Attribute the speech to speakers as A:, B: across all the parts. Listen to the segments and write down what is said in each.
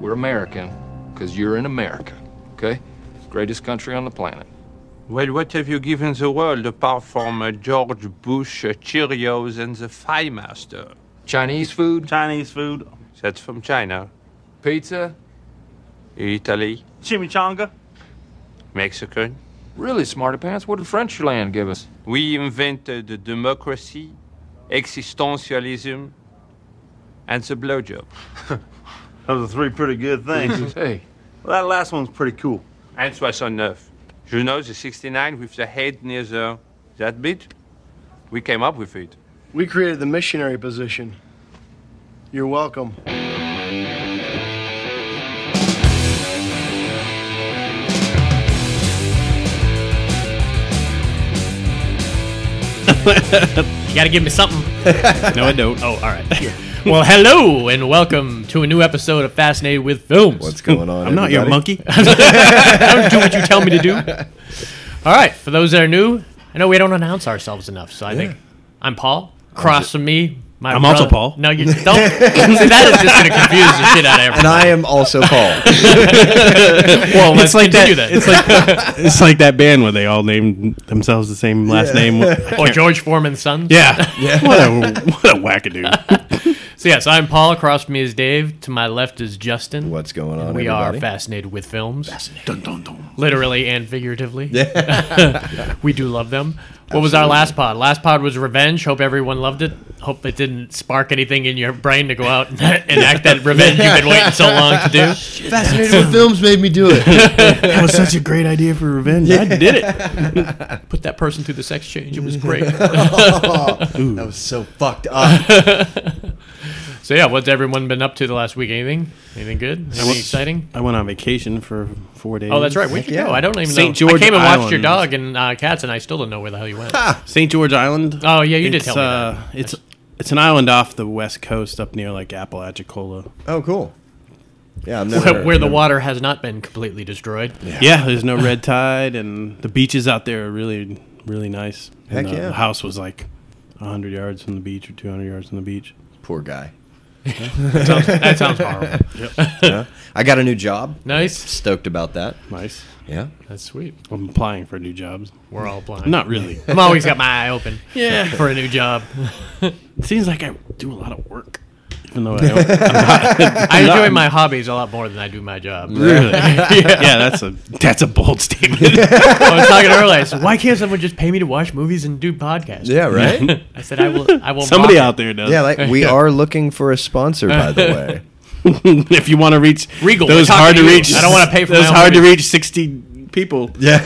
A: We're American because you're in America, okay? Greatest country on the planet.
B: Well, what have you given the world apart from uh, George Bush, uh, Cheerios, and the Pie Master?
A: Chinese food,
C: Chinese food,
B: That's from China,
A: pizza,
B: Italy,
C: chimichanga.
B: Mexican.
A: really smarty pants. What did Frenchland give us?
B: We invented democracy, existentialism, and the blowjob.
C: Those are three pretty good things.
A: Hey,
C: well, that last one's pretty cool.
B: And what's on earth? You know the 69 with the head near the that bit? We came up with it.
D: We created the missionary position. You're welcome.
E: You gotta give me something.
F: No, I don't.
E: Oh, all right. well, hello and welcome to a new episode of Fascinated with Films.
G: What's going on?
F: I'm not your
G: everybody?
F: monkey.
E: Don't do what you tell me to do. All right, for those that are new, I know we don't announce ourselves enough, so I think I'm Paul. Across from me, my
F: I'm also
E: brother-
F: Paul.
E: No, you don't. See, that is just gonna confuse the shit out of everyone.
G: And I am also Paul.
E: Well, let's
F: It's like that.
E: continue that.
F: It's like it's like that band where they all named themselves the same last name.
E: or George Foreman's son.
F: Yeah. What a what a wackadoo.
E: So yes, I'm Paul. Across from me is Dave. To my left is Justin.
G: What's going on?
E: we
G: everybody?
E: are fascinated with films,
F: dun, dun, dun.
E: literally and figuratively. we do love them. What was our last pod? Last pod was Revenge. Hope everyone loved it. Hope it didn't spark anything in your brain to go out and, and act that revenge you've been waiting so long to do.
G: Fascinated with films made me do it.
F: That was such a great idea for revenge. I did it.
E: Put that person through the sex change. It was great.
G: That was so fucked up.
E: so yeah, what's everyone been up to the last week? Anything? Anything good? Anything
F: went-
E: exciting?
F: I went on vacation for four days.
E: Oh, that's right. Where'd you
G: yeah.
E: go? I don't even
F: St.
E: know. I
F: George
E: came and watched your
F: Island.
E: dog and uh, cats, and I still don't know where the hell you went. oh
F: St. George Island.
E: yeah, you did
F: it's,
E: tell me. that.
F: uh, it's it's an island off the west coast, up near like Apalachicola.
G: Oh, cool. Yeah, I've never.
E: where, where the
G: never-
E: water has not been completely destroyed.
F: Yeah. there's no red tide, and the beaches out there are really really nice. And
G: Heck
F: the,
G: yeah.
F: the house was like hundred yards from the beach or two hundred yards from the beach.
G: Poor guy.
E: That sounds horrible.
G: Yeah. I got a new job.
E: nice.
G: Stoked about that.
F: Nice.
G: Yeah.
E: That's sweet.
F: I'm applying for new jobs.
E: We're all blind.
F: Not really.
E: I'm always got my eye open. Yeah. For a new job.
F: it seems like I do a lot of work, even though I don't.
E: I enjoy my hobbies a lot more than I do my job.
F: really. yeah. that's a that's a bold statement.
E: I was talking earlier. I said, why can't someone just pay me to watch movies and do podcasts?
G: Yeah, right?
E: I said, I will. I will.
F: Somebody
E: rock
F: out there does.
G: yeah, like we are looking for a sponsor, by the way.
F: if you want to reach
E: Regal,
F: those
E: we're talking
F: hard
E: to
F: to
E: you.
F: reach.
E: I don't wanna pay for
F: those
E: my own
F: hard to
E: movies.
F: reach sixty people.
G: Yeah.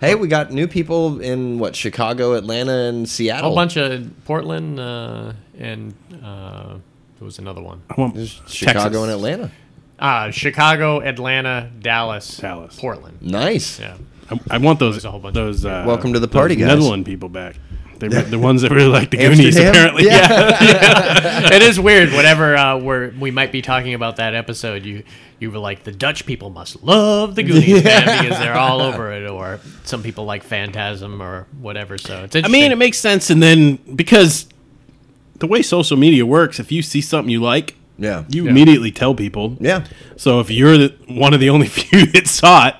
G: hey, we got new people in what, Chicago, Atlanta, and
E: A
G: Seattle.
E: whole bunch of Portland uh, and uh, there was another one.
F: I want
G: Chicago
F: Texas.
G: and Atlanta.
E: Uh, Chicago, Atlanta, Dallas,
F: Dallas.
E: Portland.
G: Nice.
E: Yeah.
F: I, I want those.
E: a whole bunch.
F: those uh,
G: Welcome to the party,
F: those
G: guys.
F: Netherland people back. They were the ones that really like the Goonies,
G: Amsterdam?
F: apparently.
G: Yeah.
E: it is weird. Whenever uh, we're, we might be talking about that episode, you you were like, the Dutch people must love the Goonies man because they're all over it, or some people like Phantasm or whatever. So it's
F: I
E: interesting.
F: mean, it makes sense, and then because the way social media works, if you see something you like,
G: Yeah.
F: you immediately tell people.
G: Yeah.
F: So if you're the, one of the only few that saw it,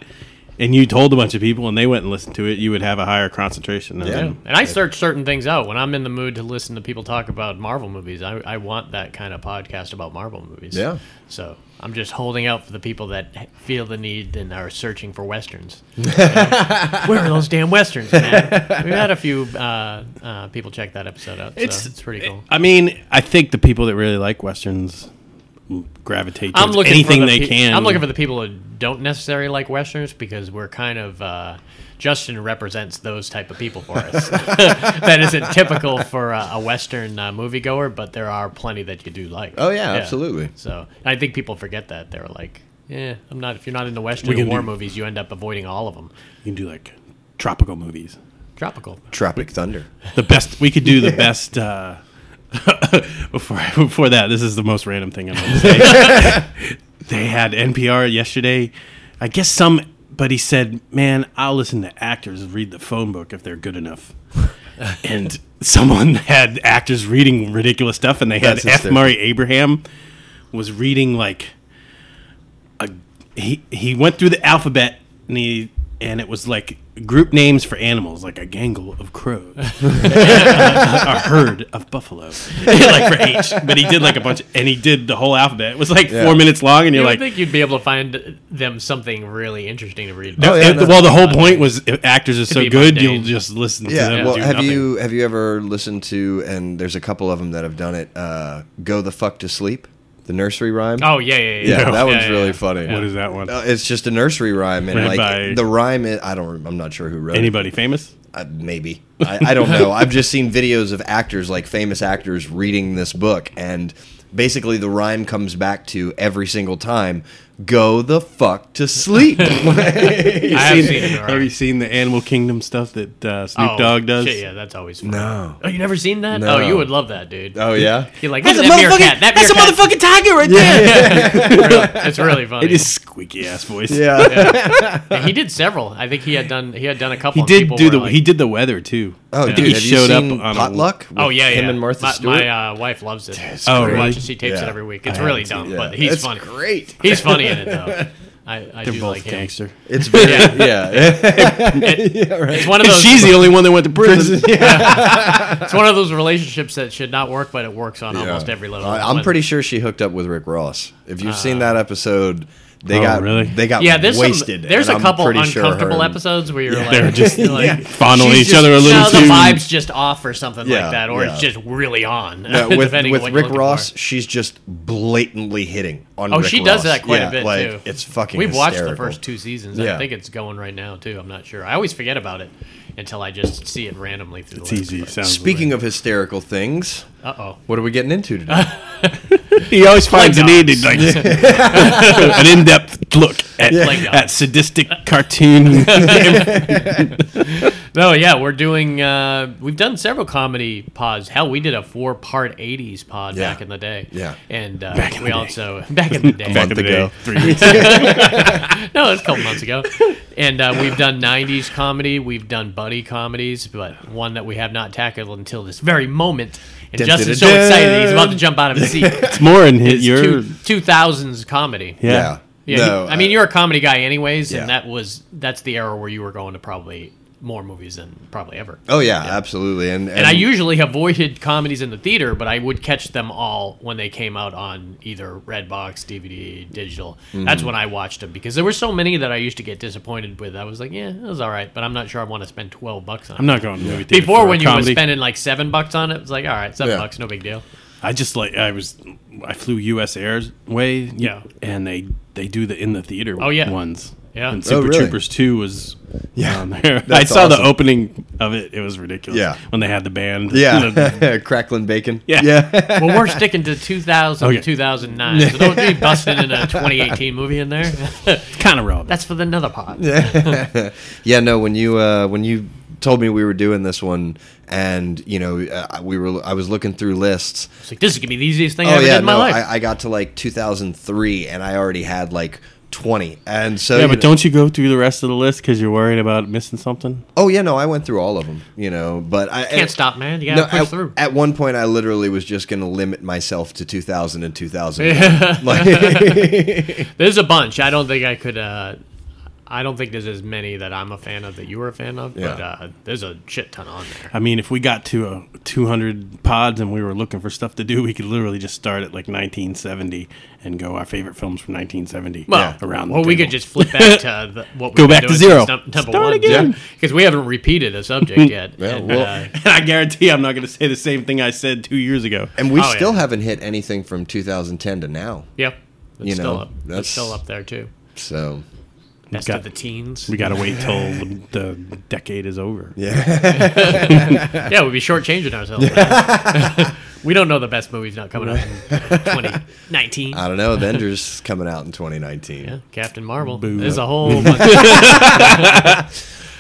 F: and you told a bunch of people, and they went and listened to it, you would have a higher concentration. of
G: Yeah.
E: Yeah.
F: them.
E: and I search certain things out when I'm in the mood to listen to people talk about Marvel movies. I, I want that kind of podcast about Marvel movies.
G: Yeah.
E: So I'm just holding out for the people that feel the need and are searching for westerns. Where are those damn westerns, man? We've had a few uh, uh, people check that episode out. So it's, pretty cool.
F: I mean, I think the people that really like westerns gravitate
E: I'm
F: towards
E: looking
F: anything
E: for the
F: they
E: pe-
F: can.
E: I'm looking for the people who don't necessarily like westerns because we're kind of uh, Justin represents those type of people for us. that isn't typical for uh, a western uh, moviegoer, but there are plenty that you do like.
G: Oh, yeah, absolutely.
E: So I think people forget that they're like, yeah, I'm not. If you're not into western
F: We can
E: war
F: do-
E: movies, you end up avoiding all of them.
F: you can do like tropical movies.
E: Tropical.
G: Tropic Thunder.
F: The best we could do the best. Uh, before before that, this is the most random thing I'm going to say. they had NPR yesterday. I guess somebody said, "Man, I'll listen to actors read the phone book if they're good enough." and someone had actors reading ridiculous stuff, and they had
G: That's
F: F.
G: hysterical.
F: Murray Abraham was reading like he he went through the alphabet and he and it was like group names for animals, like a gangle of crows, a herd of buffalo, like for H. But he did like a bunch, and he did the whole alphabet. It was like
G: Yeah.
F: four minutes long, and you're
E: You
F: like,
E: would think you'd be able to find them something really interesting to read.
F: No,
G: Oh, yeah,
F: it-
G: no.
F: well, the whole point was if actors are so
E: be
F: good,
E: mundane.
F: you'll just listen to
G: Yeah.
F: them.
G: Well,
F: do
G: have
F: nothing.
G: you have you ever listened to? And there's a couple of them that have done it. Uh, Go the fuck to sleep, the nursery rhyme.
E: Oh yeah, yeah, yeah.
G: yeah, that one's
E: yeah,
G: really
E: yeah.
G: funny.
F: What is that one?
G: Uh, it's just a nursery rhyme, and
F: Read by-
G: like the rhyme. Is, I don't. I'm not sure who wrote
F: Anybody famous?
G: it. Uh, maybe I, I don't know. I've just seen videos of actors, like famous actors, reading this book, and basically the rhyme comes back to every single time. Go the fuck to sleep.
E: I have seen it.
F: Have you seen the Animal Kingdom stuff that uh, Snoop
E: Oh,
F: Dogg does?
E: Shit, yeah, that's always fun.
G: No.
E: Oh, you never seen that?
G: No.
E: Oh, you would love that, dude.
G: oh yeah.
E: You're like, that's a meerkat. That
F: that's a
E: meerkat.
F: motherfucking tiger right there.
E: Really, it's really funny.
F: It is squeaky ass voice.
G: Yeah.
E: And he did several. I think he had done. He had done a couple.
F: He
E: and
F: did
E: people
F: do
E: were
F: the
E: like-
F: he did the weather too.
G: Oh,
F: Yeah.
G: dude,
F: He
G: have
F: showed
G: you
F: up
G: seen
F: on a-
G: Potluck? with
E: Oh yeah, yeah.
G: Him and Martha
E: my,
G: Stewart.
E: My uh, wife loves it.
F: Oh,
E: She
F: really?
E: watches. She tapes
G: Yeah.
E: it every week. It's
F: I
E: really
F: haven't
E: dumb,
G: Yeah,
E: but he's
G: that's
E: funny.
G: Great.
E: He's funny in it though. I, I
F: They're
E: do
F: both
E: like him.
F: gangster.
G: It's very
E: Yeah.
G: yeah.
E: It's one of
F: And
E: those.
F: she's the only one that went to prison.
E: it's one of those relationships that should not work, but it works on almost every level.
G: I- I'm
E: But-
G: pretty sure she hooked up with Rick Ross. If you've seen that episode, they
F: Oh,
G: got
F: really?
G: they got
E: Uh, Yeah, there's
G: wasted.
E: some, there's
G: and
E: a
G: I'm
E: couple
G: pretty sure her
E: uncomfortable
G: and-
E: episodes where you're like,
F: They're just
E: you're like,
F: like fondling
E: she's
F: each other a
E: just-
F: little
E: no,
F: too.
E: The vibes just off or something
G: Yeah,
E: like that, or
G: yeah.
E: it's just really on.
G: Yeah, with
E: depending on
G: with
E: what you're
G: Rick
E: looking
G: Ross,
E: for.
G: she's just blatantly hitting on.
E: Oh,
G: Rick
E: she does
G: Ross.
E: that quite
G: Yeah,
E: a bit
G: like,
E: too.
G: It's fucking.
E: We've watched the
G: hysterical.
E: first two seasons.
G: Yeah.
E: I think it's going right now too. I'm not sure. I always forget about it until I just see it randomly through
F: It's
E: the
F: easy. Sounds
G: Speaking of hysterical things,
E: Uh oh.
G: what are we getting into today?
F: he always finds an
E: dogs.
F: need to, like an in-depth look at,
E: Play dogs.
F: at sadistic cartoon.
E: No, yeah, we're doing. Uh, we've done several comedy pods. Hell, we did a four-part '80s pod
G: Yeah.
E: back in the day.
G: Yeah.
E: and uh,
F: in
E: we
F: the day.
E: also back in the day.
F: Back in
G: Month
F: the day,
G: ago.
F: three years
E: no, it's a couple months ago. And uh, we've done 90s comedy. We've done buddy comedies, but one that we have not tackled until this very moment. And
G: Dun,
E: Justin's so
G: dun, dun.
E: excited he's about to jump out of his seat. It's
F: more in his, your
E: two, 2000s comedy.
F: yeah.
E: Yeah,
G: No, uh,
E: he- I mean, you're a comedy guy anyways,
G: Yeah.
E: and that was that's the era where you were going to probably more movies than probably ever.
G: Oh yeah, absolutely. And
E: And I usually avoided comedies in the theater, but I would catch them all when they came out on either Redbox, DVD, digital.
F: Mm-hmm.
E: That's when I watched them because there were so many that I used to get disappointed with. I was like, yeah, it was all right, but I'm not sure I want to spend 12 bucks on it.
F: I'm not going to the movie theater
E: Before,
F: for a
E: when you
F: comedy.
E: were spending like seven bucks on it, it was like, all right, seven
G: Yeah.
E: bucks, no big deal.
F: I just like I was I flew U.S. Airway,
E: Yeah.
F: and they they do the in the theater
E: Oh, yeah.
F: ones,
E: Yeah.
F: And
E: Oh,
F: Super
G: really?
F: Troopers Two was
G: Yeah.
F: on there. I
G: That's
F: saw the
G: awesome.
F: opening of it; it was ridiculous.
G: Yeah.
F: when they had the band. The-
G: yeah, crackling bacon.
F: Yeah.
G: yeah.
E: Well, we're sticking to 2000,
F: Okay.
E: 2009, so don't be busting in a 2018 movie in there.
F: it's kind of relevant.
E: That's for the another part.
G: Yeah, no. When you uh, when you told me we were doing this one, and you know, uh, we were I was looking through lists. Oh,
E: It's like, this is going to be the easiest
F: Oh,
E: thing I ever did in my life.
G: I, I got to like 2003, and I already had like 20, and so
F: yeah,
G: you
F: but
G: know-
F: don't you go through the rest of the list because you're worried about missing something?
G: Oh yeah, no, I went through all of them, you know. But I
E: Can't stop, man. You got to push
G: at,
E: through.
G: at one point, I literally was just going to limit myself to 2000 and 2001. Like,
E: There's a bunch. I don't think I could. Uh, I don't think there's as many that I'm a fan of that you were a fan of. But
G: Yeah.
E: uh, there's a shit ton on there.
F: I mean, if we got to a 200 pods and we were looking for stuff to do, we could literally just start at like 1970 and go our favorite films from 1970
E: Well,
F: around.
E: well, we
F: table.
E: could just flip back to the, what we
F: Go
E: were
F: back to
E: doing
F: zero.
E: since num- number
F: Start
E: one,
F: again.
E: because we haven't repeated a subject yet.
G: Yeah,
E: and,
G: well-
E: uh,
F: And I guarantee I'm not going to say the same thing I said two years ago.
G: and we
E: Oh, yeah.
G: still haven't hit anything from 2010 to now.
E: yeah, it's
G: You
E: still
G: know,
E: up.
G: that's-
E: It's still up there too.
G: So
E: Best
F: got-
E: of the teens.
F: We got to wait till the, the decade is over.
E: yeah, we'd be shortchanging ourselves. we don't know the best movies not coming out in 2019.
G: I don't know. Avengers is coming out in 2019.
E: yeah, Captain Marvel.
F: Boo.
E: There's a whole bunch.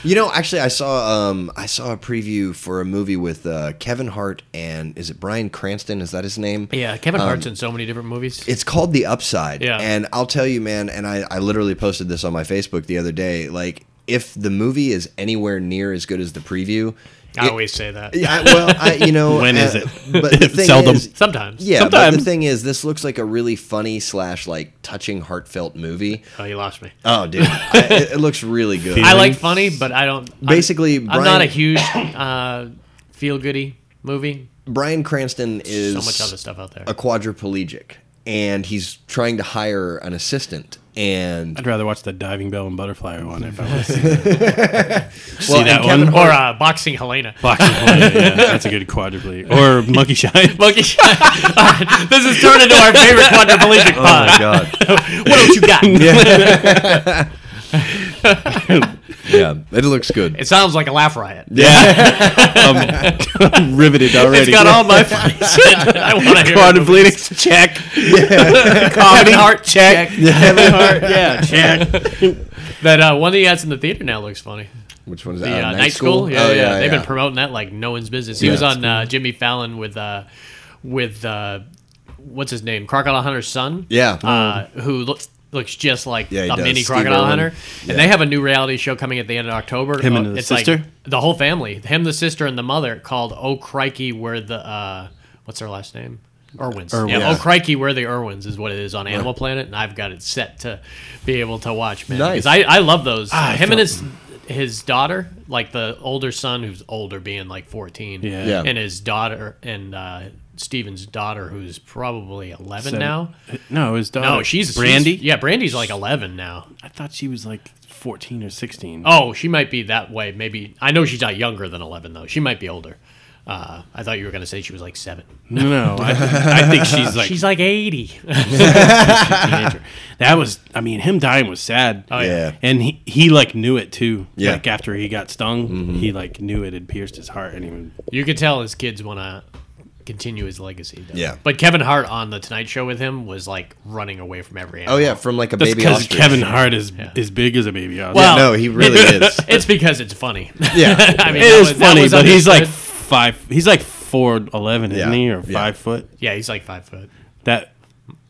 G: You know, actually, I saw um, I saw a preview for a movie with uh, Kevin Hart and is it Brian Cranston? Is that his name?
E: Yeah, Kevin
G: Um,
E: Hart's in so many different movies.
G: It's called The Upside.
E: Yeah.
G: And I'll tell you, man, and I, I literally posted this on my Facebook the other day. Like, if the movie is anywhere near as good as the preview,
E: I always say that.
G: Yeah, I, well, I, you know, uh,
F: When is it?
G: But the thing
F: Seldom.
G: is,
E: Sometimes.
G: yeah. But
F: Sometimes.
G: the thing is, this looks like a really funny slash like touching, heartfelt movie.
E: Oh, you lost me.
G: Oh, dude, I, it, it looks really good.
E: I
F: Feeling?
E: like funny, but I don't. I'm-
G: Basically,
E: I'm,
G: Brian-
E: not a huge uh, feel goody movie.
G: Brian Cranston is
E: So much other stuff out there.
G: a quadriplegic, and he's trying to hire an assistant. And
F: I'd rather watch the diving bell and butterfly one if I was
G: well,
F: that
G: and Kevin
F: one?
E: Or uh, boxing Helena.
F: boxing. yeah, that's a good quadriplegic or monkey shine.
E: Monkey shot. this is turning into our favorite quadriplegic pod.
G: Oh God.
E: What else you got?
G: yeah, it looks good.
E: It sounds like a laugh riot.
F: Yeah, I'm, I'm riveted
E: It's
F: already.
E: got all my funny shit. that I want to hear.
F: quadriplegics check.
E: Kevin Hart check.
F: Kevin Hart, yeah, check.
E: That uh, one that he has in the theater now looks funny.
G: Which one's that?
E: The
G: Oh,
E: uh, night, school. Yeah,
G: Oh,
E: yeah, They've been promoting that like no one's business. He
G: Yeah,
E: was
G: that's
E: on uh, Jimmy Fallon with uh, with uh, what's his name, Crocodile Hunter's son.
G: Yeah.
E: uh, who looks looks just like
G: Yeah, he
E: a
G: does.
E: mini
G: Steve
E: crocodile
G: Irwin.
E: hunter.
G: Yeah.
E: And they have a new reality show coming at the end of October. Uh,
F: Him and the
E: it's
F: sister?
E: Like the whole family, him, the sister, and the mother, called "Oh Crikey, We're the uh, what's their last name." Irwins.
F: Irwin.
E: Yeah,
F: Yeah.
E: Oh Crikey, We're the Irwins is what it is on Animal Planet, and I've got it set to be able to watch, man.
G: Nice.
E: Because I, I love those.
F: Ah, I
E: him
F: felt-
E: and his his daughter, like the older son who's older, being like fourteen,
F: Yeah.
G: Yeah.
E: and his daughter and uh, Steven's daughter who's probably eleven
F: Seven.
E: now.
F: No, his daughter.
E: No, she's
F: Brandy.
E: she's- yeah, Brandy's like eleven now.
F: I thought she was like 14 or 16.
E: Oh, she might be that way. Maybe I know she's not younger than eleven though. She might be older. Uh, I thought you were gonna say she was like seven. Uh,
F: No, no, I, I think she's like
E: she's like eighty.
F: teenager. That was, I mean, him dying was sad.
E: Oh, yeah.
G: Yeah.
F: And he, he like knew it too.
G: Yeah.
F: Like after he got stung,
E: Mm-hmm.
F: he like knew it had pierced his heart and even
E: You could tell his kids want to continue his legacy. Though.
G: Yeah.
E: But Kevin Hart on the Tonight Show with him was like running away from every. Animal.
G: Oh yeah, from like a
F: that's
G: baby
F: because
G: ostrich.
F: Kevin Hart is is big as a baby ostrich.
E: Well,
G: No, he really is.
E: It's because it's funny.
G: Yeah.
E: I mean,
F: it
E: that
F: is
E: was- that
F: funny,
E: was
F: but he's like
E: understood.
F: five. He's like four eleven, isn't
G: Yeah,
F: he, or
G: yeah.
F: five foot?
E: yeah, he's like five foot.
F: That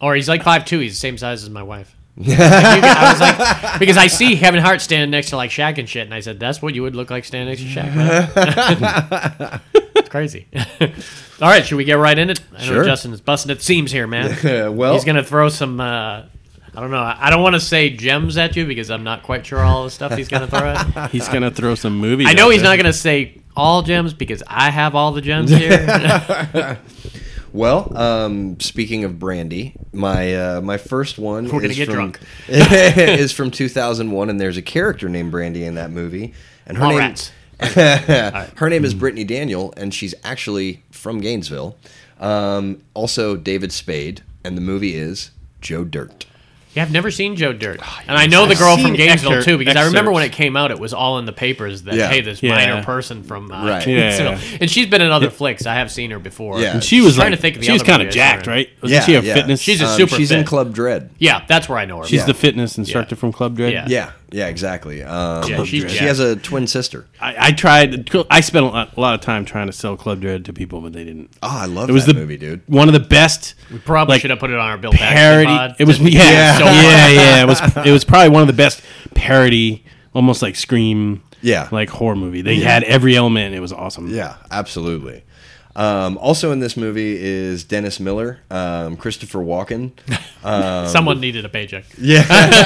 E: Or he's like five two. He's the same size as my wife. Like, you can- I was like, because I see Kevin Hart standing next to like Shaq and shit, and I said, "That's what you would look like standing next to Shaq." Right? it's crazy. All right, should we get right in it? I know
G: Sure.
E: Justin's busting at the seams here, man.
G: well,
E: He's gonna throw some. Uh, I don't know. I don't want to say gems at you because I'm not quite sure all the stuff he's gonna throw at. you.
F: he's gonna throw some movies.
E: I know
F: out
E: he's
F: there.
E: not gonna say all gems because I have all the gems here.
G: well. Um, speaking of brandy, my uh, my first one
E: We're gonna
G: is
E: get
G: from,
E: drunk.
G: is from 2001, and there's a character named Brandy in that movie, and her
E: All
G: name
E: rats.
G: her name
F: Hmm.
G: is Brittany Daniel, and she's actually from Gainesville. Um, also, David Spade, and the movie is Joe Dirt.
E: Yeah, I've never seen Joe Dirt, and I know the girl
F: seen
E: from Gainesville
F: excer-
E: too because I remember
F: excerpts.
E: when it came out, it was all in the papers that
G: Yeah.
E: hey, this
F: Yeah.
E: minor person from uh,
G: Right.
E: Gainesville,
F: Yeah.
E: and she's been in other flicks. I have seen her before.
G: Yeah.
F: And she was
E: Trying
F: like,
E: to think of the
F: she was
E: other
F: kind of
E: movie I saw her
F: jacked,
E: in.
F: right? Wasn't she a
G: yeah.
F: fitness?
E: She's a
G: Um,
E: super
G: she's in
E: fit.
G: Club Dread.
E: Yeah, that's where I know her.
F: She's
E: from.
F: the fitness instructor from Club Dread.
E: Yeah.
G: Yeah, yeah, exactly. Um,
E: Yeah, she's
G: she
E: jacked.
G: has a twin sister.
F: I, I tried. I spent a lot, a lot of time trying to sell Club Dread to people, but they didn't.
G: Oh, I love
F: It was
G: that
F: the
G: movie, dude.
F: One of the best
E: Probably
F: like,
E: should have put it on our Bill Paxton
F: parody.
E: pod.
F: It was yeah, yeah,
E: so
F: yeah, It was it was probably one of the best parody, almost like Scream,
G: Yeah.
F: like horror movie. They had every element. and It was awesome.
G: Yeah, absolutely. Um, also in this movie is Dennis Miller, um, Christopher Walken.
E: Someone needed a paycheck.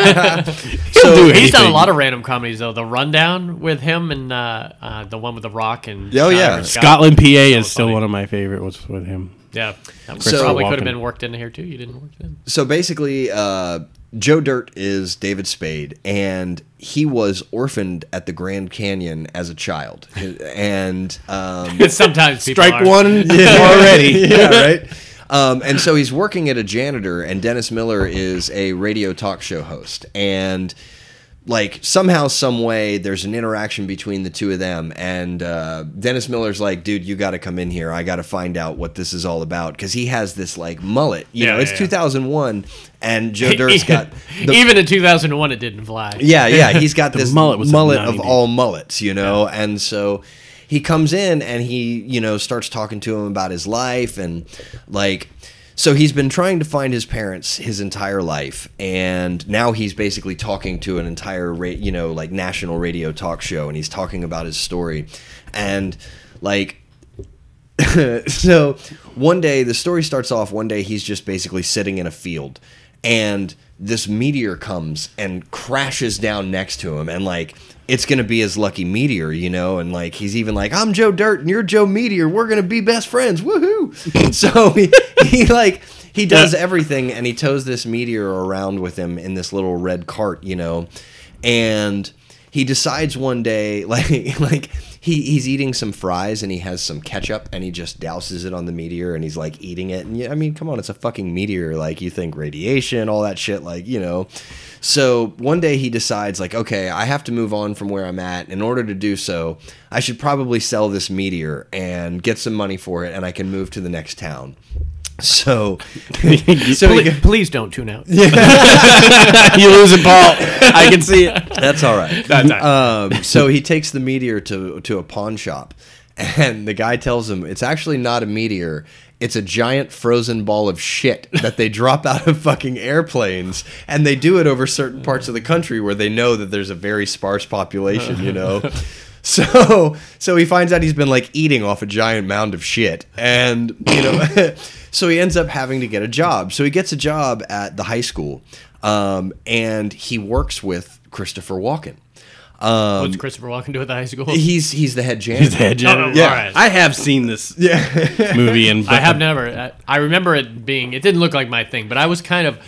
F: He'll do
E: He's done a
F: anything.
E: lot of random comedies though. The Rundown with him and uh, uh, the one with the Rock and
G: Oh, yeah.
E: Iron
F: Scotland, PA is still
E: funny.
F: one of my favorite. Was with him.
E: Yeah, that
G: So-
E: probably could
F: Walken.
E: have been worked in here too. You didn't work it in.
G: So basically, uh, Joe Dirt is David Spade, and he was orphaned at the Grand Canyon as a child. And um,
E: Sometimes people
F: Strike
E: are.
F: one already.
G: yeah, right. Um, and so he's working at a janitor, and Dennis Miller is a radio talk show host. And like somehow, some way, there's an interaction between the two of them. And uh, Dennis Miller's like, "Dude, you got to come in here. I got to find out what this is all about." Because he has this like mullet. You
E: Yeah,
G: know, it's
E: yeah, yeah.
G: 2001, and Joe Dirt's got the
E: even in 2001 it didn't fly
G: yeah, yeah. He's got
F: The
G: this
F: mullet
G: mullet,
F: was a
G: of
F: 90.
G: all mullets, you know? And so he comes in and he, you know, starts talking to him about his life and like so he's been trying to find his parents his entire life and now he's basically talking to an entire ra- you know like national radio talk show and he's talking about his story and Like, so one day the story starts off one day he's just basically sitting in a field and this meteor comes and crashes down next to him and like it's gonna be his lucky meteor you know and like he's even like i'm joe dirt and you're joe meteor we're gonna be best friends woohoo so he, he like he does everything and he tows this meteor around with him in this little red cart you know and he decides one day like like he, he's eating some fries and he has some ketchup and he just douses it on the meteor and he's like eating it and yeah, I mean come on it's a fucking meteor like you think radiation all that shit like you know so one day he decides like okay I have to move on from where I'm at in order to do so I should probably sell this meteor and get some money for it and I can move to the next town so so he
E: please,
G: go-
E: please don't tune out.
F: you losing, Paul. I can see it.
G: That's all right.
F: Uh,
G: Um, so he takes the meteor to to a pawn shop, and the guy tells him it's actually not a meteor. It's a giant frozen ball of shit that they drop out of fucking airplanes, and they do it over certain parts of the country where they know that there's a very sparse population. You know. So, so he finds out he's been like eating off a giant mound of shit, and you know, so he ends up having to get a job. So he gets a job at the high school, um, and he works with Christopher Walken. Um,
E: What's Christopher Walken do at the high school?
G: he's he's the head janitor.
F: He's the head janitor.
E: Yeah. all right.
F: I have seen this movie, and
E: I have never. I, I remember it being. It didn't look like my thing, but I was kind of.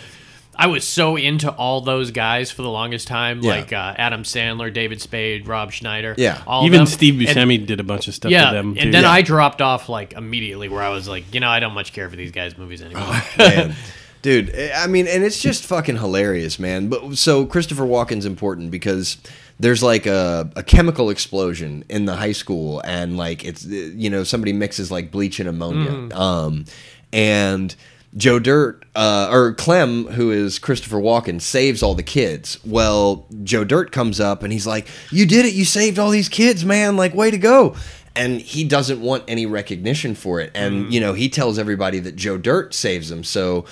E: I was so into all those guys for the longest time,
G: Yeah.
E: like uh, Adam Sandler, David Spade, Rob Schneider.
G: Yeah.
E: all of
F: Even
E: them.
F: Steve
E: And-
F: Buscemi did a bunch of stuff
E: yeah,
F: to them. too.
E: and then
F: Yeah.
E: I dropped off like immediately, where I was like, you know, I don't much care for these guys' movies anymore.
F: Oh,
G: man. Dude, eh, I- I mean, and it's just fucking hilarious, man. But so Christopher Walken's important because there's like a, a chemical explosion in the high school, and like it's uh, you know somebody mixes like bleach and ammonia, um, and Joe Dirt uh, or Clem, who is Christopher Walken, saves all the kids. Well, Joe Dirt comes up and he's like, "You did it! You saved all these kids, man! Like, way to go!" and he doesn't want any recognition for it. And
E: Mm.
G: you know, he tells everybody that Joe Dirt saves him. So,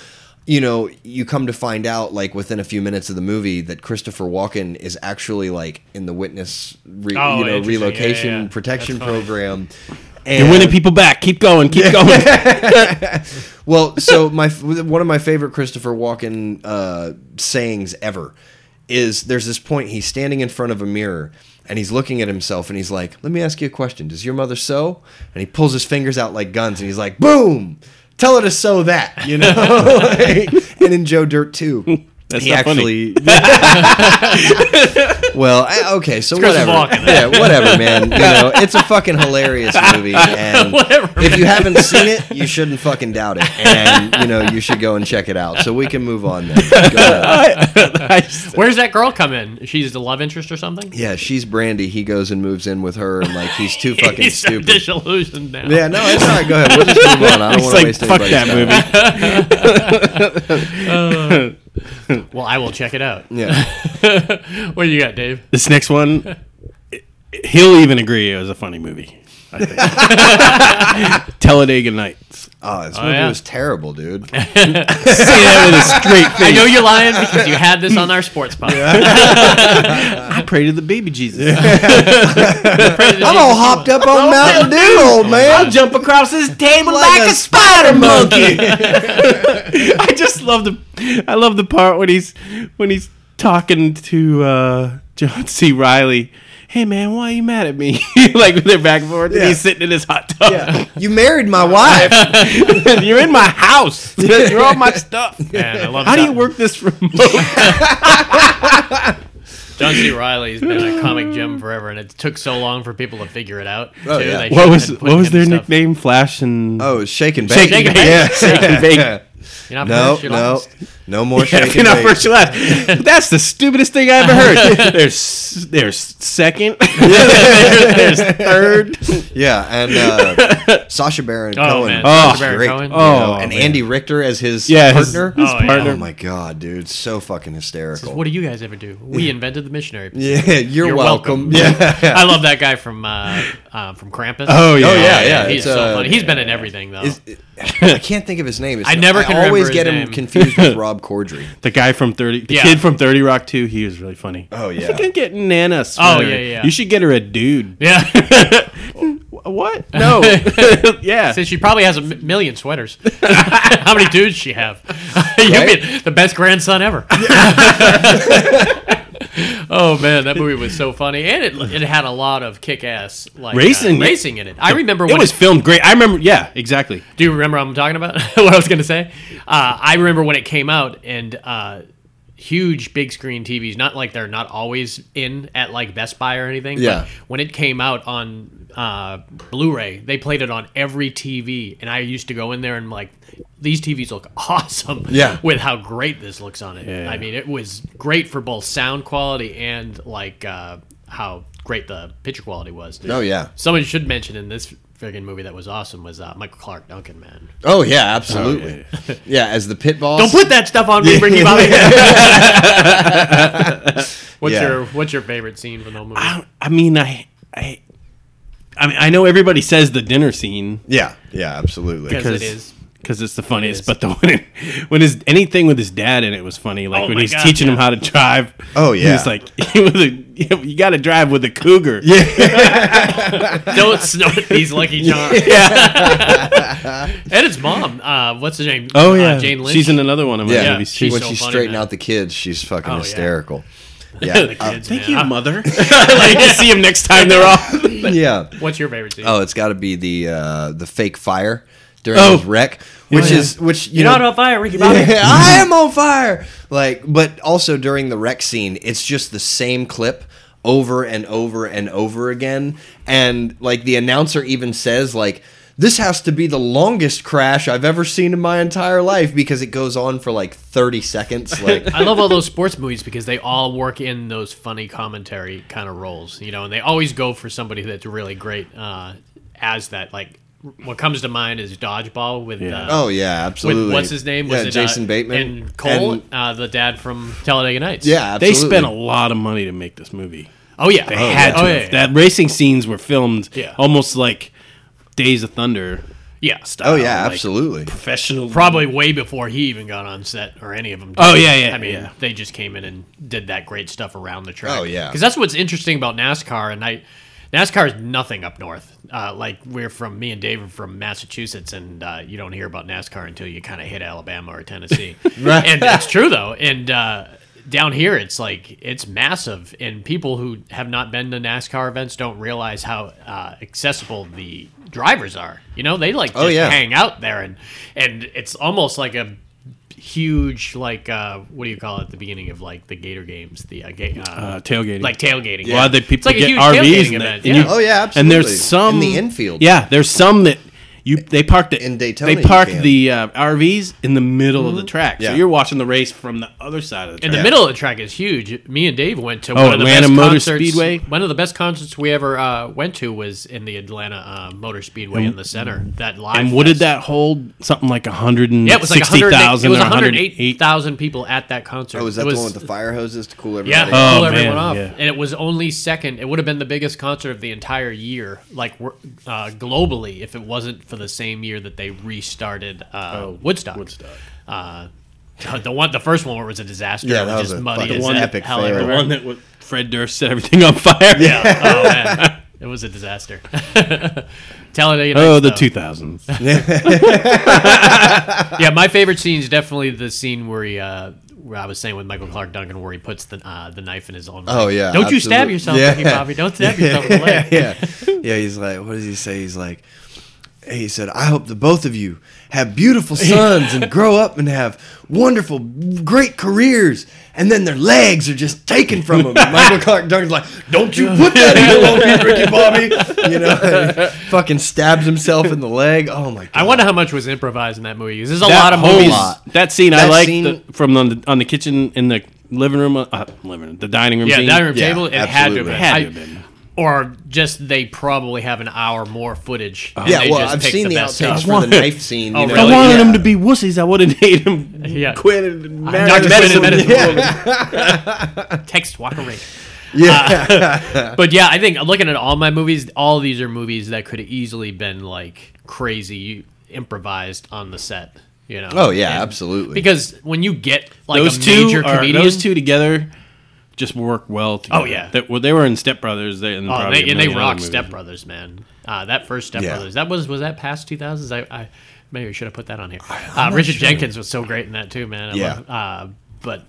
G: you know, you come to find out like within a few minutes of the movie that Christopher Walken is actually like in the witness, re-
E: Oh,
G: you know,
E: interesting. Yeah,
G: relocation
E: yeah, yeah.
G: protection program. And
F: You're winning people back. Keep going. Keep going.
G: well, so my one of my favorite Christopher Walken uh, sayings ever is there's this point he's standing in front of a mirror and he's looking at himself and he's like, "Let me ask you a question. Does your mother sew?" And he pulls his fingers out like guns and he's like, "Boom! Tell her to sew that." You know. and in Joe Dirt too.
F: That's
G: he
F: not funny.
G: actually well I, okay so
E: Christopher
G: whatever
E: Walken.
G: yeah whatever man you know it's a fucking hilarious movie and
E: Whatever,
G: if you haven't seen it you shouldn't fucking doubt it and you know you should go and check it out so we can move on then Go ahead.
E: Where's that girl come in? She's the love interest or something?
G: yeah she's brandy he goes and moves in with her and like he's too fucking
E: He's so
G: stupid
E: disillusioned now.
G: yeah no it's all right go ahead we'll just move on i don't
F: It's
G: want to
F: like fuck that
G: waste anybody's time.
F: movie.
E: Well, I will check it out.
G: yeah
E: What do you got, Dave?
F: This next one, i- he'll even agree it was a funny movie. I think. Talladega Nights.
G: oh this
E: Oh,
G: movie
E: yeah.
G: was terrible dude
F: Say that with a straight
E: I
F: face.
E: know you're lying because you had this on our sports pod.
F: I pray to the baby Jesus.
G: i'm all hopped up on mountain dew old man
F: jump across this table
G: like a spider monkey
F: I just love the I love the part when he's when he's talking to uh, John C. Riley. Hey man, why are you mad at me? like they're back and forth. And
G: Yeah.
F: he's sitting in his hot tub.
G: You married my wife.
F: You're in my house. You're on my stuff.
E: Man, I love
F: How do you
E: John-
F: work this remote?
E: John C. Riley's been a comic gem forever, and it took so long for people to figure it out.
G: Oh,
E: too. They
G: yeah.
F: What
E: should've
F: was
E: been
F: what
E: putting
F: was
E: him
F: their
E: stuff.
F: nickname? Flash and
G: Oh, it's shake and bake.
F: Shake and
E: Bake.
G: Yeah.
F: Shake and Bake.
E: You're not
G: No,
E: finished, you're
G: no,
E: lost.
G: no more shake
F: You're
G: and
F: not
G: bake.
F: first, you're last. That's the stupidest thing I ever heard. There's there's second. there's third.
G: Yeah, and uh, Sasha Baron
E: Oh,
G: Cohen.
E: man.
F: Oh,
E: Sacha Baron
G: great.
E: Cohen.
F: Oh,
G: You know, and
F: man.
G: Andy Richter as his
F: Yeah, his-
G: partner.
F: his
E: Oh, yeah.
F: partner.
G: Oh my god, dude, so fucking hysterical.
E: What do you guys ever do? We invented the missionary. position.
G: yeah, you're,
E: You're
G: welcome.
E: welcome.
G: Yeah.
E: I love that guy from uh, uh, from Krampus.
F: Oh, yeah. Oh,
G: yeah, yeah,
E: He's
G: it's,
E: so
G: uh,
E: funny. He's been in everything though.
G: Is- I can't think of his name. It's-
E: I never can
G: I
E: remember
G: always
E: his
G: get him
E: name.
G: confused with Rob Corddry.
F: The guy from Thirty, the
E: Yeah.
F: kid from Thirty Rock too. He was really funny.
G: Oh, yeah.
F: you can get Nana. a
E: Oh,
F: sweater.
E: yeah, yeah.
F: You should get her a dude.
E: yeah.
F: Wh- What? No. yeah.
E: Since she probably has a m- million sweaters. How many dudes she have? You'd be the best grandson ever. oh man, that movie was so funny, and it it had a lot of kick ass like uh,
F: Racing.
E: racing in it. I remember
F: It
E: when
F: was filmed great. I remember. Yeah, exactly.
E: Do you remember what I'm talking about? what I was going to say? Uh, I remember when it came out and uh, huge big screen TVs, not like they're not always in at like Best Buy or anything.
G: Yeah.
E: But when it came out on uh, Blu ray, they played it on every TV. And I used to go in there and like, these TVs look awesome
G: Yeah.
E: with how great this looks on it.
F: Yeah.
E: I mean, it was great for both sound quality and like uh, how great the picture quality was.
G: Oh, yeah.
E: Someone should mention in this friggin' movie that was awesome was uh, Michael Clark Duncan, man.
G: Oh yeah, absolutely. Oh, yeah, as the pit boss.
E: Don't put that stuff on me, Ricky Bobby. what's
G: Yeah.
E: your What's your favorite scene from the whole movie?
F: I, I mean, I, I, I mean, I know everybody says the dinner scene
G: Yeah, yeah, absolutely.
E: Because it is.
F: because it's the funniest. but the when it, when his anything with his dad in it was funny. Like
E: Oh
F: when
E: my
F: he's
E: God,
F: teaching him how to drive.
G: Oh, yeah.
F: he's like with a, you got to drive with a cougar. Yeah,
E: Don't snort these Lucky Charms. and his mom. Uh, what's her name?
F: Oh
E: Uh,
F: yeah,
E: Jane Lynch.
F: She's in another one of my
G: Yeah.
F: movies.
E: She's
F: too.
G: when
E: so
G: she
E: funny,
G: straightened
E: man. Oh,
G: out the kids, she's fucking
E: yeah.
G: hysterical.
E: the
G: Yeah, uh,
E: kids,
F: Thank
E: man.
F: you,
E: Uh,
F: mother. like to see him next time they're off.
G: yeah.
E: What's your favorite scene?
G: Oh, it's got to be the uh, the fake fire during
F: Oh.
G: his wreck, which is which you
E: You're
G: know.
E: not on fire, Ricky Bobby.
G: I am on fire. Like, but also during the wreck scene, it's just the same clip over and over and over again. And like the announcer even says, like, this has to be the longest crash I've ever seen in my entire life because it goes on for like thirty seconds. Like,
E: I love all those sports movies because they all work in those funny commentary kind of roles, you know, and they always go for somebody that's really great uh, as that. Like, what comes to mind is Dodgeball with uh,
G: oh yeah, absolutely.
E: With, what's his name?
G: Yeah,
E: it, uh,
G: Jason Bateman
E: and Cole,
G: And-
E: uh, the dad from Talladega Nights.
G: yeah,
F: They
G: absolutely.
F: spent a lot of money to make this movie.
E: Oh yeah,
F: They had to.
E: Oh,
F: have.
E: yeah,
F: That racing scenes were filmed
E: Yeah.
F: almost like Days of Thunder
E: yeah.
F: style.
G: Oh yeah,
F: like
G: absolutely.
F: Professional.
E: Probably way before he even got on set or any of them. did.
F: Oh, yeah, yeah,
E: I mean,
F: yeah.
E: they just came in and did that great stuff around the track.
G: Oh, yeah.
E: because that's what's interesting about NASCAR. And I, NASCAR is nothing up north. Uh, like we're from me and Dave are from Massachusetts, and uh, you don't hear about NASCAR until you kind of hit Alabama or Tennessee. right. And it's true though. And uh, down here, it's like it's massive, and people who have not been to NASCAR events don't realize how uh, accessible the drivers are. You know, they like just
G: Oh, yeah.
E: hang out there, and and it's almost like a huge like uh what do you call it at the beginning of like the gator games the uh, ga- uh,
F: Uh, tailgating.
E: like tailgating
F: A lot of the people
E: it's like a
F: get
E: huge
F: RVs
E: tailgating
F: and,
E: event
F: they- and
E: yeah.
G: Oh, yeah,
F: And
G: absolutely.
F: there's some
G: In the infield.
F: Yeah, there's some that you they parked it
G: In Daytona
F: They
G: you
F: parked
G: can.
F: the uh, RVs in the middle of the
E: Mm-hmm.
F: track,
G: Yeah.
F: so you're watching the race from the other side of the
E: in
F: track.
E: the middle of the track is huge me and dave went to
F: Oh,
E: one of the
F: Atlanta
E: best
F: Motor
E: concerts
F: Speedway?
E: one of the best concerts we ever uh went to was in the atlanta uh, motor speedway in the center that live
F: and what did
E: fest.
F: that hold? Something like a hundred and
E: yeah it was like
F: sixty
E: 108 it
F: thousand
E: was
F: or hundred eight.
E: 108000 people at that concert
G: Oh, is that
E: it was,
G: the one with the fire hoses to cool everybody?
E: Yeah,
G: down?
E: they
F: Oh,
E: blew everyone
F: man,
E: off,
F: yeah.
E: and it was only second. It would have been the biggest concert of the entire year, like wor- uh, globally, if it wasn't for the same year that they restarted uh,
F: Oh,
E: Woodstock. Woodstock. Uh, the one, the first one where it was a disaster.
G: Yeah,
E: it
G: that was
E: just
G: a
E: muddy
G: fucking
E: as
G: one epic
E: hell
G: fail.
F: The
E: everywhere.
F: one that wa- Fred Durst set everything on fire. Yeah.
E: oh man, it was a disaster. Talladega. Nights,
F: Oh, the
E: though.
F: two thousands.
E: Yeah, my favorite scene is definitely the scene where he. Uh, where I was saying with Michael Clark Duncan, where he puts the uh, the knife in his own.
G: Oh
E: leg.
G: yeah.
E: Don't you stab
G: absolutely.
E: yourself,
G: Yeah.
E: Ricky Bobby. Don't stab yourself in the leg.
G: yeah. Yeah, he's like, what does he say? He's like, he said, I hope the both of you have beautiful sons and grow up and have wonderful, great careers. And then their legs are just taken from them. And Michael Clark Duncan's like, don't you put that in your own Ricky Bobby. You know, and he fucking stabs himself in the leg. Oh my God.
E: I wonder how much was improvised in that movie. 'cause There's a
F: That
E: lot of
F: whole
E: movies.
G: lot.
F: That scene I
G: That
F: like
G: scene-
F: the- from the, on the kitchen in the living room, uh, living room, the dining room.
E: Yeah,
F: scene.
E: dining room
G: Yeah,
E: table. It had to have
G: absolutely.
E: been.
F: Had to
E: I-
F: have been.
E: Or just they probably have an hour more footage.
F: Uh-huh.
E: and
G: Yeah,
E: they
G: well,
E: just
G: I've
E: pick
G: seen the,
E: best
G: outtakes
E: stuff.
G: for the knife scene.
E: Oh,
G: you know,
E: really?
F: I wanted
G: yeah.
F: him to be wussies. I would have made him
E: Yeah.
F: quit and marry
E: Dr. Medicine,
F: medicine.
E: medicine. Text Walker Ray.
G: Yeah.
E: But yeah, I think looking at all my movies, all these are movies that could have easily been like crazy improvised on the set. You know?
G: oh, yeah,
E: And-
G: absolutely.
E: Because when you get like
F: Those
E: a
F: two
E: major
F: are
E: comedian,
F: those two together just work well together.
E: Oh, yeah.
F: That- well, they were in Step Brothers. They, and,
E: Oh, and
F: probably
E: they,
F: a
E: and they
F: million other
E: rock
F: movies.
E: Step Brothers, man. Uh, that first Step
G: Yeah.
E: Brothers. That was was that past two thousands. I, I maybe I should have put that on here. Uh, Richard Jenkins was so great in that too, man. I
G: Yeah.
E: love- uh, but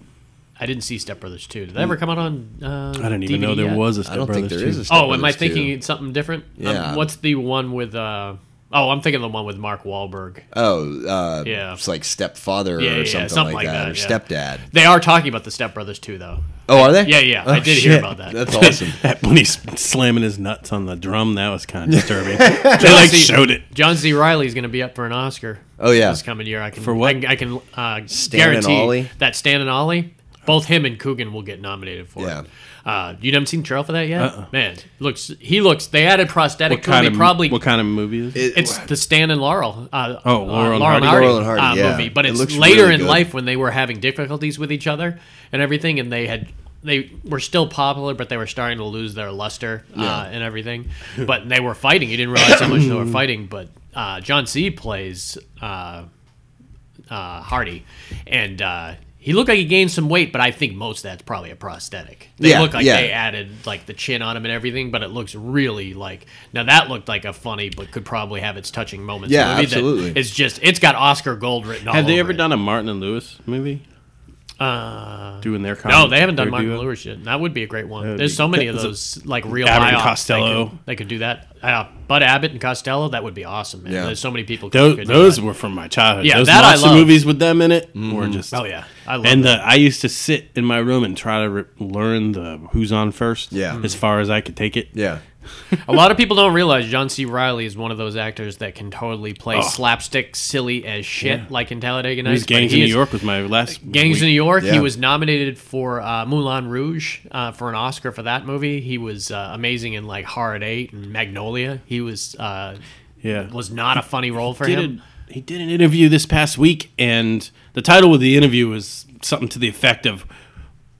E: I didn't see Step Brothers two. Did that ever come out on? Uh,
F: Mm. I didn't even know there was a Step
G: I don't
F: Brothers.
G: think there is
F: too.
G: a Step
E: Oh, am I
G: Brothers two.
E: thinking it's something different? Um,
G: Yeah.
E: what's the one with? Uh, oh, I'm thinking the one with Mark Wahlberg.
G: Oh, uh,
E: Yeah.
G: it's like stepfather
E: Yeah, yeah,
G: or
E: yeah,
G: something,
E: something
G: like
E: like
G: that,
E: that,
G: or stepdad.
E: They are talking about the Step Brothers too, though.
G: Oh, are they?
E: Yeah, yeah,
G: Oh,
E: I did hear
G: shit.
E: about that.
G: That's awesome.
F: That- when he's slamming his nuts on the drum, that was kind of disturbing. they like showed it.
E: John Z. Riley is going to be up for an Oscar.
G: Oh, yeah.
E: this coming year. I can
F: For what?
E: I can, I can uh,
G: Stan and
E: guarantee
G: Ollie?
E: that Stan and Ollie, both him and Coogan will get nominated for
G: Yeah. Uh-uh.
E: it. Uh, you haven't seen the trailer for that yet? Man, looks he looks. They added prosthetic. to him. They probably
F: what kind of movie is it?
E: it's the Stan and Laurel. Uh,
F: Oh, Laurel
E: uh, Laurel
F: and Hardy.
G: Laurel and Hardy,
E: uh,
G: yeah.
E: movie. But
G: It
E: it's
G: looks
E: later
G: really
E: in
G: good.
E: life when they were having difficulties with each other and everything, and they had they were still popular, but they were starting to lose their luster uh, and everything. But they were fighting. You didn't realize how much they were fighting. But uh, John C. plays uh, uh, Hardy, and. Uh, he looked like he gained some weight, but I think most of that's probably a prosthetic. They
G: Yeah,
E: look like
G: yeah.
E: they added like the chin on him and everything, but it looks really like now that looked like a funny, but could probably have its touching moments.
G: Yeah,
E: movie that
G: absolutely.
E: It's just it's got Oscar gold written all
F: Have they
E: over
F: ever
E: it.
F: done a Martin and Lewis movie?
E: Uh,
F: Doing their
E: no,
F: comedy,
E: they haven't done
F: their
E: Martin
F: duo?
E: Lewis yet. That would be a great one.
F: That'd
E: There's
F: be-
E: so many of
F: that's a-
E: those like real high
F: Abbott and
E: offs. They could-
F: Costello.
E: They could do that. Uh, Bud Abbott and Costello. That would be awesome. Man.
G: Yeah.
E: There's so many people.
F: Those,
E: could do
F: those
E: that.
F: were from my childhood.
E: Yeah,
F: those
E: that I
F: monster
E: love.
F: movies with them in it were just.
E: Oh yeah, I love.
F: And
E: that.
F: the, I used to sit in my room and try to re- learn the who's on first.
E: Mm-hmm.
G: Yeah.
F: As far as I could take it.
G: Yeah.
E: a lot of people don't realize John C. Riley is one of those actors that can totally play slapstick, silly as shit, like in Talladega Nights.
F: Who's
E: but
F: Gangs
E: he
F: in
E: is-
F: New York was my last.
E: Gangs
F: week.
E: of New York.
G: Yeah.
E: He was nominated for uh, Moulin Rouge uh, for an Oscar for that movie. He was uh, amazing in like Hard Eight and Magnolia. He was uh,
F: Yeah.
E: was not a funny role for
F: did
E: him.
F: a- he did an interview this past week, and the title of the interview was something to the effect of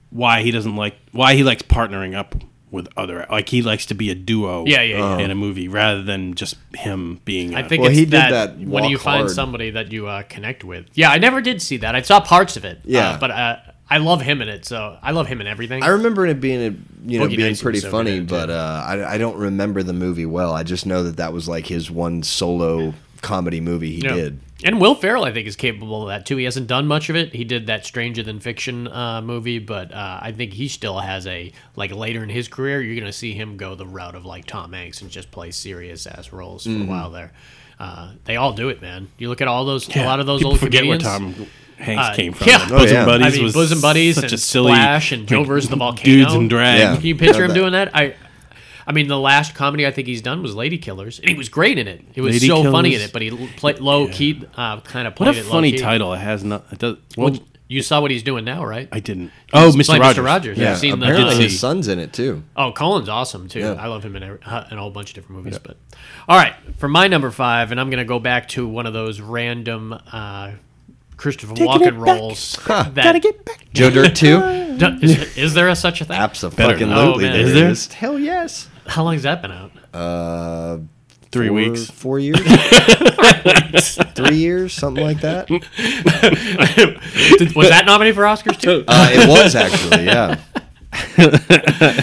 F: why he doesn't like why he likes partnering up with other like he likes to be a duo
E: Yeah, yeah, yeah.
F: in a movie rather than just him being
E: I
F: a-
E: think
G: Well,
E: it's
G: he did
E: that,
G: that
E: when
G: Walk
E: you find
G: Hard.
E: somebody that you uh, connect with. Yeah, I never did see that. I saw parts of it. uh,
G: Yeah.
E: but uh, I love him in it. So I love him in everything.
G: I remember it being, a, you know,
E: Boogie
G: being
E: Nights
G: pretty
E: was so
G: funny,
E: good,
G: but uh, I, I don't remember the movie well. I just know that that was like his one solo comedy movie he
E: Yeah.
G: did.
E: And Will Ferrell, I think, is capable of that too. He hasn't done much of it. He did that Stranger Than Fiction uh, movie, but uh, I think he still has a like later in his career, you're going to see him go the route of like Tom Hanks and just play serious ass roles
F: Mm-hmm.
E: for a while there. Uh, they all do it, man. You look at all those, a lot of those
F: people
E: old
F: forget
E: comedians.
F: where Tom Hanks
E: Uh,
F: came from.
E: yeah.
F: Like,
E: Oh,
F: Bosom
G: yeah.
F: Buddies
E: I mean,
F: was
E: Bosom Buddies
F: such
E: and
F: a silly
E: Splash and Joe versus the
F: dudes
E: Volcano.
F: and drag.
G: Yeah.
E: Can you picture
G: Love
E: him
G: that.
E: doing that? I, I mean, the last comedy I think he's done was Lady Killers, and he was great in it. It was
F: Lady
E: so funny in
F: Killers.
E: it, but he l- play, low key, uh, kind of played
F: What a
E: it low
F: funny
E: key.
F: title! It has not. It does, well,
E: You saw what he's doing now, right?
F: I didn't. Oh,
E: He's
F: Mr.
E: playing
F: Rogers.
E: Mr. Rogers.
G: Yeah,
E: I've seen the-
G: apparently
F: Did
G: his
F: see.
G: son's in it too.
E: Oh, Colin's awesome too.
G: Yeah.
E: I love him in every, uh, in a whole bunch of different movies. But all right, for my number five, and I'm gonna go back to one of those random uh, Christopher Walken roles. That,
G: Joe Dirt too.
E: Do- is, is there a such a thing?
G: Absolutely,
E: Oh, man.
G: there
E: Is
F: there?
G: is. Hell yes.
E: How long has that been out?
G: Uh,
F: Three
G: four-
F: weeks.
G: four years, three years, something like that.
E: Did- was that nominated for Oscars too?
G: Uh, it was actually, yeah.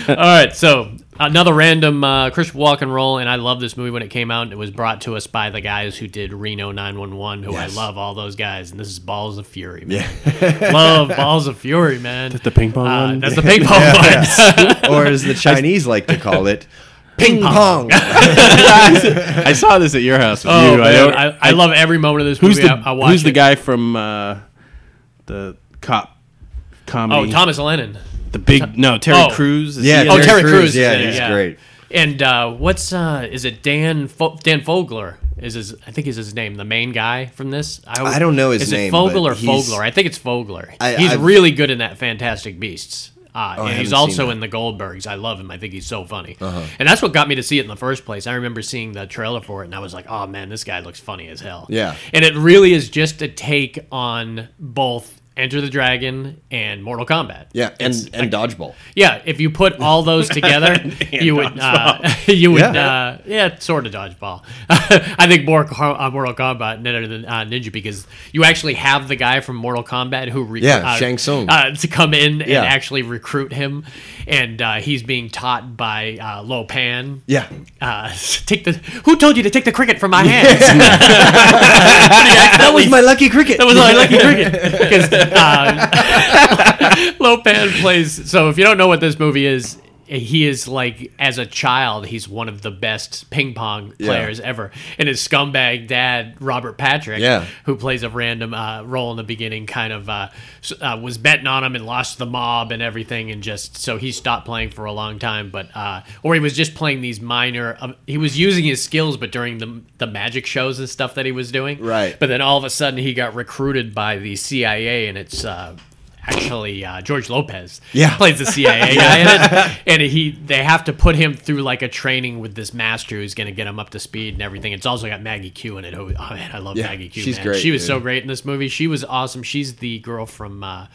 E: All right, so another random uh, Christopher Walken role, and I love this movie when it came out. and It was brought to us by the guys who did Reno 911, who I love all those guys, and this is Balls of Fury, man. love Balls of Fury, man. That's
F: the ping pong one?
E: That's the ping pong one.
G: Or as the Chinese like to call it, ping pong.
F: I saw this at your house with
E: Oh,
F: you. I
E: man,
F: don't-
E: I, I love every moment of this
F: Who's
E: movie.
F: the
E: I, I watch
F: Who's the
E: it.
F: guy from uh, the cop
E: Oh,
F: comedy?
E: Thomas Lennon.
F: The big no Terry
E: oh.
F: Crews. Is
G: Yeah,
F: he
E: Oh,
F: in
E: Terry
F: there?
E: Crews. is
G: yeah,
E: in it,
G: he's great.
E: And uh, what's uh, is it Dan Fo- Dan Fogler is his I think is his name the main guy from this always-
G: I don't know his
E: is
G: name,
E: it Fogel
G: but
E: or
G: he's-
E: Fogler I think it's Fogler
G: I-
E: he's
G: I've- Oh,
E: really good in that Fantastic Beasts uh,
G: I
E: and
G: haven't
E: he's
G: seen
E: also
G: that. Uh-huh.
E: in the Goldbergs I love him I think he's so funny and that's what got me to see it in the first place I remember seeing the trailer for it and I was like oh man this guy looks funny as hell
G: Yeah.
E: and it really is just a take on both Enter the Dragon, and Mortal Kombat.
G: Yeah, and and dodgeball.
E: Yeah, if you put all those together, you would, uh, you would,
G: Yeah.
E: yeah, uh, yeah sort of dodgeball. I think more Ko- uh, Mortal Kombat better than uh, Ninja because you actually have the guy from Mortal Kombat who, re-
G: Yeah,
E: uh,
G: Shang Tsung.
E: uh, to come in and
G: Yeah.
E: actually recruit him, and uh, he's being taught by uh, Lo Pan.
G: Yeah,
E: Uh, take the. Who told you to take the cricket from my hands? that was
G: my lucky cricket.
E: that was my lucky cricket because uh, Lopan plays. So if you don't know what this movie is, he is like as a child, he's one of the best ping pong players ever, and his scumbag dad Robert Patrick,
G: Yeah.
E: who plays a random uh, role in the beginning, kind of uh, s- uh, was betting on him and lost the mob and everything, and just so he stopped playing for a long time. But uh, or he was just playing these minor. Um, he was using his skills, but during the the magic shows and stuff that he was doing,
G: Right.
E: But then all of a sudden he got recruited by the CIA, and it's. Uh, Actually, uh, George Lopez
G: Yeah.
E: plays the CIA guy in it, and he they have to put him through like a training with this master who's going to get him up to speed and everything. It's also got Maggie Q in it. Who, oh man, I love
G: Yeah,
E: Maggie Q.
G: she's
E: man.
G: great,
E: She was
G: dude.
E: so great in this movie. She was awesome. She's the girl from uh,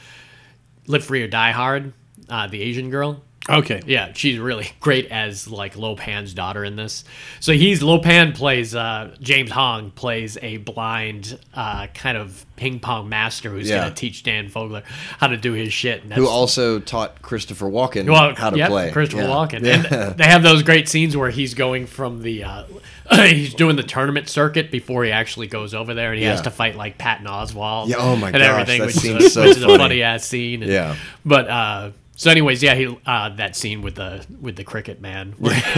E: Live Free or Die Hard, uh, the Asian girl.
F: Okay.
E: Yeah, she's really great as like Lopan's daughter in this. So he's Lopan plays uh, James Hong plays a blind uh, kind of ping pong master who's
G: Yeah.
E: going to teach Dan Fogler how to do his shit. And that's,
G: Who also taught Christopher Walken
E: well,
G: how to
E: yep,
G: play.
E: Christopher
G: Yeah.
E: Walken.
G: Yeah.
E: And they have those great scenes where he's going from the uh, he's doing the tournament circuit before he actually goes over there, and he has
G: Yeah.
E: to fight like Patton Oswald.
G: Yeah, oh my
E: and
G: gosh,
E: everything,
G: that
E: which, is a-
G: seems so
E: which is a
G: funny.
E: funny ass scene. And-
G: Yeah.
E: but. uh so, anyways, yeah, he uh, that scene with the with the cricket man, where,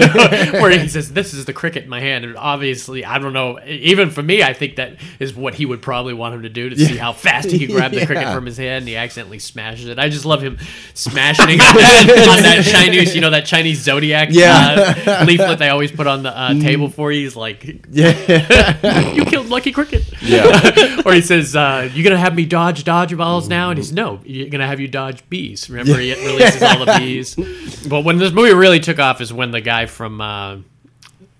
E: where he says, "This is the cricket in my hand," and obviously, I don't know. e, Even for me, I think that is what he would probably want him to do to see how fast he could grab the cricket
G: Yeah.
E: from his hand, and he accidentally smashes it. I just love him smashing it on that, on that Chinese, you know, that Chinese zodiac
G: Yeah. Mm.
E: uh, leaflet they always put on the uh, table for you. He's like, "You killed Lucky Cricket."
G: yeah. Mm.
E: or he says, uh, "You gonna have me dodge dodge balls now?" And he's, "No, you're gonna have you dodge bees." Remember, he releases all the bees. But when this movie really took off is when the guy from uh,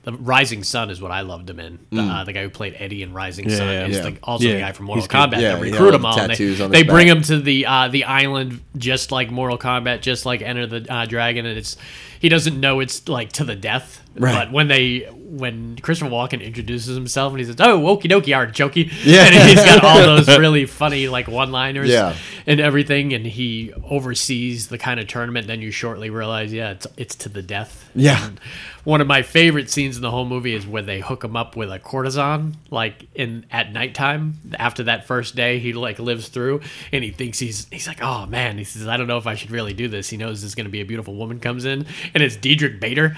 E: the Rising Sun is what I loved him in. The,
G: Mm.
E: uh, the guy who played Eddie in Rising
F: Yeah,
E: Sun
F: yeah,
E: is
F: yeah.
E: the, also the
F: Yeah,
E: guy from Mortal
F: he's good.
E: Kombat.
G: Yeah,
E: they
G: he had
E: recruit
G: all
E: him
G: the
E: all. and They,
G: tattoos on
E: they
G: his
E: bring
G: back.
E: him to the uh, the island just like Mortal Kombat, just like Enter the uh, Dragon, and it's he doesn't know it's like to the death.
G: Right.
E: But when they when Christopher Walken introduces himself and he says, "Oh, okie dokie, our jokey,"
G: Yeah.
E: and he's got all those really funny like one liners,
G: Yeah.
E: and everything, and he oversees the kind of tournament. Then you shortly realize, yeah, it's it's to the death.
G: Yeah.
E: One of my favorite scenes in the whole movie is when they hook him up with a courtesan, like in at nighttime after that first day he like lives through, and he thinks he's he's like, oh man, he says, I don't know if I should really do this. He knows there's gonna be a beautiful woman comes in, and it's Diedrich Bader.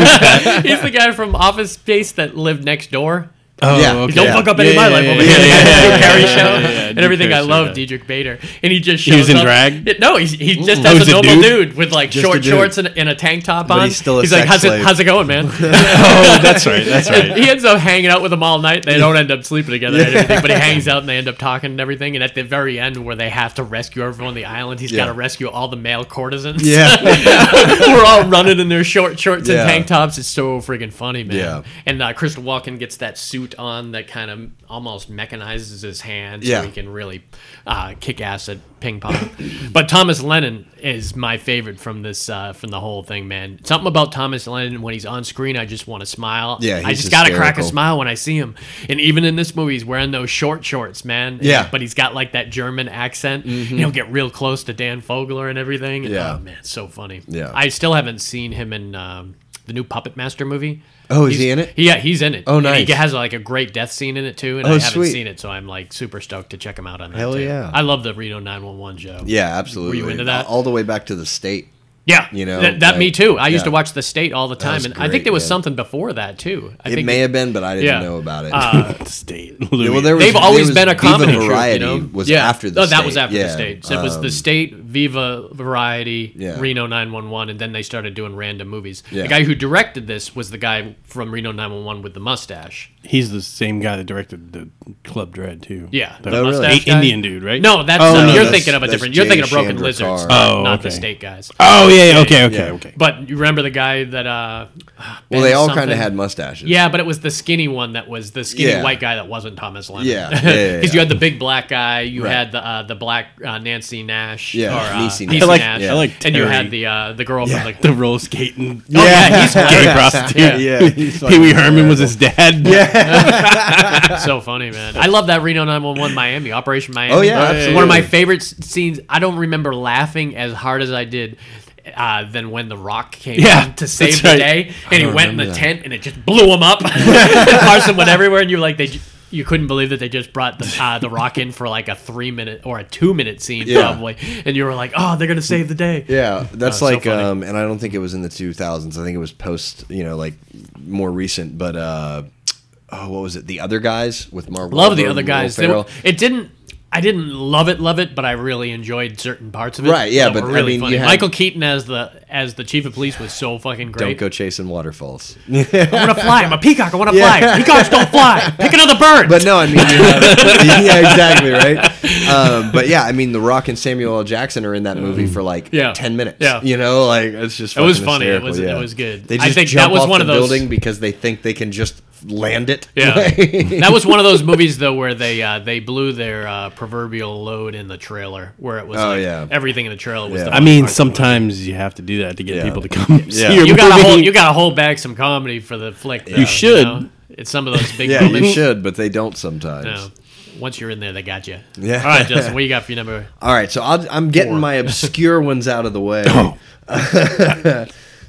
E: he's the guy from Office Space that lived next door.
F: Oh,
G: Yeah.
F: okay.
E: Don't fuck up any of
F: Yeah,
E: my
F: yeah,
E: life
F: yeah,
E: over
F: yeah,
E: here.
F: yeah,
E: The
F: yeah,
E: Drew
F: yeah,
E: Carey
F: yeah,
E: show
F: yeah, yeah,
E: and
F: Drew
E: everything. I
F: Carey show,
E: love
F: yeah.
E: Diedrich Bader, and he just
F: He
E: shows
F: was in
E: up-
F: drag?
E: Yeah, no, he's, he just
F: Oh,
E: has
F: he's
E: a
F: a
E: normal
F: dude?
E: dude? with like
G: Just a
E: short
G: dude.
E: shorts and, and a tank top on.
G: he's still a
E: like,
G: sex
E: how's it,
G: slave."
E: how's it going, man?
F: Oh, that's right. That's right.
E: he ends up hanging out with them all night. They don't end up sleeping together and everything, but he hangs out and they end up talking and everything. And at the very end, where they have to rescue everyone on the island, he's
G: Yeah.
E: got to rescue all the male courtesans.
G: Yeah.
E: We're all running in their short shorts
G: Yeah.
E: and tank tops. It's so freaking funny, man.
G: Yeah.
E: And uh, Crystal Walken gets that suit on that kind of almost mechanizes his hands
G: Yeah.
E: so he can really uh, kick ass at ping pong. but Thomas Lennon is my favorite from this uh, from the whole thing, man. Something about Thomas Lennon when he's on screen, I just want to smile.
G: Yeah,
E: I
G: he's
E: just got to crack a
G: hysterical.
E: smile when I see him. And even in this movie, he's wearing those short shorts, man.
G: Yeah. Mm-hmm.
E: But he's got like that German accent. And he'll get real close to Dan Fogler and everything.
G: Yeah.
E: Oh, man, it's so funny.
G: Yeah.
E: I still haven't seen him in um, the new Puppet Master movie.
G: Oh, is he in it?
E: Yeah, he's in it.
G: Oh,
E: And
G: nice.
E: he has like a great death scene in it too, and
G: Oh,
E: I haven't
G: sweet.
E: seen it, so I'm like super stoked to check him out on that.
G: Hell
E: too.
G: yeah.
E: I love the Reno 911 show.
G: yeah, absolutely.
E: into that?
G: All the way back to the state.
E: yeah.
G: you know,
E: Th- that me
G: like,
E: too. I used
G: yeah.
E: to watch The State all the time,
G: was
E: and I think
G: great,
E: there was
G: man.
E: something before that too. I
G: It
E: think
G: may have been, but I didn't
E: yeah. Uh,
G: know about it.
F: State.
G: Yeah, well, there was-
E: They've
G: there
E: always
G: was
E: been a
G: Viva
E: comedy troupe,
G: Variety
E: you know?
G: was
E: yeah.
G: after the
E: Oh, that
G: state,
E: was after
G: yeah.
E: the state. So it was
G: Um,
E: the state, Viva Variety,
G: Yeah.
E: Reno 911, and then they started doing random movies.
G: Yeah.
E: The guy who directed this was the guy from Reno 911 with the mustache.
F: He's the same guy that directed the Club Dread too.
E: Yeah,
F: the
E: the
G: Oh, really?
E: mustache
F: I-
E: guy.
F: Indian dude, right?
E: No, that's
F: Oh,
E: uh,
F: no,
E: you're
F: that's-
E: thinking of a
G: that's
E: different. You're
G: Jay
E: thinking of Broken
G: Chandra
E: Lizards,
G: Carr.
E: not,
F: Oh,
E: not the
F: okay.
E: state guys.
F: Oh yeah, yeah, okay, okay,
G: Yeah.
F: okay.
E: But you remember the guy that? uh
G: Well,
E: Ben
G: they all
E: something?
G: kind of had mustaches.
E: Yeah, but it was the skinny one that was the skinny
G: Yeah.
E: white guy that wasn't Thomas Lennon.
G: Yeah, yeah, yeah, yeah.
E: you had the big black guy, you
G: Right.
E: had the uh, the black uh, Nancy Nash,
G: Yeah,
E: or, uh,
G: Niecy
E: Niecy Nash,
G: Nash. I
F: like- I like
E: and you
F: Terry.
E: had the uh, the girl
F: Yeah,
E: from the.
F: the roller skating.
G: Oh, Yeah.
E: yeah, he's
F: gay
E: hilarious.
F: prostitute.
G: Yeah. He's
F: Pee Wee
G: fucking
F: Herman was his dad. Yeah,
E: so funny, man. I love that Reno 911 Miami Operation Miami.
G: Oh, yeah,
E: one
G: absolutely.
E: of my favorite s- scenes. I don't remember laughing as hard as I did. Uh, than when The Rock came
F: Yeah,
E: in to save
F: that's
E: the
F: right.
E: day, and he went in the tent and it just blew him up. Carson went everywhere, and you're like, they, ju- you couldn't believe that they just brought the uh, The Rock in for like a three minute or a two minute scene
G: Yeah.
E: probably, and you were like, oh, they're gonna save the day.
G: Yeah, that's
E: so
G: like,
E: funny.
G: um, and I don't think it was in the 2000s. I think it was post, you know, like more recent. But uh, oh, what was it? The other guys with Mark.
E: Love the
G: Wahlberg,
E: other
G: Will
E: guys. They
G: Ferrell.
E: were- it didn't. I didn't love it, love it, but I really enjoyed certain parts of it.
G: Right, yeah,
E: that
G: but,
E: were
G: I
E: really
G: mean, you
E: funny.
G: had-
E: Michael Keaton as the as the chief of police was so fucking
G: Don't
E: great.
G: go chasing waterfalls.
E: I want to fly. I'm a peacock. I want to fly. Peacocks don't fly. Pick another bird.
G: But no, I mean, you have, yeah, exactly, right. Um, but yeah, I mean, The Rock and Samuel L. Jackson are in that movie for like
E: Mm. Yeah.
G: ten minutes.
E: Yeah.
G: you know, like it's just
E: It was
G: fucking
E: funny. It
G: hysterical,
E: was- it
G: yeah.
E: was good.
G: They
E: I
G: just
E: think that
G: jump
E: was
G: off
E: one
G: the
E: of those-
G: building because they think they can just land it.
E: Yeah.
G: Like-
E: that was one of those movies though where they uh, they blew their uh, proverbial load in the trailer, where it was
G: Oh,
E: like
G: yeah.
E: everything in the trailer was.
G: Yeah.
E: The
F: I mean, sometimes you have to do that to get
G: Yeah.
F: people to come
G: Yeah.
F: see your
E: you gotta
F: movie.
E: hold you gotta hold back some comedy for the flick. Though,
F: should.
E: know? It's some of those big
G: yeah,
E: moments.
G: you should, but they don't sometimes.
E: No. Once you're in there, they got you.
G: Yeah.
E: All right, Justin, what you got for your number?
G: All right, so I'll, I'm getting my obscure ones out of the way.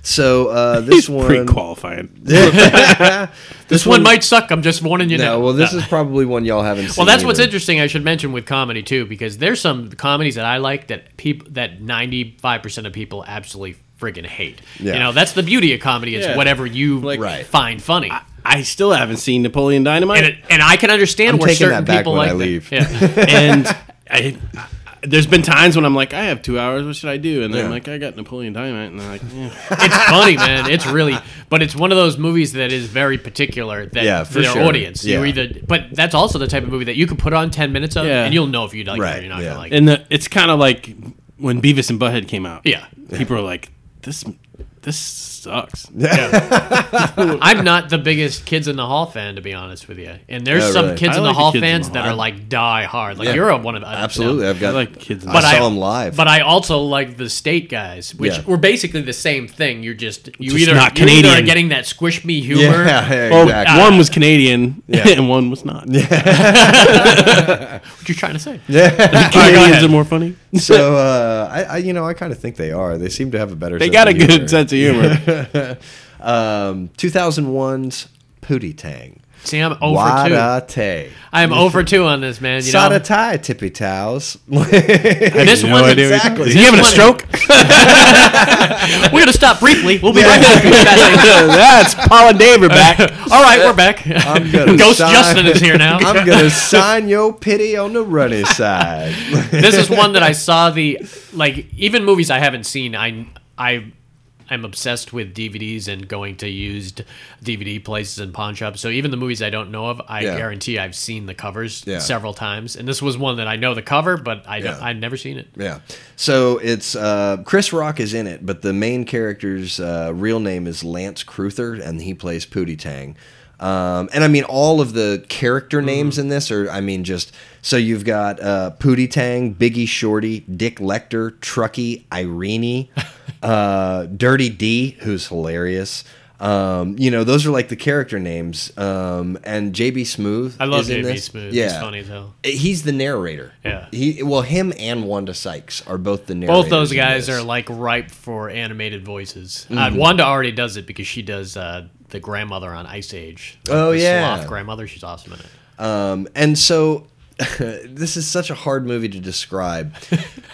G: so uh, this
F: Oh. He's
G: one,
F: pre-qualifying.
E: This one might suck. I'm just warning you now.
G: no, well, this is probably one y'all haven't seen.
E: Well, that's what's
G: either.
E: interesting. I should mention with comedy too, because there's some comedies that I like that people that 95 percent of people absolutely friggin' hate.
G: Yeah.
E: You know, that's the beauty of comedy. It's
F: Yeah.
E: whatever you
G: Right.
E: find funny.
F: I still haven't seen Napoleon Dynamite.
E: and, it, and I can understand
G: I'm
E: where
G: taking
E: certain
G: that back
E: people
G: when
E: like
G: I
E: that.
G: leave.
E: Yeah.
F: and I, I, there's been times when I'm like, I have two hours. What should I do? And then I'm
G: Yeah.
F: like, I got Napoleon Dynamite, and they're like, yeah.
E: it's funny, man. It's really, but it's one of those movies that is very particular that
G: Yeah,
E: for
G: for
E: their
G: sure.
E: audience. You
G: Yeah.
E: either, but that's also the type of movie that you could put on 10 minutes of,
F: Yeah.
E: and you'll know if you like it
G: Right,
E: or you're not
G: yeah.
E: gonna like it.
F: and the, it's kind of like when Beavis and Butthead came out.
E: Yeah.
F: people are like, this this sucks.
E: I'm not the biggest Kids in the Hall fan, to be honest with you. And there's
G: Oh,
E: some
G: really?
E: Kids
F: I
E: in
F: like
E: the
F: the
E: Hall
F: Kids in
E: fans
F: the
E: that
F: Hall.
E: are like die hard. Like
G: Yeah.
E: you're a one of I-
G: Absolutely, I've
F: I
G: got
F: like kids.
G: I
E: But I-
G: saw him live.
E: But I also like the state guys, which
G: Yeah.
E: were basically the same thing. You're just you
F: Just
E: either
F: not
E: you're either
F: Canadian.
E: getting that squish me humor. uh,
G: yeah, yeah,
F: well,
G: exactly.
F: Oh, one was Canadian and one was not.
E: What you trying to say?
F: Canadians are more funny.
G: so uh, I, I, you know, I kind of think they are. They seem to have a better.
F: They
G: sense
F: got a
G: of
F: good
G: humor.
F: sense of humor.
G: Um, 2001's Pootie Tang.
E: See, I'm over Oh, two.
G: Wada Tay.
E: I'm over two on this, man. You know,
G: Sada Tai tippy towels.
E: this
F: No
E: one
F: idea what-
G: exactly.
F: Is he having a
E: This
F: stroke?
E: we're gonna stop briefly. We'll be right back.
F: That's Paul and Dave are back.
E: All right, we're back.
G: I'm gonna
E: Ghost
G: sign-
E: Justin is here now.
G: I'm gonna sign your pity on the running side.
E: this is one that I saw the like even movies I haven't seen. I I I'm obsessed with DVDs and going to used DVD places and pawn shops. So even the movies I don't know of, I
G: Yeah.
E: guarantee I've seen the covers
G: Yeah.
E: several times. And this was one that I know the cover, but I don't,
G: Yeah.
E: I've never seen it.
G: yeah. So it's uh, Chris Rock is in it, but the main character's uh, real name is Lance Cruther, and he plays Pootie Tang. Um, and I mean, all of the
E: Mm-hmm.
G: character names in this are, I mean, just so you've got uh, Pootie Tang, Biggie Shorty, Dick Lecter, Truckee, Irene, uh, Dirty D, who's hilarious. Um, you know, those are like the character names. Um, and JB Smooth.
E: I love
G: is in
E: J.B.
G: this.
E: Smooth.
G: Yeah.
E: He's funny as hell.
G: He's the narrator.
E: Yeah.
G: He well, him and Wanda Sykes are both the narrators.
E: Both those
G: in
E: guys
G: this.
E: are like ripe for animated voices.
G: Mm-hmm.
E: Uh, Wanda already does it because she does uh, the grandmother on Ice Age. Like,
G: Oh,
E: the
G: yeah.
E: sloth grandmother. She's awesome in it.
G: Um, and so this is such a hard movie to describe.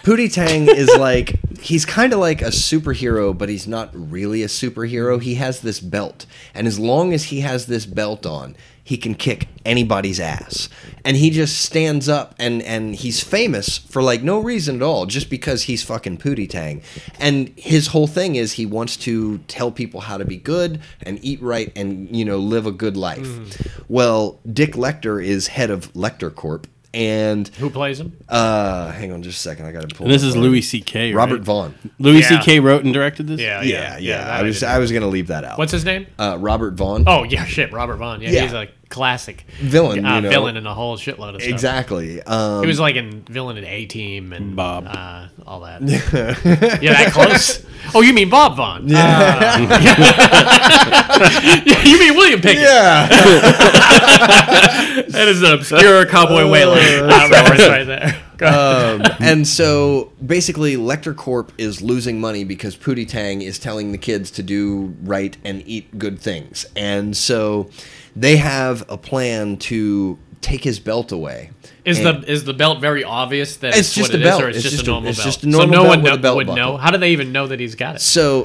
G: Pootie Tang is like he's kind of like a superhero, but he's not really a superhero. He has this belt, and as long as he has this belt on, he can kick anybody's ass. And he just stands up, and and he's famous for like no reason at all, just because he's fucking Pootie Tang. And his whole thing is he wants to tell people how to be good and eat right and you know live a good life. Well, Dick Lecter is head of Lecter Corp. And
E: Who plays him?
G: uh, hang on just a second. I got to pull.
F: And this
G: it
F: is
G: up.
F: Louis C.K. right?
G: Robert Vaughn.
F: Louis
E: Yeah.
F: C.K. wrote and directed this.
E: Yeah, yeah,
G: Oh, Yeah, yeah.
E: that
G: I was
E: didn't-
G: I was gonna leave that out.
E: What's his name?
G: uh, Robert Vaughn?
E: Oh yeah, shit, Robert Vaughn. Yeah,
G: Yeah.
E: he's a classic
G: Villain,
E: uh,
G: you know.
E: villain in a whole shitload of stuff.
G: exactly. Um,
E: He was like in villain in A Team and
F: Bob.
E: uh, all that. yeah, that close. Oh, you mean Bob Vaughn? Uh, yeah. you mean William Pickett?
G: yeah,
E: That is an obscure cowboy whaling uh, reference right there.
G: um, and so basically, Lecter Corp is losing money because Pootie Tang is telling the kids to do right and eat good things, and so they have a plan to take his belt away.
E: Is
G: And-
E: the is the belt very obvious that
G: It's
E: it's,
G: just
E: what
G: a
E: it is,
G: belt.
E: or it's,
G: It's
E: just,
G: just a-
E: a normal
G: it's
E: belt?
G: just a normal
E: so no
G: belt
E: one
G: with
E: kno-
G: a belt
E: would know.
G: buckle.
E: How do they even know that he's got it?
G: so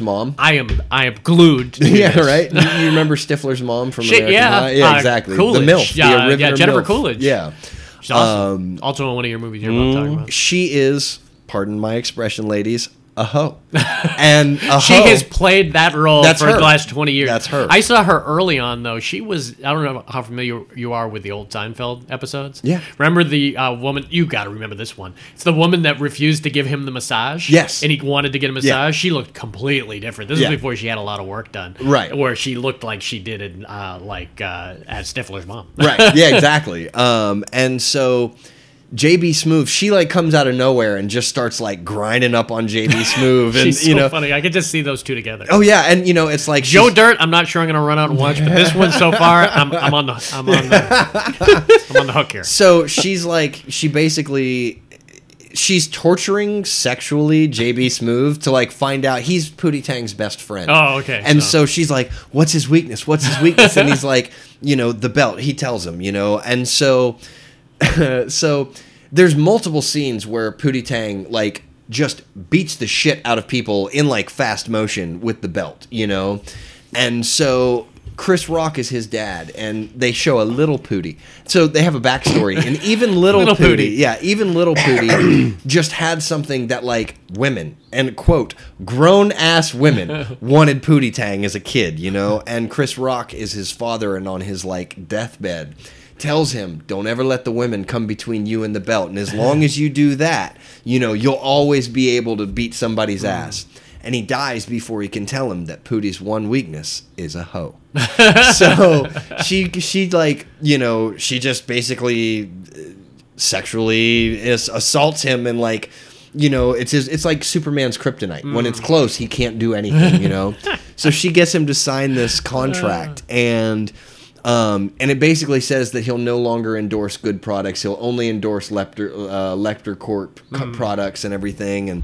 G: mom?
E: I am I am glued. To
G: Yeah,
E: this.
G: right. You, you remember Stifler's mom from
E: Shit,
G: American
E: yeah.
G: Pie? Yeah,
E: Uh,
G: exactly.
E: Coolidge.
G: The MILF.
E: Yeah,
G: the
E: yeah,
G: original
E: Jennifer
G: MILF.
E: Coolidge.
G: Yeah.
E: She's
G: Um,
E: awesome. also in one of your movies. You're about talking about.
G: she is, pardon my expression, ladies, a hoe. And a
E: She
G: hoe.
E: has played that role
G: Oh. That's
E: for
G: her.
E: the last 20 years.
G: That's her.
E: I saw her early on, though. She was, I don't know how familiar you are with the old Seinfeld episodes.
G: Yeah.
E: Remember the uh, woman, you got to remember this one. It's the woman that refused to give him the massage.
G: Yes.
E: And he wanted to get a massage.
G: Yeah.
E: She looked completely different. This
G: Yeah.
E: was before she had a lot of work done.
G: Right.
E: Where she looked like she did in, uh, like, uh, as Stifler's mom.
G: right. Yeah, exactly. Um, and so JB Smoove, she like comes out of nowhere and just starts like grinding up on JB Smoove. and,
E: She's so
G: you know,
E: funny. I could just see those two together.
G: oh, yeah. And, you know, it's like
E: Joe
G: she's-
E: Dirt, I'm not sure I'm going to run out and watch, but this one so far, I'm, I'm on the I'm on the, I'm on the hook here.
G: So she's like, she basically, she's torturing sexually JB Smoove to like find out he's Pootie Tang's best friend.
E: Oh, okay,
G: And
E: so-
G: so, she's like, what's his weakness? What's his weakness? and he's like, you know, the belt. He tells him, you know, and so, so there's multiple scenes where Pootie Tang like just beats the shit out of people in like fast motion with the belt, you know, and so. Chris Rock is his dad, and they show a little Pootie. So they have a backstory, and even little,
E: Little
G: Pootie,
E: Pootie.
G: yeah, even little Pootie just had something that like women and quote grown ass women wanted Pootie Tang as a kid, you know. And Chris Rock is his father, and on his like deathbed, tells him, "Don't ever let the women come between you and the belt, and as long as you do that, you know you'll always be able to beat somebody's ass." And he dies before he can tell him that Pootie's one weakness is a hoe so she she like you know she just basically uh, sexually is, assaults him and like you know it's his, it's like Superman's kryptonite when
E: Mm.
G: it's close he can't do anything you know so she gets him to sign this contract
E: Uh.
G: and um, and it basically says that he'll no longer endorse good products he'll only endorse Lecter uh, Lecter Corp
E: Mm.
G: co- products and everything and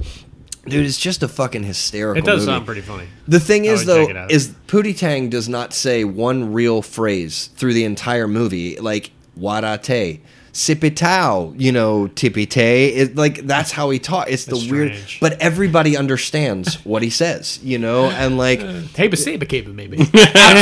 G: dude it's just a fucking hysterical
E: It does
G: movie.
E: sound pretty funny.
G: The thing
E: I
G: is,
E: would
G: though,
E: check it out.
G: is Pootie Tang does not say one real phrase through the entire movie, like "warate," "sipitao," you know, "tipite." It, like that's how he taught. It's the
E: That's
G: weird,
E: strange.
G: but everybody understands what he says, you know, and like
E: Hey, but Saber Cable, maybe.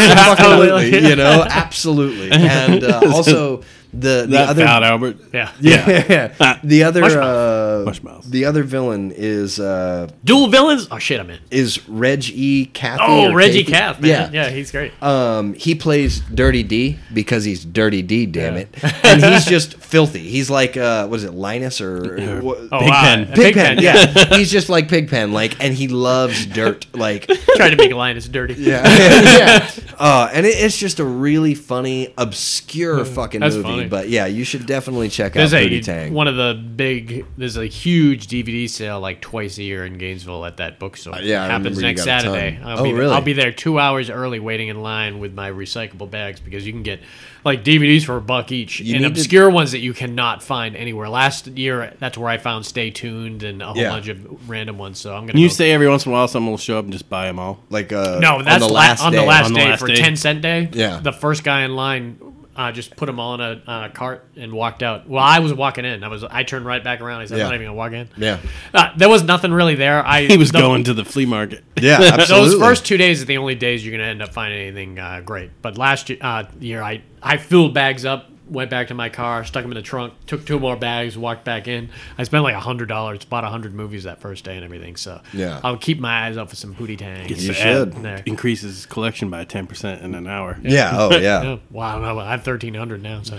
G: absolutely, you know, absolutely, and uh, also the the
F: That
G: other
F: Fat Albert.
E: yeah. Uh,
F: Yeah.
G: the other
F: Mushmouth.
G: uh,
F: Mushmouth.
G: the other villain is uh,
E: Dual villains? Oh, shit, I'm in.
G: is Reg E. Cathy.
E: Oh,
G: or
E: Reggie
G: Cathy?
E: Kath, man. Yeah. he's great.
G: Um, he plays Dirty D because he's Dirty D, damn it, and he's just filthy. He's like, uh, what is it, Linus or what-
E: oh,
F: Pig
E: wow.
F: Pen.
E: Pigpen.
G: Pigpen? Yeah, he's just like Pigpen, like, and he loves dirt, like,
E: Trying to make Linus dirty.
G: yeah, yeah. Uh, and it, it's just a really funny, obscure fucking
E: Hmm. that's
G: movie.
E: funny.
G: But yeah, you should definitely check
E: There's
G: out
E: a
G: Dirty Tang.
E: one of the big. There's a huge DVD sale like twice a year in Gainesville at that bookstore.
G: Uh, yeah, I
E: it happens
G: remember you
E: next
G: got a ton.
E: Saturday. I'll
G: Oh,
E: be,
G: really?
E: I'll be there two hours early, waiting in line with my recyclable bags because you can get like DVDs for a buck each,
G: You
E: and
G: need to-
E: obscure ones that you cannot find anywhere. Last year, that's where I found Stay Tuned and a whole
G: Yeah.
E: bunch of random ones. So I'm gonna.
F: You
E: go
F: say every once in a while someone will show up and just buy them all.
G: like, uh,
E: No, that's la- on the last,
F: On the
E: day
F: last
E: for
F: day.
E: ten cent day.
G: Yeah.
E: the first guy in line uh, just put them all in a uh, cart and walked out. Well, I was walking in. I was. I turned right back around. I said,
G: Yeah.
E: "I'm not even gonna walk in."
G: Yeah.
E: Uh, there was nothing really there. I
F: He was
E: the-
F: going to the flea market.
G: Yeah,
E: Those
G: absolutely.
E: first two days are the only days you're gonna end up finding anything uh, great. But last year, uh, year I I filled bags up, went back to my car, stuck them in the trunk, took two more bags, walked back in. I spent like hundred dollars, bought hundred movies that first day and everything. So
G: Yeah.
E: I'll keep my eyes out for some hootie tangs.
F: It's
G: You
F: ad-
G: should.
E: There.
F: Increases his collection by 10% in an hour.
G: Yeah. Oh, yeah.
E: Yeah. Well, I don't know. I'm thirteen hundred now, so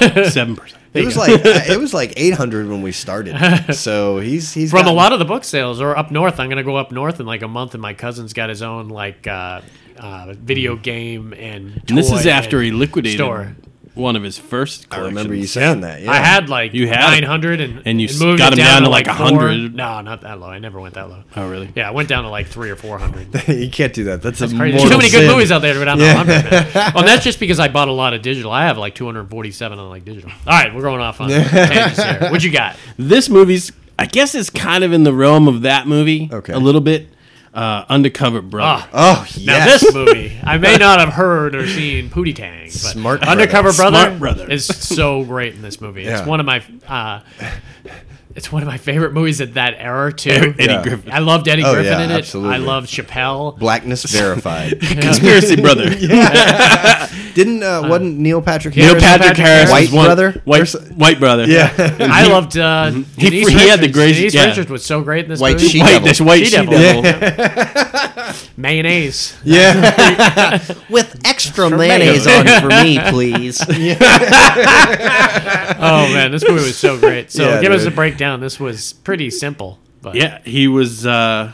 F: 7%.
G: It was like it was like 800 when we started. So he's he's
E: from a
G: gotten-
E: lot of the book sales or up north. I'm gonna go up north in like a month, and my cousin's got his own like uh, uh, video game and.
F: Mm. And this
E: toy
F: is after
E: and
F: he liquidated
E: store.
F: one of his first
G: I
F: collections.
G: remember you saying that. Yeah.
E: I had like
F: You had
E: 900 and
F: and you s-
E: moved
F: got
E: it
F: them down to, like,
E: four.
F: 100.
E: No, not that low. I never went that low.
F: Oh, really?
E: Yeah, I went down to like three or four hundred.
G: you can't do that. That's, a
E: Crazy. There's
G: mortal
E: too many good
G: sin.
E: movies out there to go down to 100. Man. Well, and that's just because I bought a lot of digital. I have like 247 on like digital. All right, we're going off on tangents here. What you got?
F: This movie's, I guess, it's kind of in the realm of that movie
G: Okay.
F: a little bit. Uh, Undercover Brother.
E: Ah,
G: Oh yes.
E: now this movie, I may not have heard or seen Pootie Tang, but
G: Smart
E: Undercover Brother,
F: Smart Brother.
E: is so great in this movie.
G: Yeah.
E: It's one of my. Uh, it's one of my favorite movies at that era too.
F: Eddie
G: Yeah.
F: Griffin.
E: I loved Eddie
G: Oh,
E: Griffin
G: yeah,
E: in it.
G: absolutely.
E: I loved Chappelle.
G: Blackness verified.
F: Conspiracy Brother.
G: Didn't uh, wasn't Neil Patrick Harris?
F: Neil Patrick Harris.
G: White
F: was one,
G: brother.
F: White,
G: There's-
F: white Brother.
G: Yeah.
E: I loved uh,
F: he
E: Denise
F: had the
E: Richards.
F: greatest-
E: Denise
F: yeah.
E: Richards was so great in this
G: White
E: movie.
G: sheet.
F: White, this white
E: She
F: she
E: devil.
F: devil.
E: Mayonnaise.
G: yeah.
H: with extra mayonnaise
E: mayo.
H: on for me, please.
E: Oh man, this movie was so great. So
G: Yeah,
E: give us a
G: dude.
E: breakdown. This was pretty simple. But
F: Yeah, he was uh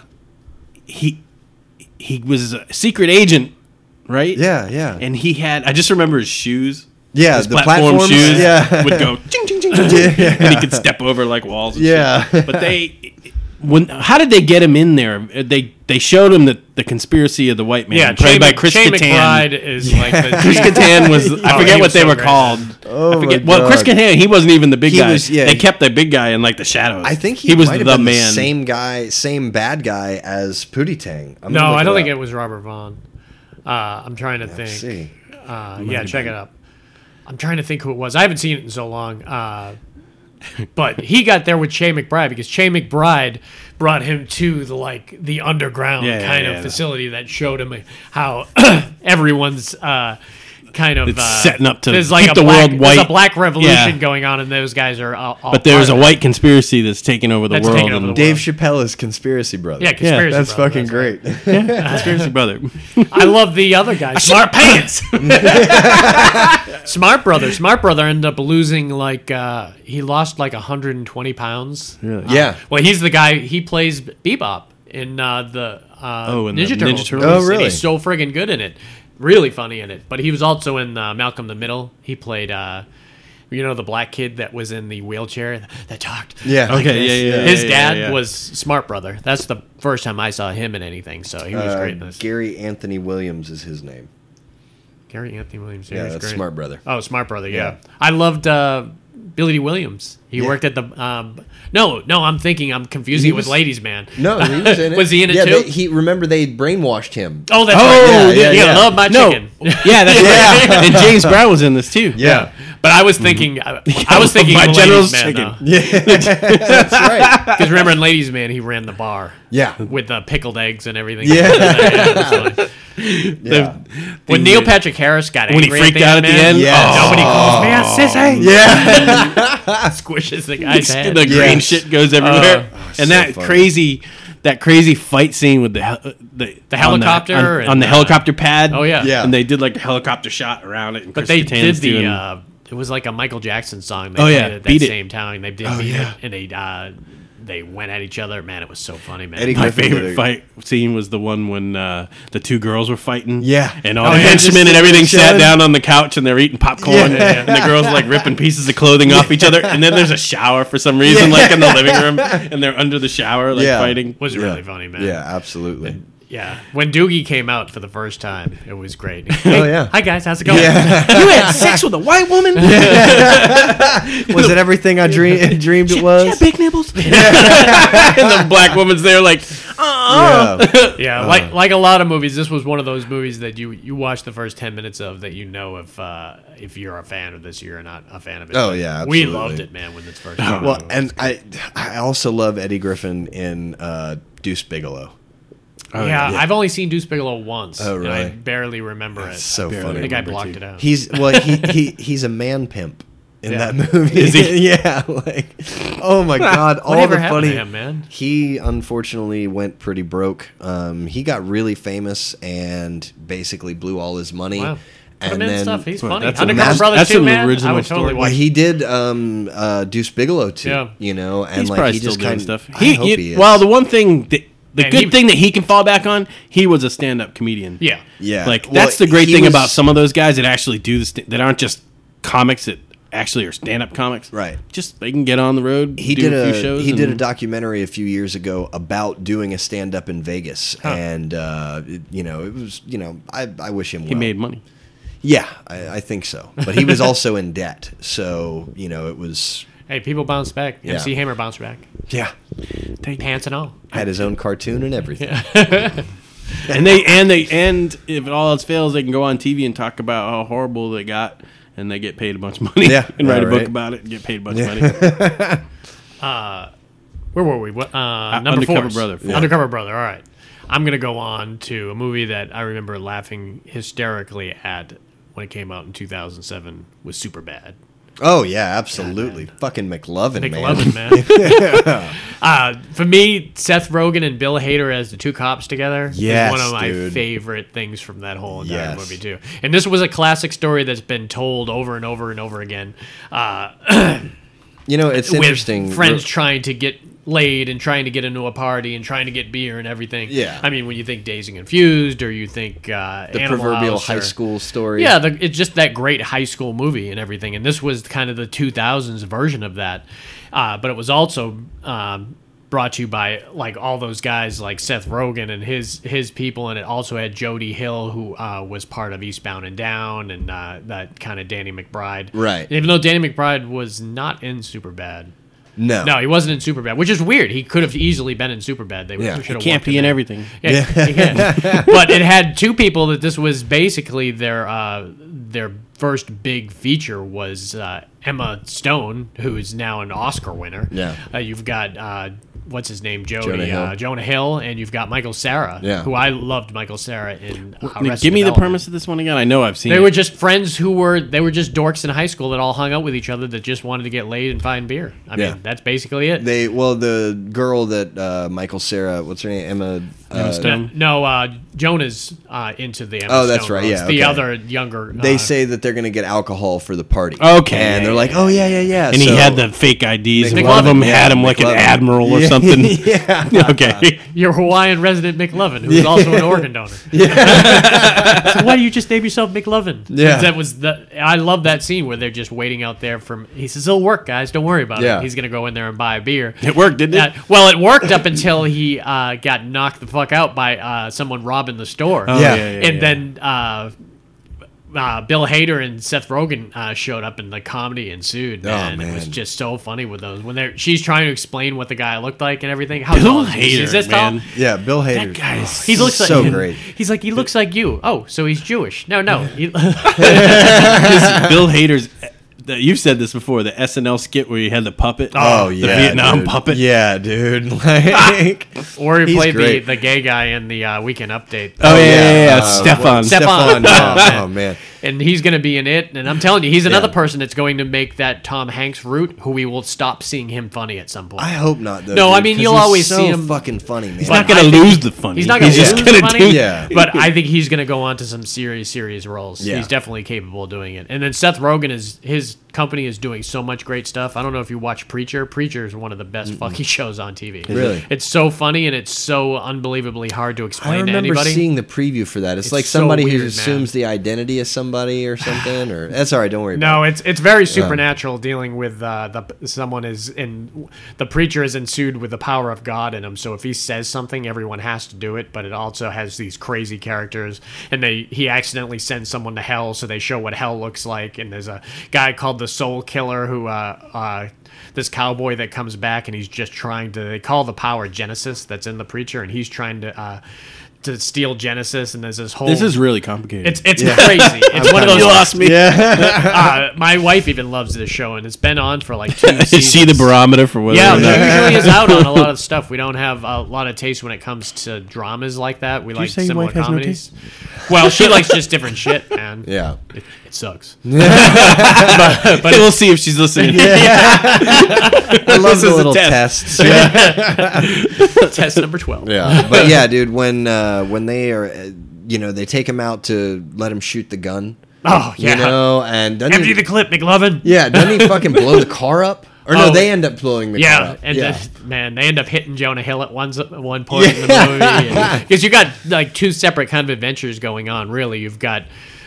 F: he he was a secret agent, right?
G: Yeah. Yeah.
F: And he had I just remember his shoes.
G: yeah.
F: his
G: the platform
F: shoes
G: Yeah.
F: would go ching ching ching ching, ching, and he could step over like walls and
G: Yeah.
F: shit. But they when how did they get him in there? They they showed him the, the conspiracy of the white man
E: yeah.
F: played
E: Shane,
F: by Chris
E: Shane
F: Kattan.
E: McBride is like the
F: Chris Kattan was
E: Oh, he
F: I forget
E: was
F: what they
E: so
F: were
E: great.
F: called.
G: Oh
F: I forget.
G: my
F: Well, Chris
G: God.
F: Kattan, he wasn't even the big
G: He
F: guy.
G: was- yeah,
F: they
G: he-
F: kept the big guy in like the shadows.
G: I think he,
F: he was
G: might have
F: the
G: been
F: man.
G: The same guy, same bad guy as Pootie Tang. I'm
E: No,
G: gonna look
E: I don't think
G: up.
E: it was Robert Vaughn. Uh, I'm trying to think.
G: Let's see.
E: Uh, yeah, check it up. I'm trying to think who it was. I haven't seen it in so long. Uh, but he got there with Che McBride because Che McBride brought him to the like the underground
F: Yeah, yeah,
E: kind
F: yeah,
E: of
F: yeah.
E: facility that showed him how everyone's uh, kind of
F: It's
E: uh,
F: setting up to
E: there's like
F: keep
E: a
F: the
E: black,
F: world
E: There's a
F: white.
E: black revolution
F: Yeah.
E: going on, and those guys are all. all
F: But
E: part
F: there's a
E: of it.
F: white conspiracy that's taking over the
E: That's
F: world.
E: taking over
F: and-
E: the
G: Dave
E: world.
G: Chappelle is conspiracy brother.
E: Yeah, conspiracy
G: that's
E: brother,
G: fucking
E: right.
G: great.
F: conspiracy brother.
E: I love the other guy. Smart pants. Smart brother. Smart brother ended up losing like uh, he lost like 120 pounds. Really?
G: yeah.
E: Well, he's the guy. He plays Bebop in uh, the uh,
F: Oh, in the
E: Ninja,
F: Ninja
E: Turtles.
F: Turtles.
E: movies,
G: Oh,
E: and
G: really?
E: he's so friggin' good in it. Really funny in it. But he was also in uh, Malcolm the Middle. He played. Uh, you know the black kid that was in the wheelchair that talked.
G: Yeah.
F: Okay, yeah, yeah.
E: His
F: yeah,
E: dad
F: yeah, yeah.
E: was Smart Brother. That's the first time I saw him in anything. So he was
G: Uh,
E: great in this.
G: Gary Anthony Williams is his name.
E: Gary Anthony Williams.
G: Yeah,
E: he's
G: that's
E: great.
G: smart brother.
E: Oh, Smart Brother. Yeah,
G: Yeah.
E: I loved uh, Billy D. Williams. He worked at the. Um, no, no, I'm thinking I'm confusing
G: He
E: it with
G: was-
E: Ladies Man.
G: No, he was in it.
E: Was he in it
G: yeah,
E: too?
G: They, he remember they brainwashed him.
E: oh, that's
G: yeah,
E: right.
G: yeah,
E: yeah,
G: yeah.
E: love my
F: No.
E: chicken.
F: yeah, that's right. And James Brown was in this too.
G: Yeah,
E: But I was thinking, I, I was
F: Love
E: thinking
F: My
E: my
F: General's
E: Ladies Man
F: Chicken.
G: that's right.
E: because remember in Ladies Man he ran the bar
G: Yeah,
E: with the pickled eggs and everything.
G: Yeah.
E: it was funny.
G: yeah,
E: when Neil Patrick Harris got
F: When he
E: angry
F: freaked out at the
E: man,
F: end.
G: Yes.
E: nobody calls me out, sissy.
G: yeah.
E: Squishes the
F: Oh,
E: guy's head.
F: the green
G: Yes. Oh,
F: shit goes everywhere. and that
G: funny.
F: crazy, that crazy fight scene with the hel- uh, the,
E: The
F: on
E: helicopter
F: on,
E: and,
F: on the
E: uh,
F: helicopter pad.
E: oh yeah,
G: Yeah.
F: and they did like a helicopter shot around it. And
E: But
F: Chris
E: they
F: Kattan's
E: did the.
F: doing-
E: Uh, it was like a Michael Jackson song. They
F: Oh,
E: played
F: yeah,
E: at that
F: Beat It. Oh,
E: same town. They did beat it, and they uh, they went at each other. Man, it was so funny, man.
G: Eddie
F: my
G: Griffin did
F: favorite
G: a-
F: fight scene was the one when uh, the two girls were fighting.
G: Yeah.
F: And all
G: Oh,
F: the
G: yeah,
F: henchmen
G: just
F: and everything
G: sitting
F: sat
G: chilling.
F: down on the couch and they're eating popcorn. And the girls like ripping pieces of clothing off each other. And then there's a shower for some reason, like in the living room. And they're under the shower, like
G: Yeah.
F: fighting.
E: was
G: Yeah.
E: really funny, man.
G: Yeah, absolutely.
E: Yeah. When Doogie came out for the first time, it was great.
G: Oh, yeah.
E: Hi guys, how's it going?
F: you had sex with a white woman?
G: Was it everything I dream, dreamed it was?
F: big nipples. and the black woman's there, like,
G: Yeah.
E: Yeah,
G: Uh.
E: like like a lot of movies, this was one of those movies that you you watch the first ten minutes of that you know if uh, if you're a fan of this, you're not a fan of it.
G: Oh,
E: But
G: yeah,
E: we
G: absolutely.
E: loved it, man, when it's first.
G: Well, and I I also love Eddie Griffin in uh, Deuce Bigelow.
E: yeah, I've only seen Deuce Bigelow once.
G: Oh,
E: And I
G: really?
E: barely remember it.
G: So
F: barely
E: I
G: funny.
E: think I
F: remember
E: blocked
F: too.
E: it out.
G: He's well, he, he he's a man pimp in
E: Yeah.
G: that movie.
F: Is he?
G: yeah, like oh my god, all
E: Whatever
G: the
E: happened
G: funny
E: to him, man?
G: He unfortunately went pretty broke. Um, he got really famous and basically blew all his money.
E: Wow. Put him
G: And
E: in
G: then
E: stuff. He's
F: Well,
E: funny.
F: that's a
E: Undercover
F: mas-
E: Brother
F: that's
E: too,
F: an
E: man. I
F: original
E: would totally
F: story.
G: well,
E: watch.
G: he did um, uh, Deuce Bigelow too.
E: Yeah.
G: You know, and
F: He's
G: like
F: probably
G: he
F: still
G: just
F: doing
G: kind
F: stuff.
G: I hope
F: you-
G: he is.
F: Well, the one thing that the
E: Man,
F: good
E: he-
F: thing that he can fall back on, he was a stand-up comedian.
E: yeah.
G: yeah,
F: Like
G: Well,
F: that's the great
G: he
F: thing
G: was-
F: about some of those guys that actually do this that aren't just comics that actually are stand-up comics.
G: Right.
F: Just they can get on the road.
G: he
F: do
G: did
F: a
G: a,
F: few shows.
G: he did a
F: and-
G: documentary a few years ago about doing a stand up in Vegas, and uh, it- you know it was you know I, I wish him
F: He
G: well.
F: made money.
G: yeah I, I think so, but he was also in debt, so you know it was
E: Hey, people bounce back.
G: Yeah.
E: MC Hammer bounced back.
G: yeah
E: Pants and all.
G: had his own cartoon and everything.
F: and they and they and if all else fails, they can go on TV and talk about how horrible they got, and they get paid a bunch of money.
G: Yeah.
F: and write
G: Yeah,
F: a book
G: right.
F: about it and get paid a bunch of money.
E: Where were we? What, uh, number
F: Undercover
E: four.
F: Brother, four.
E: Undercover Brother. All right. I'm going to go on to a movie that I remember laughing hysterically at when it came out in 2007 was super bad.
G: Oh yeah, absolutely, fucking McLovin, man.
E: McLovin, man. uh, for me, Seth Rogen and Bill Hader as the two cops together
G: Yes,
E: is one of my
G: dude.
E: favorite things from that whole entire
G: Yes.
E: movie too. And this was a classic story that's been told over and over and over again. Uh,
G: You know, it's interesting.
E: with friends
G: Ro-
E: trying to get laid and trying to get into a party and trying to get beer and everything.
G: Yeah.
E: I mean, when you think Dazed and Confused or you think uh,
G: the
E: Animal
G: proverbial
E: House
G: high
E: or-
G: school story.
E: yeah, the, it's just that great high school movie and everything. And this was kind of the 2000s version of that. Uh, but it was also um, brought to you by like all those guys like Seth Rogen and his his people. And it also had Jody Hill, who uh, was part of Eastbound and Down and uh, that kind of Danny McBride.
G: Right.
E: Even though Danny McBride was not in Superbad.
G: no,
E: No, he wasn't in Superbad, which is weird. He could have easily been in Superbad. They
G: Yeah.
E: should have
F: Can't
E: worked him
F: be in everything.
E: yeah, it can. but it had two people that this was basically their uh, their first big feature was uh, Emma Stone, who is now an Oscar winner.
G: Yeah.
E: uh, you've got uh, what's his name, Jody
G: Jonah Hill.
E: Uh, Jonah Hill, and you've got Michael Sarah,
G: Yeah.
E: who I loved Michael Sarah in. Uh,
F: Now,
E: Arrested
F: give me the
E: Development.
F: premise of this one again. I know I've seen.
E: They
F: it.
E: were just friends who were they were just dorks in high school that all hung out with each other that just wanted to get laid and find beer. I
G: Yeah.
E: mean, that's basically it.
G: They well, the girl that uh, Michael Sarah, what's her name, Emma. Uh,
E: no, no, uh, Jonah's uh, into the Emma
G: Oh, that's
E: Stone
G: right,
E: roles.
G: yeah,
E: the
G: okay.
E: other younger.
G: they
E: uh,
G: say that they're going to get alcohol for the party.
F: Okay.
G: and they're like, oh yeah, yeah, yeah.
F: and he had the fake IDs, and
E: McLovin.
F: one of them had him
G: Yeah,
F: like an
G: McLovin.
F: admiral or something.
G: yeah,
F: okay.
E: your Hawaiian resident McLovin, who's also an organ donor. so why do you just name yourself McLovin?
G: Yeah.
E: that was the. I love that scene where they're just waiting out there. From he says, "It'll work, guys. Don't worry about
G: Yeah.
E: it. He's gonna go in there and buy a beer."
F: It worked, didn't it?
E: Uh, well, it worked up until he uh, got knocked the fuck out by uh, someone robbing the store.
F: Oh,
G: Yeah.
E: and then uh, uh, Bill Hader and Seth Rogen uh, showed up, and the comedy ensued. Man. it was
G: Oh, man.
E: just so funny with those when they're she's trying to explain what the guy looked like and everything. How tall
F: Bill
E: is he? He's
F: Hader,
E: this tall?
F: man.
G: yeah. Bill Hader.
F: that guy is
E: He looks
G: Oh, so
E: like
G: great.
E: He's like he looks like you. Oh, so he's Jewish? No, no. He-
F: this Bill Hader's. The, you've said this before. The SNL skit where he had the puppet.
G: Oh
F: the
G: yeah,
F: Vietnam
G: dude.
F: puppet.
G: Yeah, dude. Like,
E: or he
G: He's
E: played the,
G: great.
E: the gay guy in the uh, Weekend Update.
F: Oh, yeah, yeah, yeah, yeah.
G: Uh,
F: Stefan.
E: Stefan.
G: Stefan.
E: Yeah.
G: Oh, oh man.
E: and he's going to be in it. And I'm telling you, he's another person that's going to make that Tom Hanks route, who we will stop seeing him funny at some point.
G: I hope not. Though,
E: No,
G: dude,
E: I mean,
G: 'cause
E: you'll
G: he's
E: always
G: so
E: see him-
G: Fucking funny, man.
F: He's not
E: But
F: gonna
E: I think-
F: lose the funny.
E: he's not going to
F: just
E: lose
F: gonna
E: money,
F: do-
G: Yeah.
E: but I think he's going to go on to some serious, serious roles.
G: Yeah.
E: He's definitely capable of doing it. And then Seth Rogen is his company is doing so much great stuff. I don't know if you watch Preacher. Preacher is one of the best fucking shows on TV.
G: Really?
E: it's so funny and it's so unbelievably hard to
G: I
E: explain to
G: remember
E: anybody.
G: seeing the preview for that. It's,
E: It's
G: like
E: so
G: somebody
E: weird,
G: who
E: man.
G: assumes the identity of somebody or something. Or that's all right. Don't worry.
E: No,
G: about
E: it's it's very supernatural dealing with uh, the someone is in the preacher is ensued with the power of God in him. So if he says something, everyone has to do it. But it also has these crazy characters, and they he accidentally sends someone to hell, so they show what hell looks like. And there's a guy called the Soul Killer who. Uh, uh, this cowboy that comes back and he's just trying to they call the power genesis that's in the preacher and he's trying to uh, to steal Genesis, and there's this whole.
F: This is really complicated.
E: It's it's crazy. It's one of those.
F: you lost me.
E: Uh, my wife even loves this show, and it's been on for like two.
F: Is she the
E: seasons.
F: barometer for whether
E: Yeah,
F: or not-
E: she usually is out on a lot of stuff. We don't have a lot of taste when it comes to dramas like that. We like
F: say your
E: similar
F: wife has no
E: comedies. well, she likes just different shit, man.
G: Yeah.
E: It, it sucks.
F: But we'll see if she's listening.
G: I love
F: This is a
G: the little
F: test.
G: tests. Yeah.
E: Test number twelve.
G: Yeah, but yeah, dude, when uh, when they are, uh, you know, they take him out to let him shoot the gun,
E: Oh yeah.
G: you know, and doesn't
E: Empty
G: he,
E: the clip, McLovin.
G: yeah, doesn't he fucking blow the car up? Or no,
E: Oh.
G: they end up blowing the car
E: Yeah,
G: up.
E: and then- man, they end up hitting Jonah Hill at one at one point in the movie because you got like two separate kind of adventures going on. Really, you've got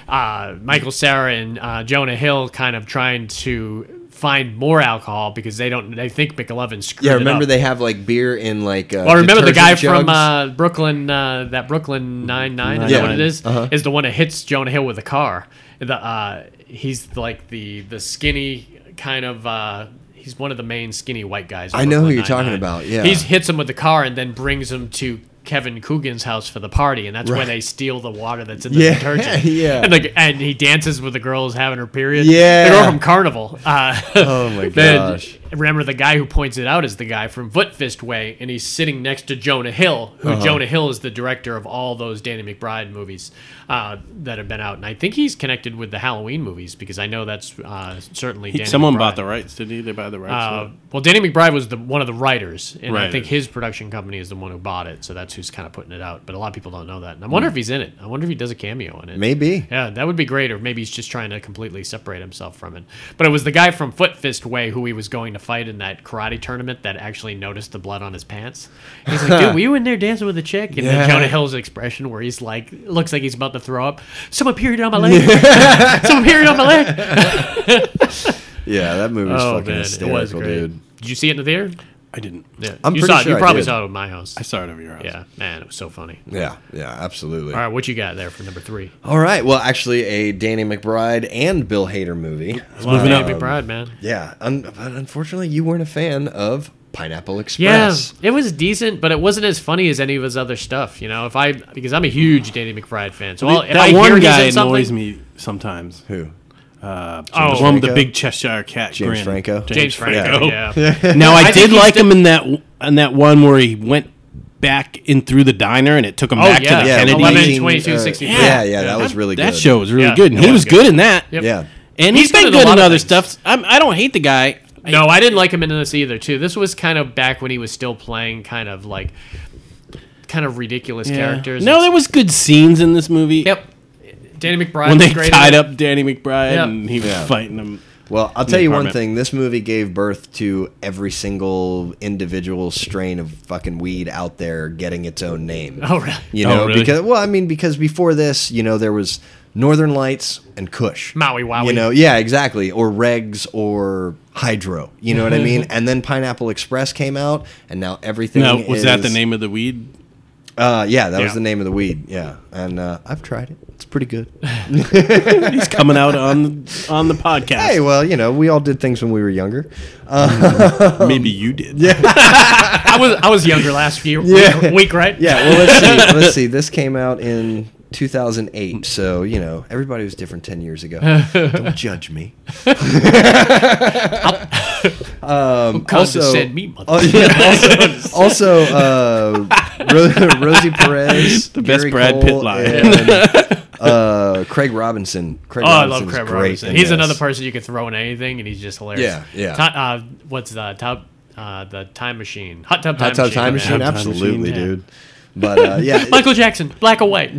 E: uh, Michael Sarah and uh, Jonah Hill kind of trying to find more alcohol because they don't they think McLovin screwed.
G: yeah, remember
E: it up.
G: they have like beer in like. Uh,
E: Well, remember the guy
G: detergent
E: from
G: jugs?
E: uh, Brooklyn, uh, that Brooklyn Nine Nine, is
G: Yeah.
E: that what it is?
G: Uh-huh.
E: Is the one that hits Jonah Hill with a car. The uh, he's like the the skinny kind of. Uh, he's one of the main skinny white guys. in
G: I know who
E: Brooklyn
G: you're talking
E: Nine-Nine.
G: about, yeah.
E: he hits him with the car and then brings him to. Kevin Coogan's house for the party, and that's where
G: Right.
E: they steal the water that's in the
G: Yeah,
E: detergent.
G: yeah.
E: and, like, and he dances with the girl who's having her period.
G: Yeah.
E: the girl from Carnival. Uh,
G: Oh my
E: then
G: gosh!
E: remember the guy who points it out is the guy from Foot Fist Way, and he's sitting next to Jonah Hill, who
F: Uh-huh.
E: Jonah Hill is the director of all those Danny McBride movies uh, that have been out, and I think he's connected with the Halloween movies because I know that's uh, certainly Danny
F: Someone
E: McBride.
F: bought the rights, didn't he? They buy the rights. to
E: Uh,
F: it.
E: well, Danny McBride was the one of the writers, and I
F: Writers.
E: think his production company is the one who bought it, so that's who's kind of putting it out. But a lot of people don't know that, and I wonder
F: Hmm.
E: if he's in it. I wonder if he does a cameo in it.
G: Maybe.
E: Yeah, that would be great. Or maybe he's just trying to completely separate himself from it. But it was the guy from Foot Fist Way who he was going to fight in that karate tournament that actually noticed the blood on his pants. He's like, dude, were you in there dancing with a chick? And then Jonah Hill's expression where he's like, looks like he's about to throw up. Someone period on my leg. Someone period on my leg.
G: Yeah, that movie was
E: Oh,
G: fucking
E: man, it
G: hysterical,
E: was great.
G: dude.
E: Did you see it in the theater?
F: I didn't.
E: Yeah.
G: I'm
E: you
G: pretty
E: saw it.
G: sure
E: You
G: I
E: probably
G: did.
E: saw it at my house.
F: I saw it over your house.
E: Yeah, man, it was so funny.
G: Yeah, yeah, absolutely.
E: All right, what you got there for number three?
G: All right. Well, actually, a Danny McBride and Bill Hader movie.
F: Moving
E: Danny
G: um,
F: up.
E: McBride, man.
G: Yeah, un- but unfortunately, you weren't a fan of Pineapple
E: Yeah,
G: Express.
E: it was decent, but it wasn't as funny as any of his other stuff. You know, if I because I'm a huge Danny McBride fan, so I'll, if
F: that
E: I
F: one
E: hear
F: guy
E: he's in something,
F: annoys me sometimes.
G: Who?
E: Oh,
F: the one with the
G: Franco?
F: big Cheshire cat
G: James
F: grin.
G: Franco?
E: James Franco. Yeah,
F: Now I,
E: I think
F: did
E: he's
F: like
E: done-
F: him in that in that one where he went back in through the diner and it took him
E: Oh,
F: back
E: yeah.
F: to the
E: Yeah,
F: Kennedy.
E: 11,
G: nineteen-
E: 22,
G: uh,
E: 64.
G: Yeah, yeah, that was
F: That-
G: really
F: That
G: good.
F: show was really
E: Yeah,
F: good, and
E: it
F: he
E: was
F: was good. in that.
E: Yep.
G: Yeah.
F: And
E: He's
F: he's been
E: good in a
F: good
E: lot
F: in
E: of
F: other
E: things.
F: stuff. I'm, I don't hate the guy.
E: no, I didn't like him in this either. Too. This was kind of back when he was still playing kind of like kind of ridiculous characters.
F: No, there was good scenes in this movie.
E: yep. Danny McBride
F: When
E: was
F: they
E: great in
F: tied
E: it.
F: up Danny McBride
E: Yeah.
F: and he was
G: Yeah.
F: fighting him.
G: Well, I'll tell you one
F: apartment.
G: thing. This movie gave birth to every single individual strain of fucking weed out there getting its own name.
E: Oh really?
G: You
F: Oh,
G: know,
F: really?
G: because well, I mean, because before this, you know, there was Northern Lights and Kush.
E: Maui Wowie.
G: You know, yeah, exactly. Or regs or hydro. You know what I mean? And then Pineapple Express came out, and now everything.
F: Now, was that the
G: is-
F: name of the weed?
G: Uh, yeah, that was
E: Yeah.
G: the name of the weed. Yeah, and uh, I've tried it. It's pretty good.
F: He's coming out on on the podcast.
G: Hey, well, you know, we all did things when we were younger.
F: Maybe you did. Yeah.
E: I was I was younger last year
G: Yeah.
E: week, week, right?
G: Yeah. Well, let's see. let's see. This came out in 2008, so you know, everybody was different 10 years ago. Don't judge me. um,
E: Condescend me, mother.
G: Oh, yeah, also, also uh, Ro- Rosie Perez, the
F: best Brad Pitt line.
G: uh, Craig Robinson. Craig
E: Oh, I love
G: Robinson's
E: Craig
G: great
E: Robinson.
G: in
E: He's
G: this.
E: another person you can throw in anything, and he's just hilarious.
G: Yeah, yeah.
E: Ti- uh, what's the top? Uh, the time machine, hot tub time
G: Hot Tub
E: machine.
G: Time
E: man.
G: Machine,
F: Time
G: absolutely,
E: Machine, yeah.
G: dude. But uh, yeah,
E: Michael Jackson, black or white.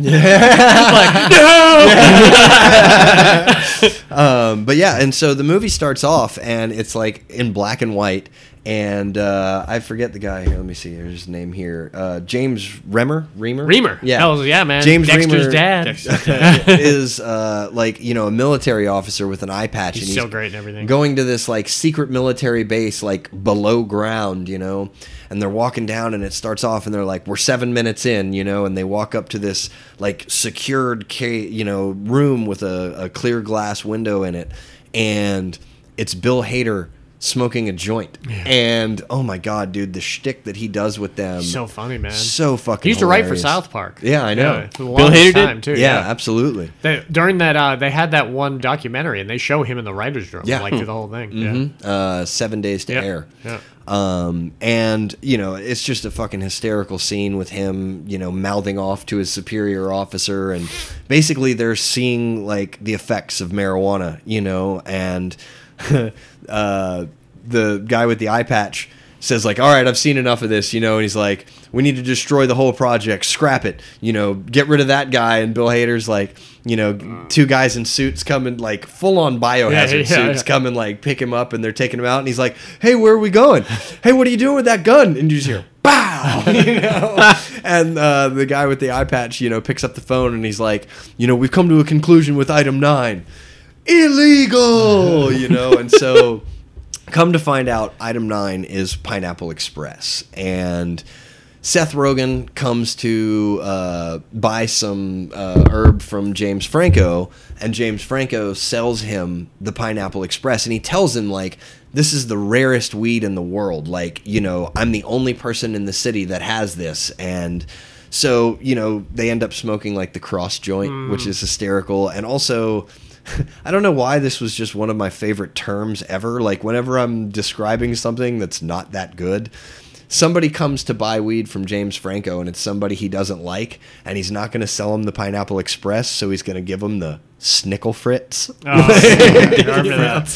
G: um, but yeah, and so the movie starts off and it's like in black and white, and uh, I forget the guy here. Let me see here's his name here. Uh, James Remmer, Reamer,
E: Reamer.
G: yeah,
E: Hell, yeah, man.
G: James
E: Dexter's
G: Reamer-
E: dad.
G: is uh, like you know a military officer with an eye patch.
E: He's
G: and
E: so great and everything.
G: Going to this like secret military base, like below ground, you know, and they're walking down, and it starts off, and they're like, "We're seven minutes in," you know, and they walk up to this like secured, ca- you know, room with a, a clear glass window in it, and it's Bill Hader smoking a joint. And oh my god, dude, the shtick that he does with them.
E: So funny, man.
G: So fucking
E: He used to write for
G: hilarious.
E: South Park.
G: Yeah, I know.
E: for the longest
F: Hader did?
E: time too.
G: Yeah, absolutely.
E: They, during that, uh, they had that one documentary, and they show him in the writers' room,
G: Yeah.
E: like through the whole thing. Yeah.
G: Uh, seven days to
E: Yeah.
G: air.
E: Yeah.
G: Um, and you know, it's just a fucking hysterical scene with him, you know, mouthing off to his superior officer, and basically they're seeing like the effects of marijuana, you know, and uh, the guy with the eye patch says like, "All right, I've seen enough of this," you know, and he's like, "We need to destroy the whole project, scrap it, you know, get rid of that guy." And Bill Hader's like, you know, two guys in suits coming like full on biohazard
E: yeah,
G: suits
E: yeah.
G: come and like pick him up and they're taking him out and he's like, "Hey, where are we going? Hey, what are you doing with that gun?" And you just hear bow, you know. and uh, the guy with the eye patch, you know, picks up the phone and he's like, "You know, we've come to a conclusion with item nine, illegal," you know. And so, come to find out, item nine is Pineapple Express and. Seth Rogen comes to uh, buy some uh, herb from James Franco, and James Franco sells him the Pineapple Express, and he tells him like, "This is the rarest weed in the world. Like, you know, I'm the only person in the city that has this." And so, you know, they end up smoking like the cross joint, which is hysterical, and also. I don't know why this was just one of my favorite terms ever. Like, whenever I'm describing something that's not that good, somebody comes to buy weed from James Franco and it's somebody he doesn't like and he's not going to sell him the Pineapple Express, so he's going to give him the Snickle Fritz.
E: Oh, yeah, I remember that.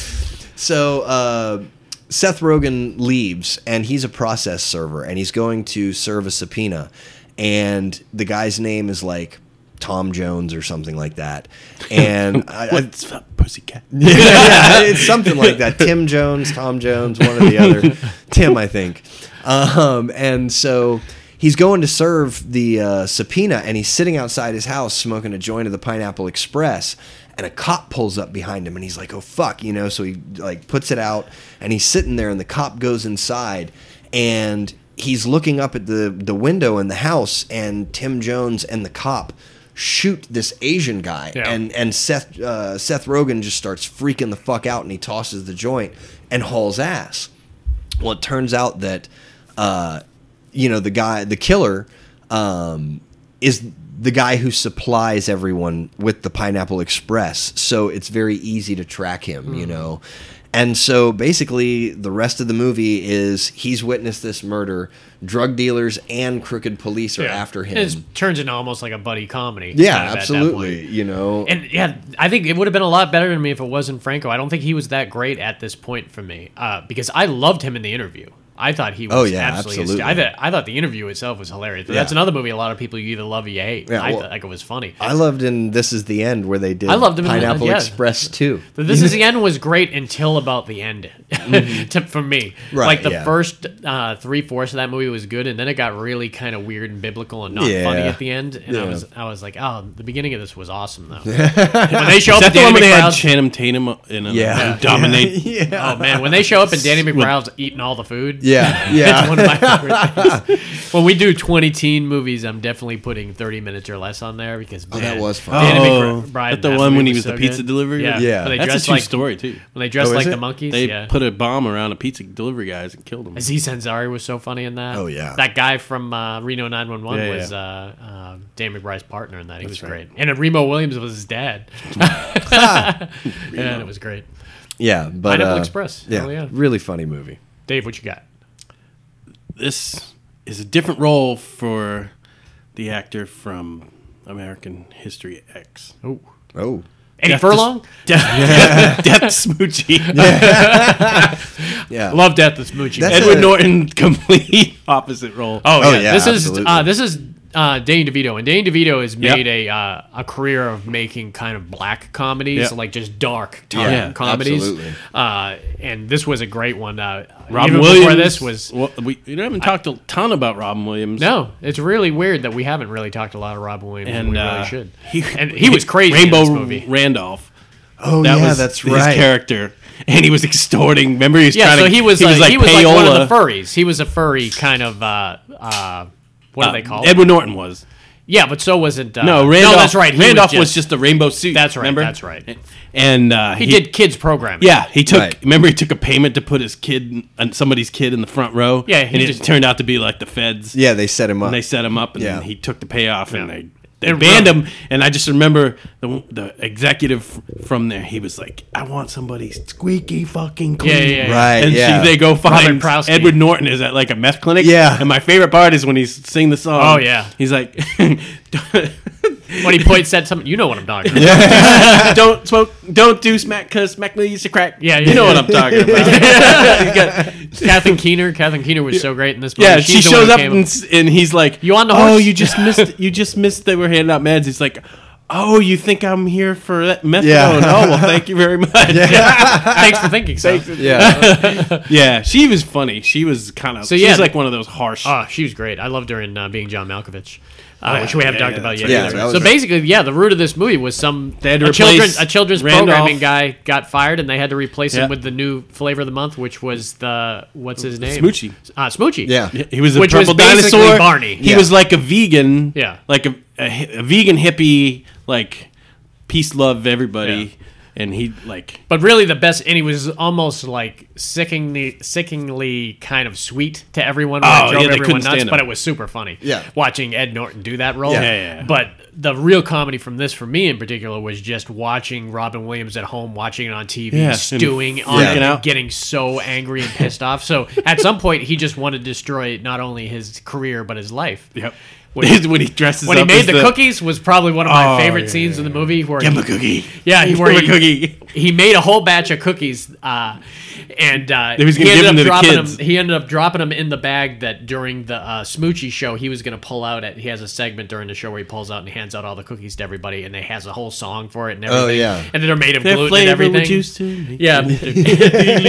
G: So uh, Seth Rogen leaves, and he's a process server, and he's going to serve a subpoena, and the guy's name is like Tom Jones or something like that, and I, I,
F: What's up, pussycat?
G: yeah, it's something like that. Tim Jones, Tom Jones, one or the other. Tim, I think. Um, and so he's going to serve the uh, subpoena, and he's sitting outside his house smoking a joint of the Pineapple Express. And a cop pulls up behind him, and he's like, "Oh fuck," you know. So he like puts it out, and he's sitting there, and the cop goes inside, and he's looking up at the the window in the house, and Tim Jones and the cop shoot this Asian guy,
E: Yeah.
G: and and Seth uh, Seth Rogen just starts freaking the fuck out, and he tosses the joint and hauls ass. Well, it turns out that uh, you know the guy, the killer, um, is the guy who supplies everyone with the Pineapple Express. So it's very easy to track him,
E: Hmm.
G: you know. And so basically, the rest of the movie is he's witnessed this murder. Drug dealers and crooked police are
E: Yeah.
G: after him.
E: It turns into almost like a buddy comedy.
G: yeah,
E: kind of at that point.
G: absolutely. You know,
E: And yeah, I think it would have been a lot better than me if it wasn't Franco. I don't think he was that great at this point for me uh, because I loved him in the interview. I thought he was
G: Oh, yeah,
E: absolutely.
G: absolutely.
E: I, thought, I thought the interview itself was hilarious. That's another movie a lot of people you either love or you hate.
G: Yeah,
E: I
G: well-
E: thought like, it was funny.
G: I loved in This Is the End where they did
E: I loved him in the-
G: Pineapple
E: yeah.
G: Express too.
E: The This Is the End was great until about the end to, for me.
G: Mm-hmm. Right,
E: like the
G: yeah.
E: first uh, three fourths of that movie was good, and then it got really kind of weird and biblical and not
G: Yeah.
E: funny at the end. And I
G: Yeah.
E: was I was like, oh, the beginning of this was awesome though. when they show up,
F: Is
E: at
F: that the
E: Danny
F: one where they had
E: McBride's-
F: Channing Tatum in it?
G: Yeah.
F: and dominate.
G: Yeah.
E: Oh man, when they show up and Danny McBride's eating all the food,
G: Yeah.
E: that's
G: Yeah.
E: one of my favorite things. When we do twenty teen movies, I'm definitely putting thirty minutes or less on there because
G: that
E: man,
G: was fun.
E: Danny
F: Oh,
E: McBride,
F: that the
E: in
F: one
E: movie
F: when he was the
E: so
F: pizza
E: good.
F: delivery
E: Yeah,
F: guy?
G: Yeah.
E: When they
F: That's a
E: dress
F: true
E: like
F: story too.
E: when they dress
G: Oh, is
E: like the
G: it?
E: monkeys.
F: They
E: yeah,
F: put a bomb around a pizza delivery guys and killed him.
E: Aziz Ansari was so funny in that.
G: Oh, yeah.
E: that guy from uh, Reno 911
F: Yeah, yeah.
E: was uh, uh, Dan McBride's partner in that. He was great, and then Remo Williams was his dad. and it was great.
G: Yeah. But
E: Pineapple
G: uh,
E: Express.
G: Yeah,
E: Hell yeah.
G: Really funny movie.
E: Dave, what you got?
F: This is a different role for the actor from American History X.
E: Oh,
G: Oh.
E: Eddie
F: Death
E: Furlong.
F: Death, Death Smoochie.
G: Yeah.
E: Love Death to Smoochie.
G: That's
F: Edward
G: a-
F: Norton, complete opposite role.
E: Oh,
G: Oh,
E: yeah.
G: yeah,
E: this
G: absolutely.
E: is uh, this is uh, Danny DeVito, and Danny DeVito has
F: Yep.
E: made a uh, a career of making kind of black comedies,
F: Yep.
E: like just dark dark
F: Yeah,
E: comedies.
G: absolutely.
E: Uh, and this was a great one. Uh,
F: Robin
E: even
F: Williams.
E: before this was
F: Well, we, we haven't talked a ton about Robin Williams.
E: no, it's really weird that we haven't really talked a lot of Robin Williams, and
F: and
E: we
F: uh,
E: really should. and he was crazy
F: Rainbow
E: in this movie.
F: Randolph.
G: Oh yeah, that's
F: his
G: right.
F: character, and he was extorting. Remember, he was
E: yeah,
F: trying
E: so
F: to.
E: he was like, he was like one
F: payola.
E: of the furries. He was a furry kind of uh, uh, what do they call it?
F: Edward Norton was.
E: Yeah, but so wasn't. Uh,
F: no, Randolph.
E: that's right. he
F: Randolph was just, a rainbow suit.
E: That's right.
F: remember?
E: That's right.
F: And uh,
E: He, did kids programming.
F: Yeah, he took.
G: Right.
F: Remember, he took a payment to put his kid, and somebody's kid, in the front row.
E: Yeah, he
F: and it
E: just-
F: turned out to be like the feds.
G: Yeah, they set him up.
F: and they set him up, and
G: Yeah.
F: he took the payoff, and they they
E: And
F: banned
E: run.
F: him. And I just remember the the executive f- from there. He was like, "I want somebody squeaky fucking clean."
E: Yeah, yeah, yeah.
G: Right,
F: And
G: yeah.
F: she, they go find
E: Prowse.
F: Edward Norton is at like a meth clinic.
G: Yeah.
F: And my favorite part is when he's sing the song.
E: Oh, yeah.
F: He's like,
E: When he points at something, you know what I'm talking about.
F: don't smoke, don't do smack, cause smack leads to crack.
E: Yeah, yeah,
F: you know
E: yeah.
F: what I'm talking about.
E: Kathleen Keener. Kathleen Keener was so great in this movie.
F: Yeah, she
E: She's the one
F: shows
E: who
F: up
E: came
F: and, s- and he's like,
E: You on the
F: Oh,
E: horse?"
F: you just missed. You just missed that we're handing out meds. He's like, oh, you think I'm here for that methadone?
G: Yeah.
F: Oh, well, thank you very much. Yeah.
E: Thanks for thinking so.
G: yeah,
F: she was funny. She was kind of.
E: So,
F: So yeah,
E: yeah.
F: she's like one of those harsh.
E: Oh, she was great. I loved her in uh, being John Malkovich, uh, which we haven't
F: Oh, yeah,
E: talked
F: yeah,
E: about
F: that's
E: yet.
G: right. Yeah,
E: either.
G: that was
E: so
G: right.
E: basically, yeah, the root of this movie was some
F: They had to
E: a, children,
F: replace
E: a children's
F: Randolph.
E: programming guy got fired, and they had to replace
F: Yeah.
E: him with the new flavor of the month, which was the what's his name?
F: Smoochie.
E: Ah, Smoochie.
G: yeah.
F: he was a
E: Which was
F: purple
E: basically
F: dinosaur.
E: Barney.
F: He
G: Yeah.
F: was like a vegan.
E: Yeah.
F: like a, a, hi- a vegan hippie. Like peace, love everybody, and he like.
E: But really, the best, and he was almost like sickeningly, sickeningly kind of sweet to everyone. When
F: Oh,
E: it drove
F: yeah, they
E: everyone
F: couldn't
E: nuts,
F: stand
E: but
F: him.
E: it was super funny.
G: Yeah.
E: watching Ed Norton do that role.
G: Yeah.
F: Yeah, yeah, yeah.
E: But the real comedy from this, for me in particular, was just watching Robin Williams at home, watching it on TV,
F: Yeah, and
E: stewing on
F: freaking
E: it,
F: out.
E: getting so angry and pissed off. So at some point, he just wanted to destroy not only his career but his life.
F: Yep.
E: When-
F: when he dresses
E: When he
F: up
E: made
F: as
E: the, cookies was probably one of my
F: Oh,
E: favorite
F: yeah,
E: scenes in the movie where
F: Give him
E: he-
F: a cookie.
E: yeah, he,
F: Give
E: where
F: him a
E: he-
F: cookie.
E: He made a whole batch of cookies, uh, and uh,
F: He was gonna
E: he
F: give
E: ended
F: them
E: up
F: to the
E: dropping
F: kids.
E: them. He ended up dropping them in the bag that during the uh, Smoochie show he was going to pull out. At he has a segment during the show where he pulls out and hands out all the cookies to everybody, and they has a whole song for it and everything.
G: Oh, yeah.
E: and they're made of
F: Their
E: gluten and
F: flavor
E: everything.
F: would used to.
E: Yeah,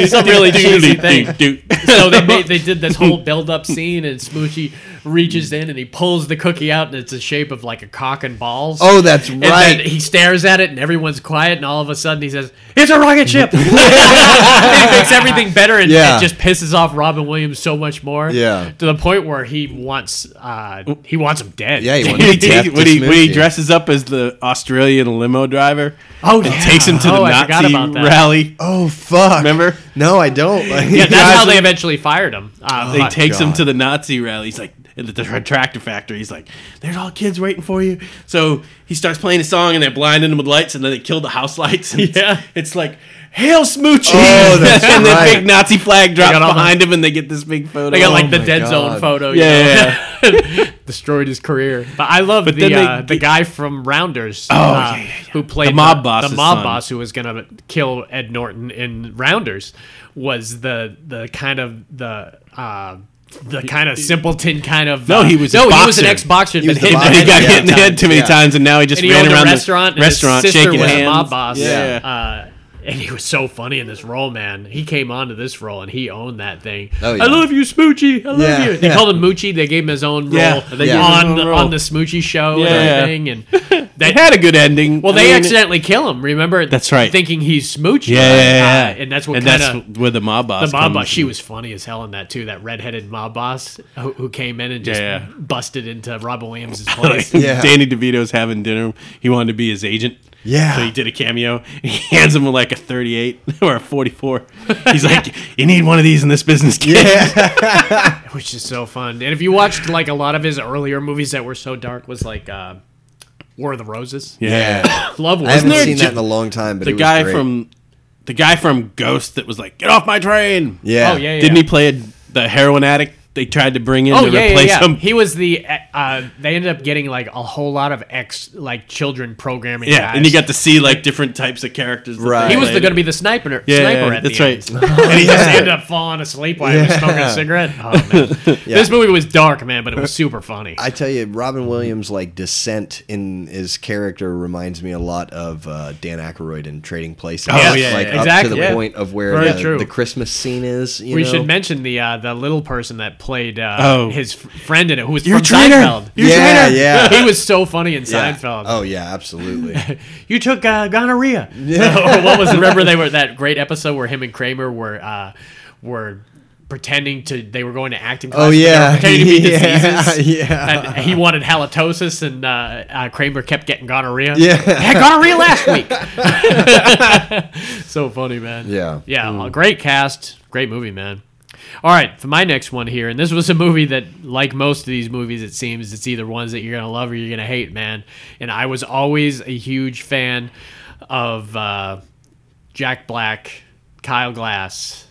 E: some really cheesy thing. So they made, they did this whole build up scene, and Smoochie reaches in and he pulls the cookie out, and it's the shape of like a cock and balls.
G: Oh, that's
E: And then
G: right.
E: he stares at it, and everyone's quiet. And all of a sudden, he says, "It's a rocket ship." and he makes everything better, and
G: Yeah.
E: it just pisses off Robin Williams so much more.
G: Yeah.
E: to the point where he wants uh, he wants him dead.
G: Yeah, he
F: when
G: wanted
F: he,
G: to death
F: when he, when he
G: Smoochie.
F: dresses up as the Australian limo driver
E: Oh,
F: and
E: yeah.
F: takes him to
E: Oh,
F: the
E: I forgot
F: Nazi
E: about that.
F: rally.
G: Oh fuck!
F: Remember?
G: No, I don't. Like,
E: Yeah, that's how
F: Drives
E: they
F: him-
E: eventually fired him. Uh,
F: They
E: uh,
F: takes him
G: God.
F: to the Nazi rally. He's like at the tractor factory. He's like, "There's all kids waiting for you." So he starts playing a song, and they're blinding him with lights, and then they kill the house lights. And it's-
E: Yeah.
F: it's, like, "Hail Smoochie!"
G: Oh, that's
F: and the
G: right.
F: big Nazi flag drops
E: got all the-
F: behind him, and they get this big photo.
E: They got like the
F: Oh my
E: dead
G: God.
E: zone photo. you know?
F: yeah.
E: destroyed his career. But I love the
F: then they-
E: uh, the guy from Rounders, uh,
F: Oh, yeah, yeah, yeah.
E: who played
F: The mob boss's
E: The mob
F: son.
E: boss who was gonna kill Ed Norton in Rounders was the the kind of the. Uh, the kind of simpleton kind of
F: No,
E: uh,
F: he was a
E: no he was an
F: boxer.
E: ex boxer
G: was
E: but
G: the
E: hit him
G: boxer,
F: he got
G: Yeah.
F: hit in the head too many
G: Yeah.
F: times, and now he just
E: and he
F: ran
E: owned
F: around
E: a restaurant.
F: the
E: and
F: restaurant
E: his sister
F: shaking
E: was
F: hands.
E: a mob boss.
F: Yeah.
E: Uh, and he was so funny in this role, man. He came onto this role and he owned that thing.
G: Oh, yeah.
E: I love you, Smoochie. I love
G: Yeah,
E: you. They
G: yeah.
E: called him Moochie. They gave him his own role
F: Yeah, they gave him his
E: on
F: own role.
E: on the Smoochie show
F: Yeah.
E: and everything. And
F: It
E: they,
F: had a good ending.
E: well, they
F: I mean,
E: accidentally kill him. Remember?
F: That's right.
E: Thinking he's Smoochie.
F: Yeah, yeah,
E: Uh,
F: yeah.
E: and that's what kind of
F: where the mob boss.
E: the mob
F: comes
E: boss. She
F: in.
E: was funny as hell in that too. That redheaded mob boss who, who came in and just
F: Yeah.
E: busted into Robin Williams' place.
G: Yeah.
F: Danny DeVito's having dinner. He wanted to be his agent.
G: Yeah.
F: So he did a cameo. He hands him like a 38 or a 44. He's like, "You need one of these in this business, kid."
G: yeah,
E: which is so fun. And if you watched like a lot of his earlier movies that were so dark, was like uh, War of the Roses.
G: yeah.
E: Love War.
G: I
E: of the
G: haven't
E: Roses.
G: seen
F: ju-
G: that in a long time. But
F: The
G: it was
F: guy
G: great.
F: from the guy from Ghost that was like, "Get off my train."
G: yeah,
E: Oh yeah, yeah.
F: Didn't he play a, the heroin addict? They tried to bring in
E: Oh
F: to
E: yeah, yeah,
F: replace
E: yeah.
F: him.
E: He was the. uh, Uh, they ended up getting like a whole lot of ex like children programming.
F: yeah,
E: guys.
F: and you got to see like different types of characters. that they
G: Right.
E: He was
F: played.
E: going to be the sniper.
F: Yeah,
E: sniper
F: yeah,
E: at
F: that's
E: the
F: right.
E: End. and he just ended up falling asleep while he was smoking a cigarette. Oh, man. This movie was dark, man, but it was super funny.
G: I tell you, Robin Williams' like descent in his character reminds me a lot of uh, Dan Aykroyd in Trading Places.
E: Oh,
F: yeah,
G: like
E: yeah,
G: up to
E: exactly.
G: the
E: Yeah.
G: point of where
E: Very
G: the,
E: true.
G: the Christmas scene is. You
E: we
G: know?
E: should mention the uh, the little person that played uh,
F: Oh.
E: his f- friend in it, who was
F: You're
E: from
F: a traitor.
E: Seinfeld.
F: You're a
G: Yeah,
F: traitor.
G: yeah.
E: he was so funny in
G: Yeah.
E: Seinfeld.
G: Oh yeah, absolutely. Oh,
E: you took uh, gonorrhea. Oh, or what was remember they were that great episode where him and Kramer were uh, were pretending to they were going to acting class.
G: Oh,
E: but they were
G: yeah.
E: pretending to be
G: Yeah,
E: diseases.
G: yeah.
E: And he wanted halitosis, and uh, uh, Kramer kept getting gonorrhea.
G: Yeah.
E: I had gonorrhea last week. so funny, man.
G: Yeah. Mm.
E: yeah. well, great cast, great movie, man. All right, for my next one here, and this was a movie that, like most of these movies, it seems it's either ones that you're gonna love or you're gonna hate, man. And I was always a huge fan of uh, Jack Black, Kyle Glass,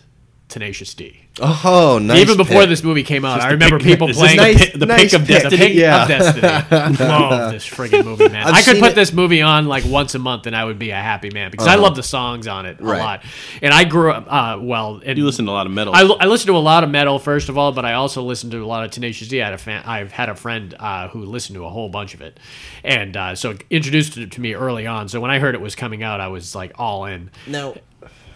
E: Tenacious D.
G: Oh, nice.
E: Even before
G: pick.
E: this movie came out, I remember people
F: Is this
E: playing
F: the
G: Nice-
F: pick- the
G: nice
F: pick of
G: pick.
E: the
F: destiny.
E: Pink
G: Yeah.
E: of Destiny. Love this friggin' movie, man.
G: I've
E: i could
G: seen
E: put
G: it.
E: this movie on like once a month and I would be a happy man because I
F: Uh-huh.
E: love the songs on it
G: Right.
E: a lot. And I grew up, uh, well, and
F: You listen to a lot of metal.
E: I, I listen to a lot of metal first of all, but I also listen to a lot of Tenacious D. I had a fan, I've had a friend uh, who listened to a whole bunch of it, and uh, so introduced it to me early on. So when I heard it was coming out, I was like all in.
H: Now,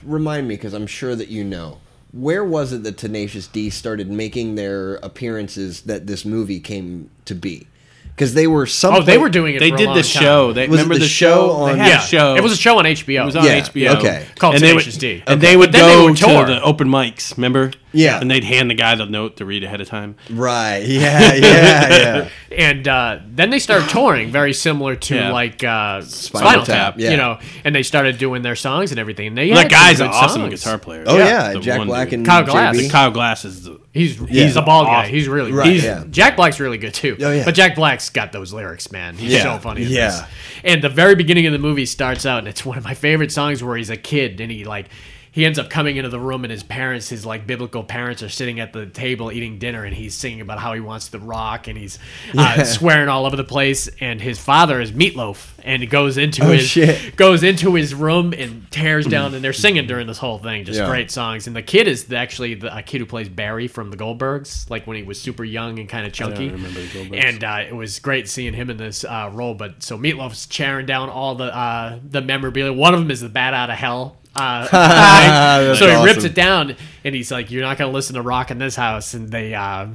H: remind me, because I'm sure that you know. Where was it that Tenacious D started making their appearances that this movie came to be?
G: because they were some.
E: Oh, they
G: place-
E: were doing it.
F: they
E: for a
F: did
E: long
F: the
E: time.
F: show. They
G: Was it
F: remember
G: the
F: the, show.
G: show on-
F: they had
E: yeah,
F: a show.
E: it was a show on HBO.
F: It was on
G: Yeah,
F: HBO.
G: okay.
E: Called
F: they would,
E: Tenacious D.
F: And
E: Okay.
F: they would
E: But then they
F: go
E: would
F: to
E: tour.
F: the open mics, remember?
G: Yeah.
F: And they'd hand the guy the note to read ahead of time.
G: right. Yeah, yeah, yeah.
E: and uh, then they started touring very similar to
F: Yeah.
E: like uh, Spinal, Tap,
G: Tap, yeah.
E: you know, and they started doing their songs and everything. And they
F: that
E: had
F: guy's
E: some
F: an
E: good
F: awesome
E: songs.
F: guitar player.
G: Oh yeah,
F: The
G: Jack
F: one
G: Black
F: dude.
G: and
E: Kyle Glass.
G: JB.
F: Kyle Glass is the
E: He's he's a ball guy. He's really
G: Right,
E: he's,
G: yeah.
E: Jack Black's really good too.
G: Oh, yeah.
E: But Jack Black's got those lyrics, man. He's
G: Yeah,
E: so funny. in
G: yeah.
E: this. And the very beginning of the movie starts out, and it's one of my favorite songs where he's a kid and he like. He ends up coming into the room, and his parents, his like biblical parents, are sitting at the table eating dinner, and he's singing about how he wants to rock, and he's uh, swearing all over the place. And his father is Meatloaf, and he goes into his
G: Oh, shit.
E: goes into his room and tears down, and they're singing during this whole thing, just
G: Yeah.
E: great songs. And the kid is the, actually the a kid who plays Barry from the Goldbergs, like when he was super young and kind of chunky.
F: remember the Goldbergs.
E: and uh, it was great seeing him in this uh, role. But so Meatloaf's tearing down all the uh, the memorabilia. One of them is the Bat Out of Hell. Uh, thing. so he rips
G: awesome.
E: it down, and he's like, "You're not gonna listen to rock in this house." And they. Uh,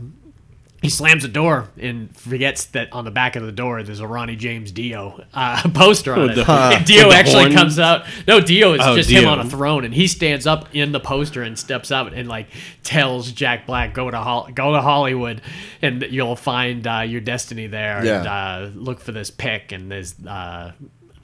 E: he slams the door and forgets that on the back of the door there's a Ronnie James Dio uh, poster on it.
F: Oh, the-
E: And Dio
F: with the
E: actually
F: horn?
E: comes out. No, Dio is
F: Oh,
E: just him
F: Dio.
E: on a throne, and he stands up in the poster and steps up and like tells Jack Black, "Go to Hol- go to Hollywood, and you'll find uh, your destiny there.
G: Yeah.
E: And, uh, look for this pick." And there's. Uh,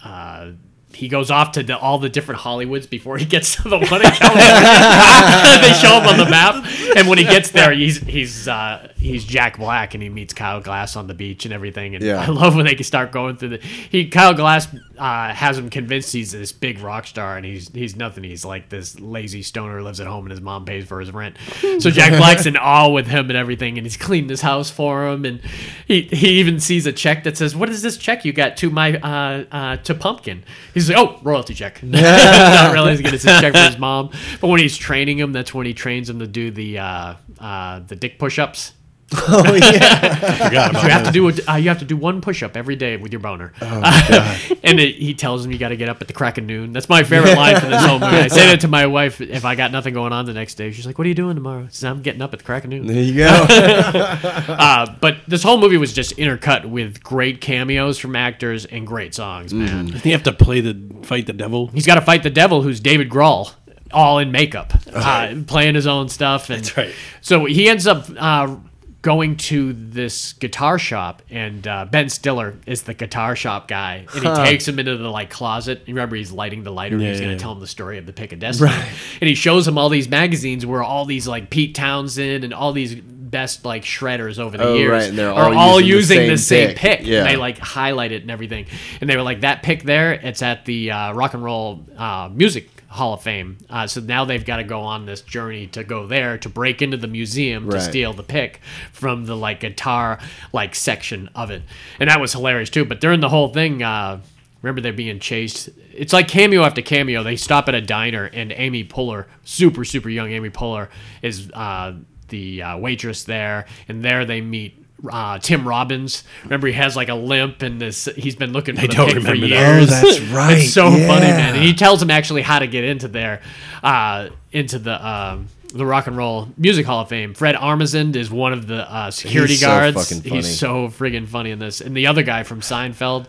E: uh, he goes off to the, all the different Hollywoods before he gets to the one in California. they show him on the map, and when he gets there, he's he's uh, he's Jack Black, and he meets Kyle Glass on the beach and everything. And
G: Yeah.
E: I love when they can start going through the. He Kyle Glass uh, has him convinced he's this big rock star, and he's he's nothing. He's like this lazy stoner who lives at home, and his mom pays for his rent. So Jack Black's in awe with him and everything, and he's cleaned his house for him, and he he even sees a check that says, "What is this check you got to my uh, uh, to pumpkin?" He's like, "Oh, royalty check." Not realizing it's a check for his mom, but when he's training him, that's when he trains him to do the uh, uh, the dick push-ups.
G: Oh yeah.
E: You have to do a, uh, you have to do one push up every day with your boner. and it, he tells him you got to get up at the crack of noon. That's my favorite line from this whole movie. I say that to my wife if I got nothing going on the next day. She's like, "What are you doing tomorrow?" I says, "I'm getting up at the crack of noon."
G: There you go.
E: Uh, but this whole movie was just intercut with great cameos from actors and great songs. Man,
F: You have to play the fight the devil.
E: he's got to fight the devil, who's David Grohl, all in makeup, uh, playing his own stuff. And
F: That's right.
E: So he ends up uh, going to this guitar shop, and uh, Ben Stiller is the guitar shop guy, and he takes him into the like closet. You remember he's lighting the lighter. and he's
F: yeah,
E: going to
F: yeah.
E: tell him the story of the pick of destiny, and he shows him all these magazines where all these like Pete Townsend and all these best like shredders over the
G: Oh,
E: years
G: right, and they're
E: are
G: all
E: all using,
G: using the
E: the
G: same
E: same, pick.
G: pick. Yeah.
E: They like highlight it and everything. And they were like, that pick there, it's at the uh, Rock and Roll uh, Music Hall of Fame. Uh, so now they've got to go on this journey to go there to break into the museum to
G: Right.
E: steal the pick from the like guitar like section of it. And that was hilarious too. But during the whole thing, uh, remember they're being chased. It's like cameo after cameo. They stop at a diner and Amy Puller, super super young Amy Puller, is. Uh, the uh, waitress there, and there they meet uh, Tim Robbins. Remember, he has like a limp, and this he's been looking for the
F: don't
E: pick for
F: remember that.
E: years.
G: Oh, that's right.
E: It's so funny, man.
G: Yeah.
E: And he tells him actually how to get into there, uh, into the um, the Rock and Roll Music Hall of Fame. Fred Armisen is one of the uh, security
G: He's so
E: guards.
G: fucking funny.
E: He's so friggin' funny in this. And the other guy from Seinfeld,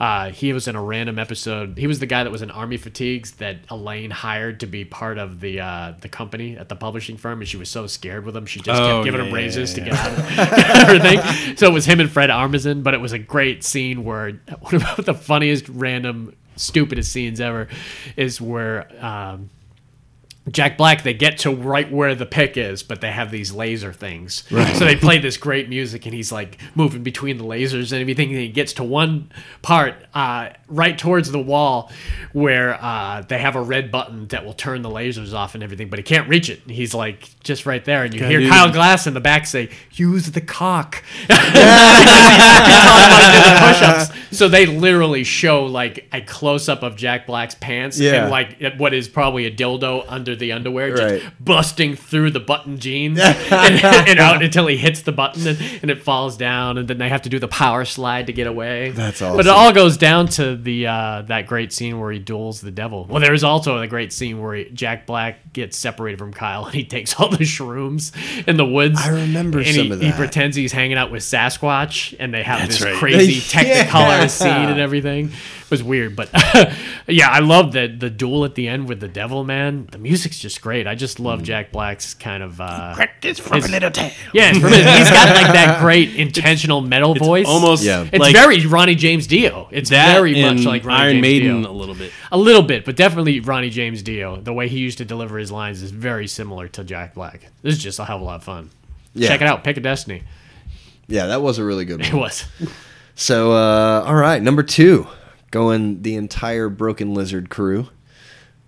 E: uh, he was in a random episode. He was the guy that was in Army Fatigues that Elaine hired to be part of the uh, the company at the publishing firm, and she was so scared with him, she just
F: Oh,
E: kept giving
F: yeah,
E: him
F: yeah,
E: raises
F: yeah,
E: to get out of everything. So it was him and Fred Armisen, but it was a great scene where one of the funniest random stupidest scenes ever is where. Um, Jack Black, they get to right where the pick is, but they have these laser things. So they play this great music, and he's like moving between the lasers and everything. And he gets to one part uh, right towards the wall where uh, they have a red button that will turn the lasers off and everything, but he can't reach it. And he's like just right there, and you hear
F: dude.
E: Kyle Glass in the back say, "Use the cock." push-ups. So they literally show like a close up of Jack Black's pants
G: Yeah.
E: and like what is probably a dildo under the underwear, just
G: Right.
E: busting through the button jeans and, and out until he hits the button and, and it falls down, and then they have to do the power slide to get away. That's But it
G: awesome.
E: all goes down to the uh, that great scene where he duels the devil. Well, there is also a great scene where he, Jack Black gets separated from Kyle and he takes all the shrooms in the woods.
G: I remember
E: and
G: some
E: he,
G: of
E: He
G: that.
E: pretends he's hanging out with Sasquatch, and they have
F: That's
E: this
F: right.
E: crazy
G: Yeah.
E: Technicolor scene and everything. It was weird, but yeah, I love the the duel at the end with the devil man. The music's just great. I just love Jack Black's kind of uh,
F: Practice from
E: It's-
F: little tail.
E: yeah. It's from his, he's got like that great intentional metal voice.
F: Almost
G: Yeah.
E: It's
F: like
E: very Ronnie James Dio. It's
F: that
E: very much
F: and
E: like Ronnie
F: Iron
E: James
F: Maiden
E: Dio.
F: a little bit.
E: A little bit, but definitely Ronnie James Dio. The way he used to deliver his lines is very similar to Jack Black. This is just a hell of a lot of fun.
G: Yeah.
E: Check it out. Pick a destiny.
G: Yeah, that was a really good
E: It
G: one.
E: was.
G: So, uh, all right, number two, going the entire Broken Lizard crew,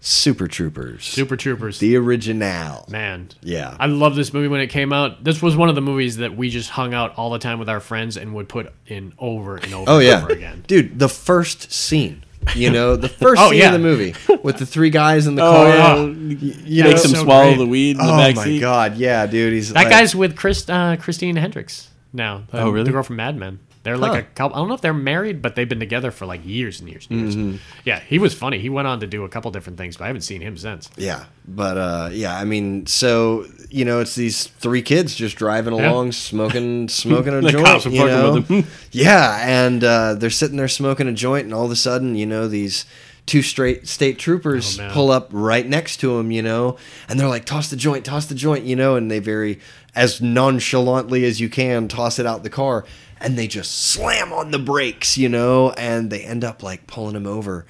G: Super Troopers,
E: Super Troopers.
G: the original.
E: Man.
G: Yeah.
E: I love this movie when it came out. This was one of the movies that we just hung out all the time with our friends and would put in over and over
G: Oh
E: and
G: yeah,
E: over again.
G: dude, the first scene. You know, the first
E: Oh,
G: scene
E: yeah.
G: of the movie with the three guys in the
F: Oh,
G: car.
F: yeah.
G: You know,
F: makes him
E: so
F: swallow
E: great.
F: the weed in the
G: oh
F: backseat.
G: my god, yeah, dude, he's
E: That
G: like-
E: guy's with Chris, uh, Christine Hendricks now. the-
F: Oh, really?
E: The girl from Mad Men. They're like
G: Huh.
E: a couple. I don't know if they're married, but they've been together for like years and years and years.
G: Mm-hmm.
E: Yeah, he was funny. He went on to do a couple different things, but I haven't seen him since.
G: Yeah, but uh, yeah, I mean, so you know, it's these three kids just driving
E: Yeah.
G: along, smoking, smoking a
F: The
G: joint.
F: cops are
G: you
F: fucking
G: know?
F: with them.
G: yeah, and uh, they're sitting there smoking a joint, and all of a sudden, you know, these two straight state troopers
E: Oh, man.
G: pull up right next to them, you know, and they're like, "Toss the joint, toss the joint," you know, and they very as nonchalantly as you can toss it out the car, and they just slam on the brakes, you know, and they end up like pulling him over,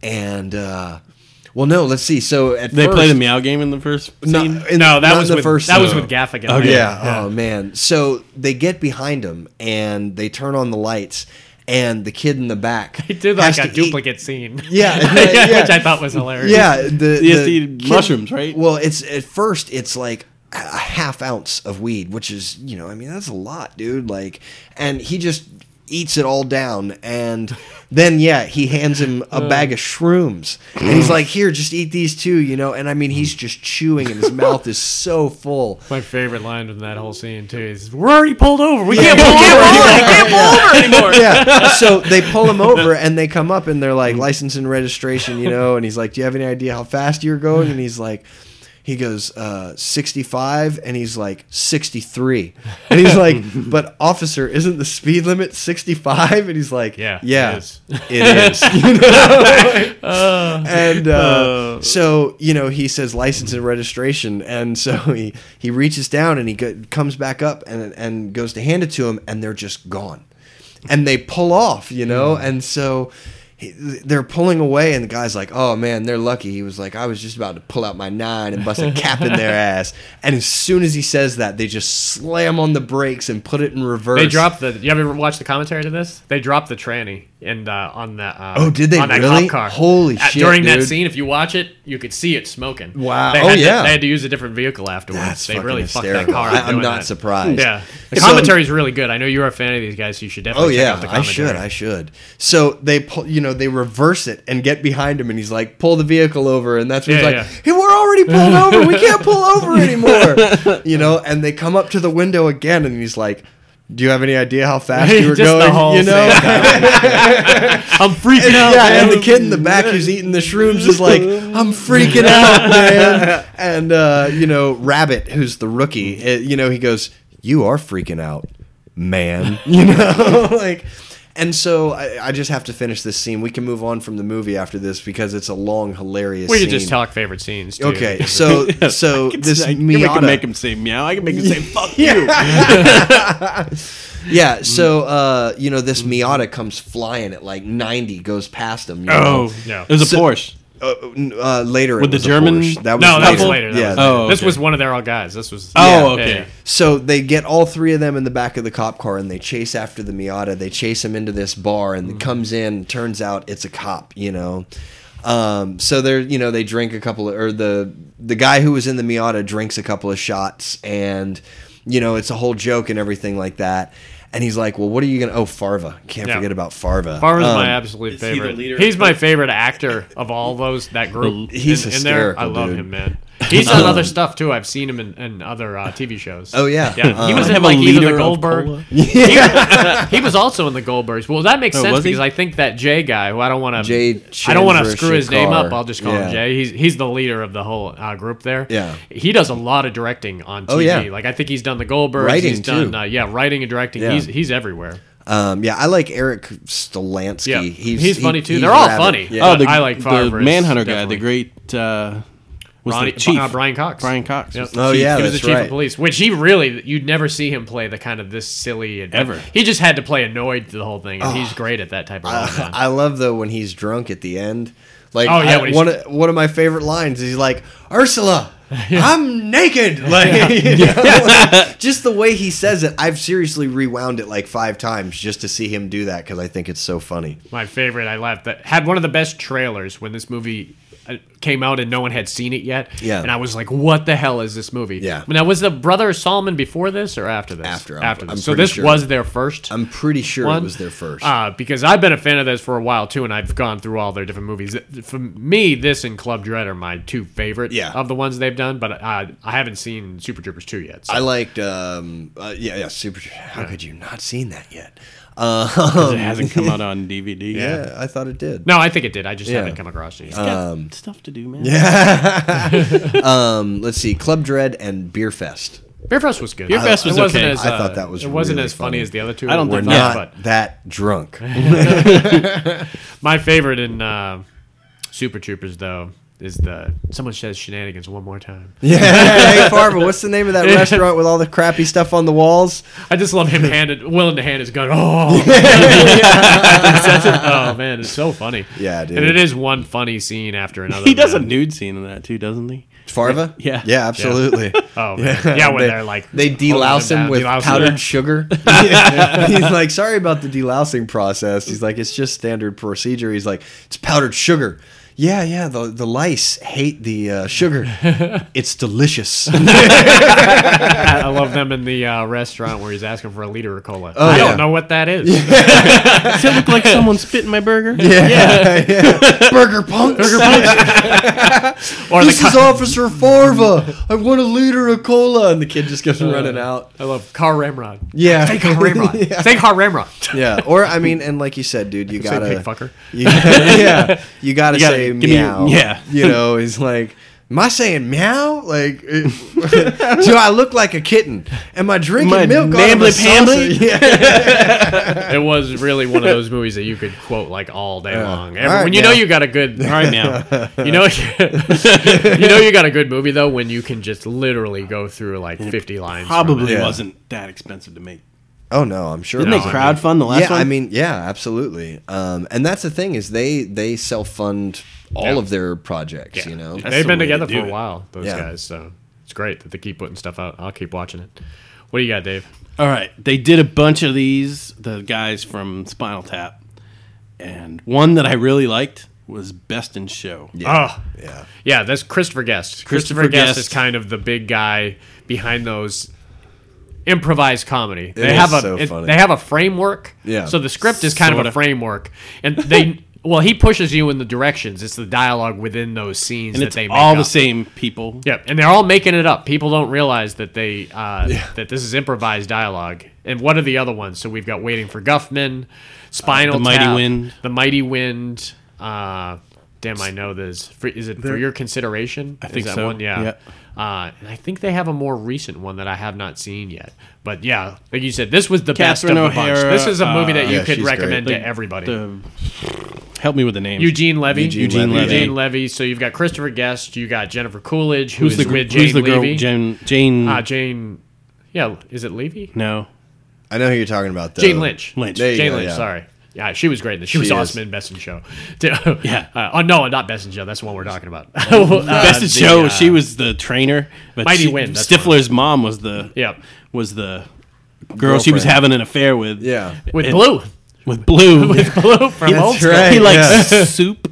G: and. uh well, no. Let's see. So at
F: They
G: first,
F: play the meow game in the first
G: no,
F: scene.
G: in-
E: No, that
G: not
E: was
G: in the
E: with,
G: first.
E: that was
G: scene.
E: with Gaffigan.
F: Okay.
G: Yeah. Oh man. So they get behind him and they turn on the lights, and the kid in the back
E: He did
G: has
E: like a
G: to
E: duplicate scene.
G: Yeah, yeah, yeah.
E: which I thought was hilarious.
G: Eat, yeah. The,
F: He has
G: the
F: to eat
G: kid-
F: mushrooms, right?
G: Well, it's at first it's like a a half ounce of weed, which is you know I mean that's a lot, dude. Like, and he just eats it all down and then yeah he hands him
E: Uh.
G: a bag of shrooms and he's like here just eat these two you know and i mean he's just chewing and his mouth is so full
E: My favorite line from that whole scene too is "We're already pulled over. We can't pull over.
G: yeah. So they pull him over and they come up and they're like, license and registration, you know. And he's like, Do you have any idea how fast you're going? And he's like, He goes, uh, 65. And he's like, 63. And he's like, But officer, isn't the speed limit 65? And he's like,
E: Yeah, it
G: Yeah.
E: is."
G: It is. You know? and uh, so, you know, he says license and registration. And so he, he reaches down and he go, comes back up and, and goes to hand it to him, and they're just gone. And they pull off, you know? And so he, they're pulling away, and the guy's like, oh man, they're lucky. He was like, I was just about to pull out my nine and bust a cap in their ass. And as soon as he says that, they just slam on the brakes and put it in reverse.
E: They dropped the. You ever watched the commentary to this? They dropped the tranny and uh, on the. Uh,
G: Oh, did they
E: on that
G: really?
E: Cop car.
G: Holy shit,
E: During that
G: dude.
E: scene, if you watch it, you could see it smoking.
G: Wow.
E: They
G: Oh,
E: had to-
G: yeah.
E: they had to use a different vehicle afterwards.
G: That's
E: they
G: fucking
E: really fucked that
G: hysterical.
E: car. up
G: I- I'm
E: doing
G: not
E: that.
G: surprised.
E: Yeah, the
G: So-
E: commentary is really good. I know you're a fan of these guys. So you should
G: Oh
E: definitely. check
G: yeah,
E: out the
G: I
E: commentary.
G: should, I should. So they pull, you know, they reverse it and get behind him, and he's like, "Pull the vehicle over," and that's when he's
E: Yeah,
G: like, "Hey, we're already pulled over. We can't pull over anymore," you know. And they come up to the window again, and he's like, Do you have any idea how fast you were
E: Just the
G: going?
E: whole
G: you know,
E: I'm freaking out.
G: yeah,
E: man.
G: and the kid in the back who's eating the shrooms is like, I'm freaking out, man. And uh, you know, Rabbit, who's the rookie, uh you know, he goes, "You are freaking out, man." You know, like, and so I, I just have to finish this scene. We can move on from the movie after this because it's a long, hilarious.
E: we
G: scene.
E: could just talk favorite scenes. Too.
G: Okay, so so this
F: I can
G: Miata,
F: make him say meow. I can make him say fuck you. Mm.
G: yeah. So uh, you know, this Miata comes flying at like 90, goes past him. You know?
F: Oh,
E: Yeah.
F: yeah. It was a Porsche.
G: uh, n- uh, later it
F: With the
G: was a
F: German-
G: Porsche. That was
E: No, that was
G: later.
E: later. That
G: yeah.
E: was
F: Oh,
E: later. This
F: okay.
E: was one of their all guys. This was.
F: Oh,
E: yeah,
F: okay.
E: yeah.
G: So they get all three of them in the back of the cop car and they chase after the Miata. They chase him into this bar and
E: Mm.
G: comes in. Turns out it's a cop, you know. Um, so they're you know they drink a couple of, or the the guy who was in the Miata drinks a couple of shots and you know it's a whole joke and everything like that. And he's like, well, what are you gonna? Oh, Farva. Can't
E: Yeah.
G: forget about Farva. Um,
E: Farmer's my absolute
F: he the
E: favorite.
F: leader?
E: he's my favorite actor of all those that group.
G: He's
E: in, in there. I
G: hysterical,
E: love
G: dude. Um,
E: him, man. He's on other stuff too. I've seen him in, in other uh, TV shows.
G: Oh, yeah.
E: yeah. he
G: Um,
E: was
F: Have
E: in
F: a
E: like either
F: liter
E: the
F: of
E: Goldberg.
F: cola?
E: He, he was also in the Goldbergs. Well, that makes
F: Oh,
E: sense
F: was he?
E: because I think that Jay guy, who I don't want
G: Jay
E: to, I don't want to
G: Chandra
E: screw his name
G: Shekhar.
E: up. I'll just call
G: Yeah.
E: him Jay. He's he's the leader of the whole uh, group there.
G: Yeah.
E: he does a lot of directing on TV.
G: Oh, yeah.
E: like I think he's done the Goldbergs.
G: Writing,
E: he's done
G: too.
E: Uh, yeah, writing and directing.
G: Yeah.
E: He's he's everywhere.
G: Um, yeah, I like Eric Stolansky.
E: Yeah,
G: He's,
E: he's,
G: he-
E: funny too.
G: he's
E: They're all
G: rabid.
E: funny. Oh,
G: Yeah.
E: but I like Favre.
F: the Manhunter guy, the great uh, was
E: Ronnie,
F: the chief
E: uh, Brian Cox.
F: Brian Cox.
E: Yep.
F: was the
G: Oh
F: chief.
G: yeah,
E: he was the
G: that's
E: chief
G: right.
E: of police, which he really you'd never see him play the kind of this silly and
F: Ever.
E: He just had to play annoyed through the whole thing, and he's great at that type of. role, man.
G: Uh, I love though when he's drunk at the end. Like
E: Oh, yeah,
G: I-
E: when he's-
G: one of, one of my favorite lines is he's like Ursula, I'm naked. Like, you know, like, just the way he says it, I've seriously rewound it like five times just to see him do that because I think it's so funny.
E: My favorite. I laughed. That had one of the best trailers when this movie uh, came out and no one had seen it yet.
G: Yeah.
E: And I was like, "What the hell is this movie?"
G: Yeah.
E: Now was the brother of Solomon before this or after this?
G: After, I'm-
E: After this.
G: I'm
E: so
G: pretty
E: this
G: sure.
E: was their first.
G: I'm pretty sure
E: one.
G: it was their first.
E: Uh, because I've been a fan of theirs for a while too, and I've gone through all their different movies. For me, this and Club Dread are my two favorite
G: Yeah.
E: of the ones they've done, but uh, I haven't seen Super Troopers 2 yet. So.
G: I liked, um, uh, yeah, yeah, super. How could you not seen that yet?
F: 'Cause it hasn't come out on DVD.
G: Yeah, I thought it did.
E: no, I think it did. I just
G: Yeah. Uh,
E: haven't come across it. yet.
F: um, stuff to do, man.
G: Um, let's see, Club Dread and Beer Fest.
E: Beer Fest was good.
F: Beer Fest was
E: It wasn't
F: okay.
E: As,
G: I thought
E: uh,
G: that was
E: It wasn't
G: really
E: as funny,
G: funny.
E: as the other two.
F: I don't think
E: were,
G: Not
E: but
G: that drunk.
E: my favorite in uh, Super Troopers though is the someone says shenanigans one more time.
G: Yeah, hey Farva, what's the name of that restaurant with all the crappy stuff on the walls?
E: I just love him handed willing to hand his gun. Oh, Such a- oh man, it's so funny.
G: Yeah, dude.
E: And it is one funny scene after another.
F: He does a
E: man.
F: nude scene in that too, doesn't he?
G: Farva?
F: Yeah.
G: Yeah, absolutely.
E: Oh man. yeah, when they, are like
G: They
E: holding
G: delouse him
E: down,
G: with
E: delouse
G: powdered
E: him.
G: sugar. Yeah. He's like, sorry about the delousing process. He's like, it's just standard procedure. He's like, it's powdered sugar. Yeah, yeah. The, the lice hate the uh, sugar. It's delicious.
E: I love them in the uh, restaurant where he's asking for a liter of cola. I
G: Oh, yeah.
E: don't know what that is.
F: Does it look like someone spit in my burger?
G: yeah, yeah. Burger punks.
E: Or the
G: This is
E: co-
G: Officer Farva. I want a liter of cola, and the kid just goes running out.
E: I love Car Ramrod.
G: Yeah,
E: Say Car Ramrod. Say Car Ramrod.
G: Yeah, or I mean, and like you said, dude, you
E: Say
G: gotta,
E: pig fucker.
G: you, yeah, you gotta,
F: You gotta
G: say
F: give me your-
G: meow.
F: yeah.
G: you know, he's like, am I saying meow? Like, it- do I look like a kitten? Am I drinking
F: My
G: milk out of a
F: nambly
G: saucer?
F: pambly?
G: Yeah,
E: It was really one of those movies that you could quote like all day long. Every,
G: right,
E: when you
G: now.
E: know you got a good,
F: All right now.
E: you know, you know you got a good movie though when you can just literally go through like fifty lines. from it.
F: Probably
G: Yeah.
F: wasn't that expensive to make.
G: Oh no, I'm sure.
F: Didn't
G: it
F: they
G: was.
F: crowdfund the last
G: yeah,
F: one?
G: I mean, yeah, absolutely. Um, and that's the thing is they they self fund all
E: Yeah.
G: of their projects. You know,
F: That's
E: They've
F: the
E: been
F: way to
E: together
F: do
E: for a
F: it.
E: while, those
G: Yeah.
E: guys. So it's great that they keep putting stuff out. I'll keep watching it. What do you got, Dave?
F: All right, they did a bunch of these. The guys from Spinal Tap, and one that I really liked was Best in Show.
E: Yeah. Oh,
G: yeah.
E: yeah. That's Christopher Guest.
F: Christopher
E: Christopher, Guest,
F: Guest.
E: is kind of the big guy behind those improvised comedy. They
G: is
E: have a
G: so
E: it-
G: funny.
E: they have a framework.
G: Yeah.
E: So the script is kind of
F: Sorta.
E: a framework, and they Well, he pushes you in the directions. It's the dialogue within those scenes
F: and
E: that
F: it's
E: they make
F: all the
E: up.
F: same people.
E: Yep, and they're all making it up. People don't realize that they uh, that this is improvised dialogue. And what are the other ones? So we've got waiting for Guffman, Spinal
F: Uh, The Mighty
E: Tap,
F: Wind.
E: the Mighty Wind. Uh, damn, I know this. For, is it for your consideration? I
F: think
E: is that
F: so,
E: One? Yeah.
F: yeah.
E: Uh, and I think they have a more recent one that I have not seen yet. But yeah, like you said, this was the
F: Catherine
E: best of the
F: O'Hara, uh,
E: bunch. This is a movie that you
G: yeah,
E: could
G: she's great.
E: recommend
F: The-
E: to everybody.
F: the- help me with the name.
E: Eugene Levy.
G: Eugene Eugene Levy. Levy.
E: Eugene Levy. So you've got Christopher Guest. You got Jennifer Coolidge, who's
F: who's the gr-
E: with Jane
F: who's the girl?
E: Levy.
F: Jane. Jane
E: Ah, Jane. Yeah, is it Levy?
F: no.
G: I know who you're talking about. Though.
E: Jane Lynch.
F: Lynch.
G: There you
E: Jane
G: go,
E: Lynch.
G: yeah.
E: Sorry. Yeah, she was great. In this. She, was
G: She
E: awesome
G: is.
E: in Best in Show.
F: Yeah.
E: Uh, oh no, not Best in Show. That's the one we're talking about. Well, uh,
F: Best
E: the,
F: in show.
E: uh,
F: she was the trainer, but
E: Mighty
F: she-
E: Wind, that's
F: Stifler's mom was the
E: Yep.
F: was the girl she was having an affair with.
G: Yeah.
E: with
F: it-
E: Blue.
F: with blue.
E: With Blue from Old School.
G: right.
F: He likes
G: Yeah.
F: soup.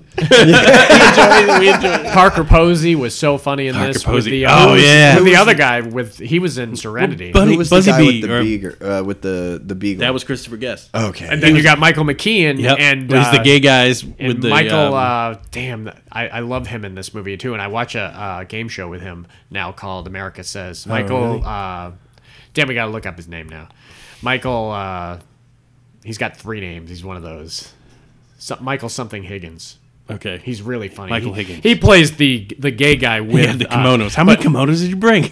E: Parker Posey was so funny in this. With
F: Posey.
E: the, uh,
F: Oh,
E: with
F: yeah.
E: the
F: Who
E: other guy with he was in Serenity.
F: But-
G: Who was
F: Buzzy
G: the guy
F: Bee,
G: with
F: or-
G: the beagle? Uh, with the the beagle.
F: That was Christopher Guest.
G: okay.
E: and then you got Michael McKean
F: Yep.
E: and
F: he's the
E: uh,
F: gay guys
E: And
F: with the
E: Michael,
F: um,
E: uh, damn, I, I love him in this movie too. And I watch a uh, game show with him now called America Says.
F: Oh,
E: Michael, uh, damn, we got to look up his name now. Michael, uh, he's got three names. He's one of those. So, Michael something Higgins.
F: okay.
E: uh, He's really funny.
F: Michael
E: He-
F: Higgins.
E: He plays the the gay guy with
F: with the
E: uh,
F: kimonos. How many kimonos did you bring?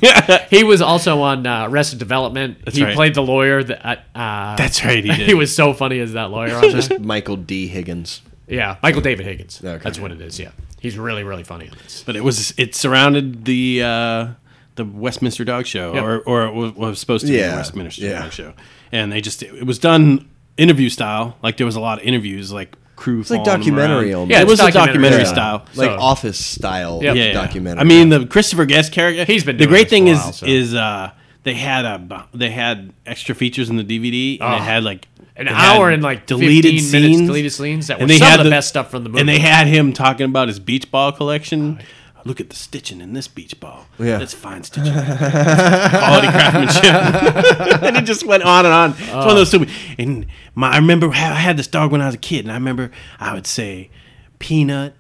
E: he was also on uh, Arrested Development. he
F: right.
E: played the lawyer. That uh,
F: That's right. He did.
E: he was so funny as that lawyer. On that.
G: just Michael D. Higgins.
E: Yeah, Michael David Higgins.
G: Okay.
E: That's what it is. Yeah, he's really really funny in this.
F: but it was it surrounded the uh, the Westminster Dog Show,
E: Yep.
F: or or it was, was supposed to be
G: Yeah,
F: the Westminster
G: yeah.
F: Dog Show, and they just it was done interview style. Like there was a lot of interviews, like crew.
G: It's like
F: following them
G: documentary
F: around.
G: almost.
E: Yeah,
F: it
E: it's
F: was a
E: documentary
F: documentary
E: Yeah.
F: style.
G: Like
E: So-
G: office style
E: Yeah. Yeah, yeah.
G: documentary.
F: I mean, the Christopher Guest character.
E: He's been
F: the
E: doing this
F: great thing
E: for a
F: is
E: while, so.
F: is uh, they had a bu- they had extra features in the DVD, and
E: Oh.
F: it had like
E: an
F: it had
E: hour and like deleted 15 minutes deleted scenes that were some of the, best stuff from the movie.
F: And they had him talking about his beach ball collection. Oh, Look at the stitching in this beach ball.
G: Yeah.
F: That's fine stitching. Quality craftsmanship. and it just went on and on. It's one of those stupid. And my, I remember how I had this dog when I was a kid, and I remember I would say peanut,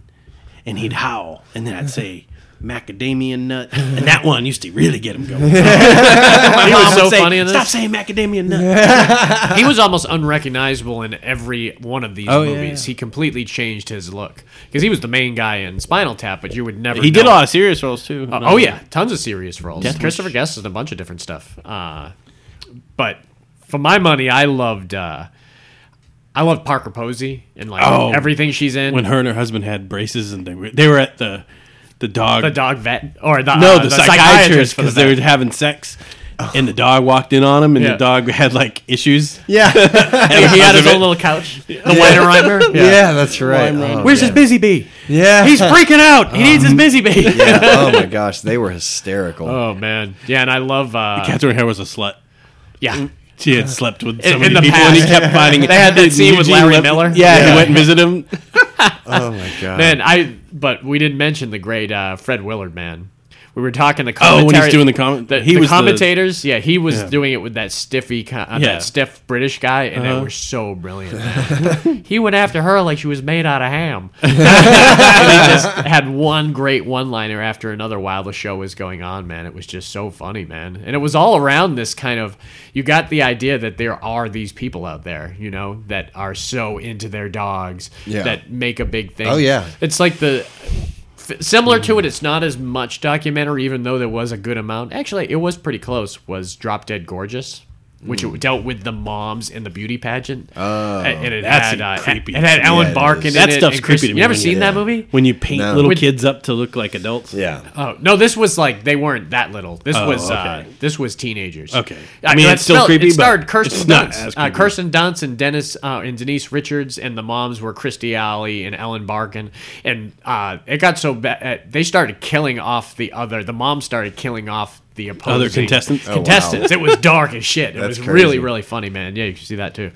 F: and he'd howl, and then I'd say macadamia nut, and that one used to really get him going.
E: he was so
F: I'd say,
E: funny in
F: Stop
E: this.
F: saying macadamia nut.
E: He was almost unrecognizable in every one of these
F: Oh, yeah,
E: movies. He completely changed his look because he was the main guy in Spinal Tap, but you would never.
F: He did a
E: know.
F: lot of serious roles too.
E: Uh, oh yeah, tons of serious roles.
F: Deathwish.
E: Christopher Guest is in a bunch of different stuff. Uh, but for my money, I loved. Uh, I loved Parker Posey and like
F: Oh.
E: everything she's in.
F: when her and her husband had braces and they were they were at the the dog
E: the dog vet or the
F: no
E: uh,
F: the,
E: psychiatrist
F: psychiatrist
E: for the
F: because they
E: vet.
F: were having sex and the dog walked in on him and
E: Yeah.
F: the dog had like issues
G: yeah,
F: and
E: he had his
F: because of
E: own
F: it.
E: little couch. The Weidenreimer. Yeah.
G: that's right. Oh,
E: Where's his busy bee?
G: yeah.
E: He's freaking out. He needs his
F: Um,
E: busy bee.
G: yeah. Oh my gosh, they were hysterical.
E: Oh man, yeah, and I love uh,
F: Catherine Hare was a slut
E: yeah.
F: she had slept with so
E: In-
F: many
E: in the
F: people and he
E: past.
F: kept finding it
E: They had that scene with
F: Eugene
E: Larry
F: left-
E: Miller.
F: yeah,
E: Yeah.
F: he went and visited him
G: Oh my god.
E: Man, I but we didn't mention the great uh, Fred Willard man. We were talking the
F: oh
E: commentary.
F: when he's doing the comment
E: the,
F: he
E: the
F: was
E: commentators. yeah, he was doing it with that stiffy, co- uh,
F: Yeah. Uh-huh.
E: that stiff British guy, and they were so brilliant. man. he went after her like she was made out of ham. and he just had one great one-liner after another while the show was going on. Man, it was just so funny, man. And it was all around this kind of. You got the idea that there are these people out there, you know, that are so into their dogs
G: Yeah.
E: that make a big thing.
G: Oh, yeah.
E: it's like the f- similar to it it's not as much documentary even though there was a good amount actually it was pretty close was drop dead gorgeous which
G: Hmm.
E: it dealt with the moms in the beauty pageant oh, and it
F: that's
E: had uh,
F: creepy.
E: it had ellen
G: it
E: barkin
G: is.
E: in
F: That
E: it
F: stuff's
E: and
F: creepy
E: Chris-
F: to me
E: you ever
F: when you-
E: seen that
G: yeah.
E: movie
F: when you paint
G: No.
F: little
E: With-
F: kids up to look like adults
G: yeah.
E: Oh no! This was like they weren't that little. This
F: Oh,
E: was uh,
F: okay.
E: this was teenagers.
F: Okay.
E: I
F: I
E: mean,
F: mean,
E: it
F: it's still
E: spelled-
F: creepy,
E: It
F: but
E: started Kirsten
F: it's not
E: Dunst,
F: as
E: uh,
F: creepy.
E: Kirsten Dunst, and Dennis uh, and Denise Richards, and the moms were Christy Alley and Ellen Barkin. And uh, it got so bad uh, they started killing off the other. The mom started killing off Oh, the opposing
F: other contestants
E: contestants. It was dark as shit. It was
G: Oh, That's
E: really
G: crazy.
E: really funny, man. Yeah, you can see that too.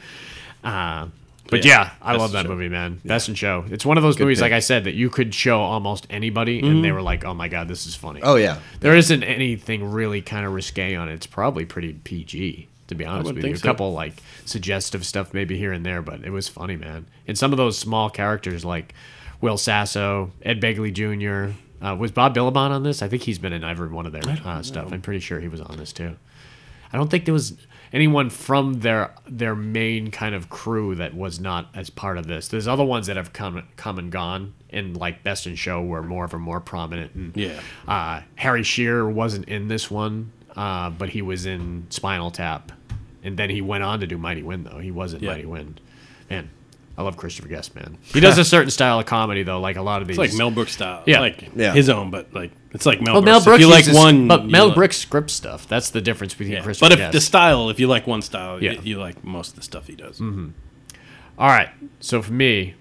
E: Uh, but yeah, I love that movie, man. Best in Show. It's one of those movies, like I said, that you could show almost anybody, and they were like, "Oh my god, this is funny."
G: Mm-hmm. Oh yeah.
E: There isn't anything really kind of risque on it. It's probably pretty PG to be honest
F: wouldn't
E: with you.
F: think
E: A
F: so.
E: couple like suggestive stuff maybe here and there, but it was funny, man. And some of those small characters like Will Sasso, Ed Begley Jr. Uh, was Bob Billabong on this? I think he's been in every one of their uh, stuff. I'm pretty sure he was on this too. I don't think there was anyone from their their main kind of crew that was not as part of this. There's other ones that have come come and gone, and like Best in Show were more of a more prominent. And,
F: Yeah.
E: uh, Harry Shearer wasn't in this one, uh, but he was in Spinal Tap, and then he went on to do Mighty Wind though. He was in
F: Yeah.
E: Mighty Wind, man. I love Christopher Guest, man. He does a certain style of comedy though, like a lot of these.
F: It's like Mel Brooks style.
E: Yeah.
F: Like
G: Yeah.
F: his own, but like it's like Mel
E: Well,
F: Brooks.
E: Mel Brooks
F: if you like
E: uses-
F: one
E: but
F: you
E: Mel
F: like-
E: Brooks script stuff. That's the difference between
F: Yeah.
E: Christopher
F: But if
E: Guest.
F: the style, if you like one style,
E: Yeah.
F: you, you like most of the stuff he does.
E: Mm-hmm. All right. So for me,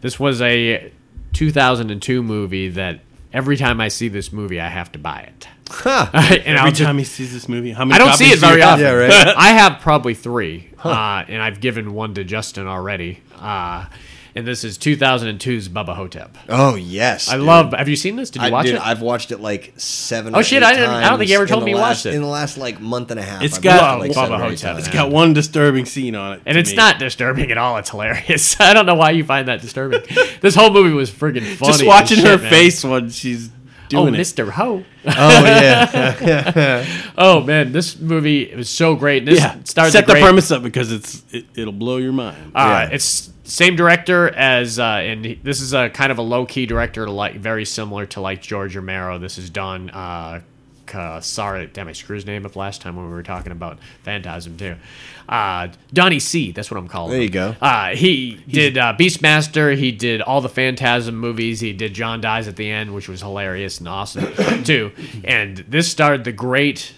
E: this was a 2002 movie that every time I see this movie, I have to buy it. and I'll
F: Every
E: just-
F: time he sees this movie, how many
E: I don't see
F: copies
E: it
F: do you
E: very
F: have?
E: often.
G: Yeah, right.
E: I have probably three, uh, and I've given one to Justin already. Uh, and this is 2002's Bubba Hotep.
G: Oh yes,
E: I
G: dude.
E: love. Have you seen this? Did you
G: I,
E: watch
G: dude,
E: it?
G: I've watched it like seven.
E: Oh,
G: or
E: shit,
G: eight
E: I didn't- I don't
G: times
E: think you ever
G: in
E: told
G: the
E: me you
G: last-
E: watched it.
G: in the last like month and a half.
F: It's
G: I've
F: got-
G: watched it,
E: Love
G: seven
E: Bubba
G: or eight
E: Hotep.
G: times.
F: It's got one disturbing scene on it.
E: and
F: to
E: it's
F: me.
E: not disturbing at all. It's hilarious. I don't know why you find that disturbing. this whole movie was friggin' funny.
F: Just
E: as
F: watching
E: shit,
F: her
E: man.
F: face when she's
E: Oh,
F: doing it.
E: Mr. Ho.
G: Oh yeah,
E: Oh man, this movie it was so great. This
F: Yeah,
E: started
F: set
E: the,
F: the,
E: great,
F: premise up because it's it, it'll blow your mind.
E: Uh,
G: Yeah.
E: It's same director as, uh, and he- this is a kind of a low key director, like very similar to like George Romero. This is Don. Uh, Sorry, damn, I screwed his name up last time when we were talking about Phantasm too. Uh, Donnie C, that's what I'm calling.
G: There you
E: him.
G: go.
E: Uh, he did uh, Beastmaster. He did all the Phantasm movies. He did John Dies at the End, which was hilarious and awesome too. And this started the great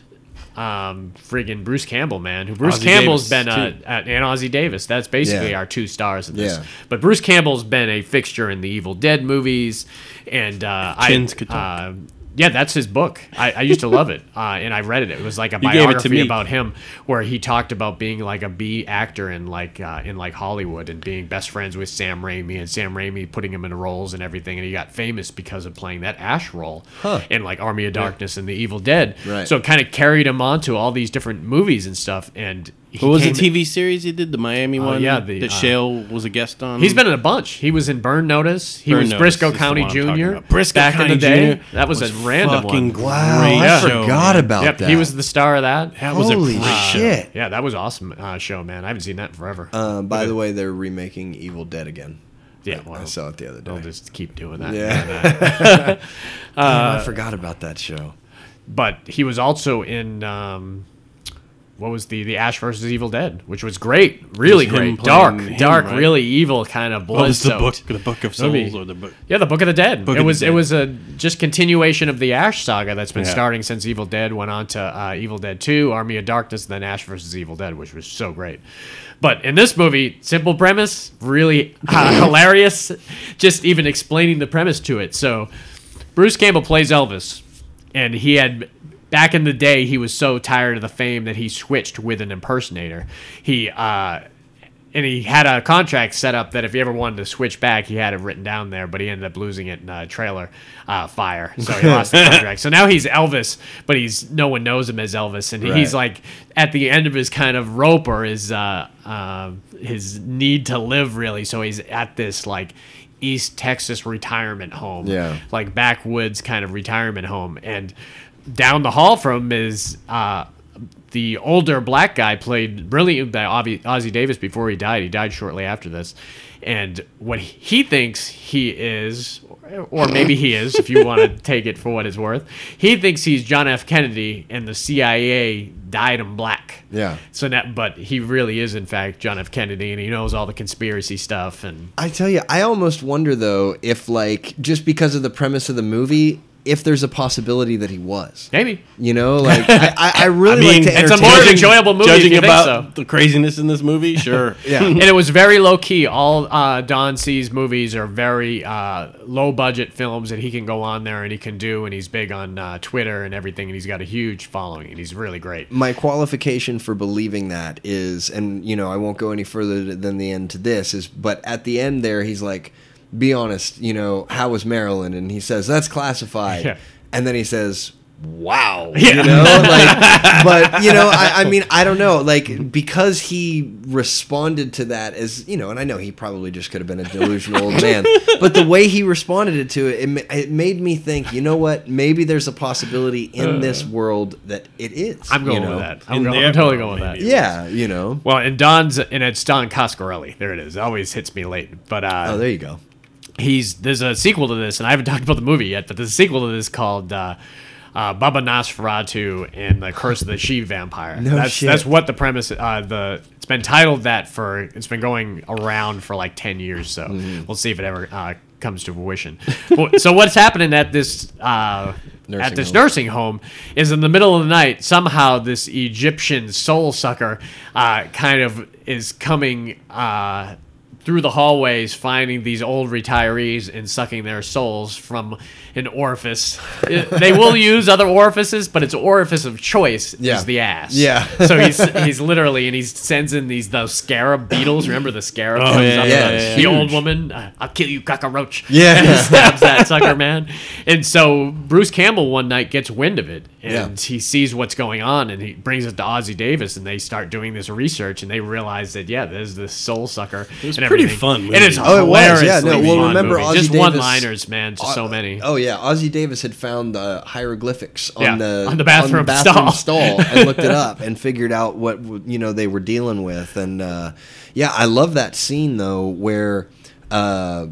E: um, friggin' Bruce Campbell, man. Who Bruce
F: Ozzie
E: Campbell's
F: Davis,
E: been uh, a, a- and Ozzy Davis. That's basically
G: Yeah.
E: our two stars of this.
G: Yeah.
E: But Bruce Campbell's been a fixture in the Evil Dead movies, and uh,
F: Chins
E: I.
F: could
E: Uh,
F: talk.
E: yeah, that's his book. I, I used to love it, uh, and I read it. It was like a
F: You gave it to
E: biography
F: me.
E: about about him where he talked about being like a B actor in like uh, in like Hollywood and being best friends with Sam Raimi and Sam Raimi putting him in roles and everything and he got famous because of playing that Ash role in like Army of Darkness and The Evil Dead.
G: Right.
E: So it kind of carried him on to all these different movies and stuff and he
F: What was the
E: came-
F: TV series he did? The Miami one?
E: yeah, the,
F: that
E: uh,
F: Shale was a guest on.
E: He's been in a bunch. He was in Burn Notice. He
F: Burn
E: was
F: Notice
E: Briscoe
F: is the
E: County
F: one I'm talking
E: Jr.
F: about. Briscoe
E: back
F: County
E: in the day.
F: Jr.
E: That was, a random
F: fucking
E: one.
F: great.
G: wow, I
F: show,
G: forgot
F: man.
G: about
E: Yep,
G: that.
E: he was the star of that.
F: That was a
G: holy
F: great show.
G: shit.
E: Yeah, that was awesome uh, show, man. I haven't seen that in forever.
G: Uh, by the way, they're remaking Evil Dead again.
E: yeah,
G: I
E: well,
G: saw it the other
E: I'll
G: day.
E: just keep doing that.
G: Yeah, Damn, I forgot about that show.
E: But he was also in um, what was the the Ash versus Evil Dead, which was great, really
F: It was him
E: great, dark,
F: playing him,
E: dark,
F: right?
E: really evil kind of blood.
F: What was the book?
E: soaked.
F: The Book of
E: Movie.
F: Souls or the book?
E: Yeah, the Book of the Dead.
F: Book
E: it
F: of the
E: was it
F: Dead.
E: was a just continuation of the Ash saga that's been
F: Yeah.
E: starting since Evil Dead went on to uh, Evil Dead Two, Army of Darkness, and then Ash versus Evil Dead, which was so great. But in this movie, simple premise, really uh, hilarious. Just even explaining the premise to it. So Bruce Campbell plays Elvis, and he had back in the day he was so tired of the fame that he switched with an impersonator. He uh, and he had a contract set up that if he ever wanted to switch back, he had it written down there, but he ended up losing it in a trailer uh, fire. So he lost the contract. So now he's Elvis, but he's no one knows him as Elvis, and he's like at the end of his kind of rope or his uh, uh, his need to live really. So he's at this like East Texas retirement home,
G: Yeah.
E: like backwoods kind of retirement home, and down the hall from him is. Uh, the older black guy played brilliant by Obvi- Ozzy Davis before he died. He died shortly after this. And what he thinks he is, or maybe he is, if you want to take it for what it's worth, he thinks he's John F. Kennedy and the CIA dyed him black.
G: Yeah.
E: So that, but he really is, in fact, John F. Kennedy, and he knows all the conspiracy stuff. And
G: I tell you, I almost wonder though if, like, just because of the premise of the movie, if there's a possibility that he was.
E: maybe
G: You know, like I, I, I really like to
E: it's a
G: entertain.
E: more enjoyable movie if
F: Judging
E: you think
F: about
E: so.
F: the craziness in this movie, sure.
G: yeah,
E: and it was very low key. All uh, Don C's movies are very uh, low budget films that he can go on there and he can do, and he's big on uh, Twitter and everything, and he's got a huge following, and he's really great.
G: my qualification for believing that is, and you know, I won't go any further than the end to this is, but at the end there, he's like, "Be honest, you know, how was Maryland?" And he says, "That's classified,"
E: Yeah.
G: and then he says, wow you know like but you know I, I mean i don't know like because he responded to that as you know and i know he probably just could have been a delusional old man but the way he responded it to it it, ma- it made me think you know what maybe there's a possibility in this world that it is
E: I'm going
G: you know?
E: with that. I'm,
F: In
E: going,
F: their
E: I'm totally
F: world,
E: going with that.
F: maybe.
G: yeah you know
E: Well, and Don's and it's Don Coscarelli. There it is. It always hits me late, but uh,
G: oh there you go
E: he's there's a sequel to this, and I haven't talked about the movie yet, but there's a sequel to this called uh, uh, Baba Nosferatu and the Curse of the She Vampire.
G: No
E: that's
G: shit.
E: that's what the premise. Uh, the it's been titled that for it's been going around for like ten years, so
G: Mm-hmm.
E: we'll see if it ever uh, comes to fruition. Well, so what's happening at this uh,
G: Nursing
E: at this
G: home.
E: nursing home is in the middle of the night somehow this Egyptian soul sucker uh, kind of is coming. Uh, through the hallways, finding these old retirees and sucking their souls from an orifice. It- they will use other orifices, but its orifice of choice
G: Yeah.
E: is the ass.
G: Yeah.
E: so he's he's literally and he sends in these those scarab beetles. Remember the scarab?
F: Oh,
E: comes
F: yeah,
E: up,
G: yeah,
E: uh,
G: yeah,
E: The
G: yeah.
E: old woman, uh, I'll kill you, cockroach.
G: Yeah.
E: And stabs that sucker man. And so Bruce Campbell one night gets wind of it and
G: Yeah.
E: he sees what's going on and he brings it to Ozzy Davis and they start doing this research and they realize that yeah, there's this soul sucker. It
F: was pretty fun
E: It
F: movie.
E: is
F: Oh,
G: it was, yeah, no,
E: hilarious.
G: well, remember Ozzy
E: just
G: Davis-
E: one liners, man, just so many.
G: Oh yeah, Ozzie Davis had found the hieroglyphics on
E: Yeah,
G: the
E: on the bathroom
G: bathroom
E: stall.
G: and looked it up and figured out what w- you know they were dealing with. And uh, yeah, I love that scene though where uh,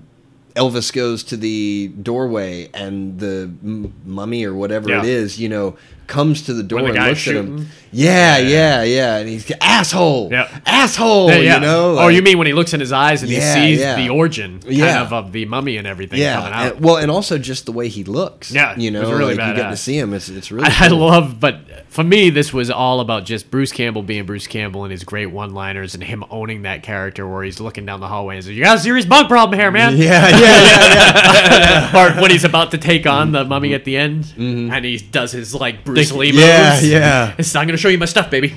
G: Elvis goes to the doorway and the m- mummy or whatever
E: Yeah.
G: it is, you know, comes to the door
E: the
G: and
E: guy's
G: looks at
E: shooting.
G: him. Yeah, yeah, yeah, and he's asshole,
E: Yeah.
G: asshole,
E: Yeah, yeah.
G: you know.
E: oh,
G: like-
E: you mean when he looks in his eyes and
G: Yeah,
E: he sees
G: yeah.
E: the origin kind
G: Yeah.
E: of of the mummy and everything coming
G: yeah,
E: out.
G: and- well, and also just the way he looks.
E: Yeah,
G: you
E: it
G: know,
E: was really
G: like you get
E: badass.
G: to see him. It's it's really.
E: I, I
G: cool.
E: love, but for me, this was all about just Bruce Campbell being Bruce Campbell and his great one-liners and him owning that character where he's looking down the hallway and says, "You got a serious bug problem here, man."
G: Yeah, yeah, yeah.
E: or when he's about to take on the
G: Mm-hmm.
E: mummy at the end, and he does his like Bruce Lee moves.
G: Yeah, yeah.
E: It's I'm gonna show you my stuff, baby.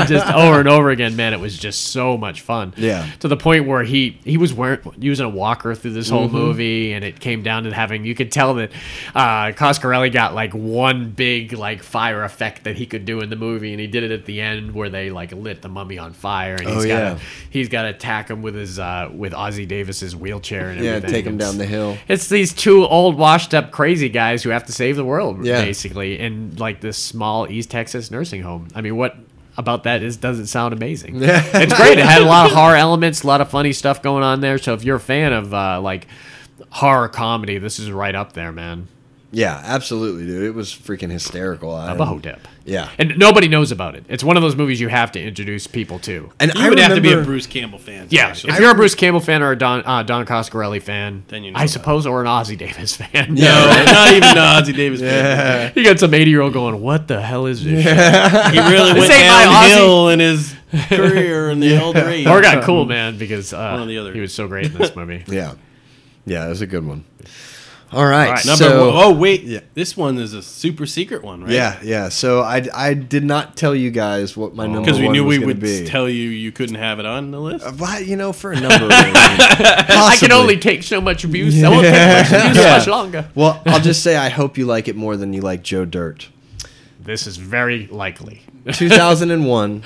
E: and just over and over again, man, it was just so much fun.
G: Yeah.
E: To the point where he he was wearing using a walker through this whole
G: Mm-hmm.
E: movie, and it came down to having you could tell that uh, Coscarelli got like one big like fire effect that he could do in the movie, and he did it at the end where they like lit the mummy on fire, and he's
G: Oh, yeah.
E: got to he's got to attack him with his uh, with Ozzy Davis's wheelchair and
G: Yeah,
E: everything.
G: take him
E: It's-
G: down the hill.
E: it's these two old, washed up, crazy guys who have to save the world,
G: Yeah.
E: basically, in like this small East Texas nursing home. I mean, what about that is doesn't sound amazing. it's great. It had a lot of horror elements, a lot of funny stuff going on there. So if you're a fan of uh, like horror comedy, this is right up there, man.
G: Yeah, absolutely, dude. It was freaking hysterical. I,
E: Bahotep.
G: Yeah.
E: And nobody knows about it. It's one of those movies you have to introduce people to.
G: And
F: You
G: I
F: would have
G: remember,
F: to be a Bruce Campbell fan. to
E: Yeah,
F: actually-
E: if you're a Bruce Campbell fan or a Don uh, Don Coscarelli fan,
F: Then you know
E: I
F: about
E: suppose, or an Ozzy Davis fan.
F: no, not even the Ozzy Davis fan.
E: You got some 80 year old going, What the hell is this? shit?"
F: He really went
E: ain't my Ozzy.
F: downhill in his career in the old age.
E: Or got cool, man, because uh,
F: One or the other.
E: he was so great in this movie.
G: Yeah, yeah, it was a good one. All right,
F: Number
G: so
F: one. Oh wait, this one is a super secret one, right?
G: yeah, yeah. So I I did not tell you guys what my number
F: because we
G: one
F: knew
G: was
F: we
G: gonna
F: would
G: be.
F: tell you you couldn't have it on the list.
G: But you know, for a number of reasons, I
E: I can only take so much abuse. I won't take much abuse much longer.
G: Well, I'll just say I hope you like it more than you like Joe Dirt.
E: This is very likely.
G: 2001,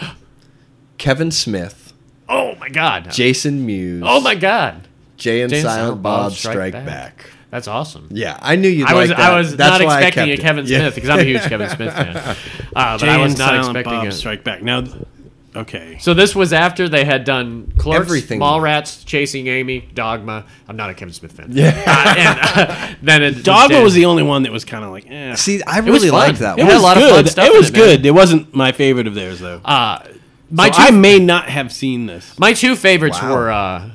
G: Kevin Smith,
E: Oh my God.
G: Jason Mewes,
E: oh my God.
G: Jay and
E: Jay and
G: Silent, Bob, Strike Back.
E: That's awesome.
G: Yeah, I knew you'd
E: I was
G: like that.
E: I was
G: That's
E: not
G: why I
E: expecting a
G: kept it.
E: Kevin
G: Yeah.
E: Smith because I'm a huge Kevin Smith fan, uh, but
F: Jay
E: I was
F: and
E: not
F: Silent Bob
E: expecting it.
F: Strike back now. th- Okay,
E: So this was after they had done Clerks,
G: Everything.
E: Mallrats, Chasing Amy, Dogma. I'm not a Kevin Smith fan. Yeah. and, uh, then it
F: Dogma was the only one that was kind of like, eh.
G: See, I
E: was
G: really
E: fun.
G: liked that
F: it
G: one.
F: was
E: a lot of
F: good.
E: fun stuff
F: it
E: in
F: was
E: it, man.
F: good. It wasn't my favorite of theirs though.
E: uh, my
F: Uh, So
E: two
F: I may not have seen this.
E: My two favorites
G: Wow.
E: were uh,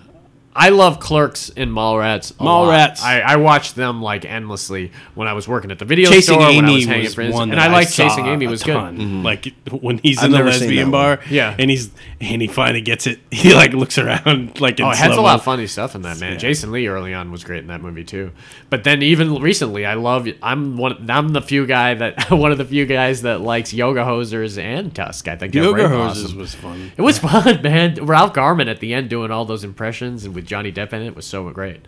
E: I love Clerks and Mallrats. a lot.
F: Mallrats.
E: I, I watched them like endlessly when I was working at the video
F: Chasing
E: store. when I
F: Amy
E: was hanging
F: was
E: friends,
F: one
E: and
F: that
E: I liked
F: saw
E: Chasing Amy
F: a
E: was
F: ton.
E: good.
F: Like when he's
G: Mm-hmm. I've
F: in the
G: never seen
F: lesbian
G: that
F: bar,
E: Yeah.
F: and he's and he finally gets it. He like looks around like in
E: Oh, it has a
F: slow-mo.
E: lot of funny stuff in that man.
F: Yeah.
E: Jason Lee early on was great in that movie too. But then even recently, I love. I'm one. I'm the few guy that one of the few guys that likes yoga hosers and Tusk. I think they're
F: Yoga
E: both
F: hoses
E: awesome.
F: was fun.
E: It was fun, man. Ralph Garman at the end doing all those impressions and with Johnny Depp in it was so great.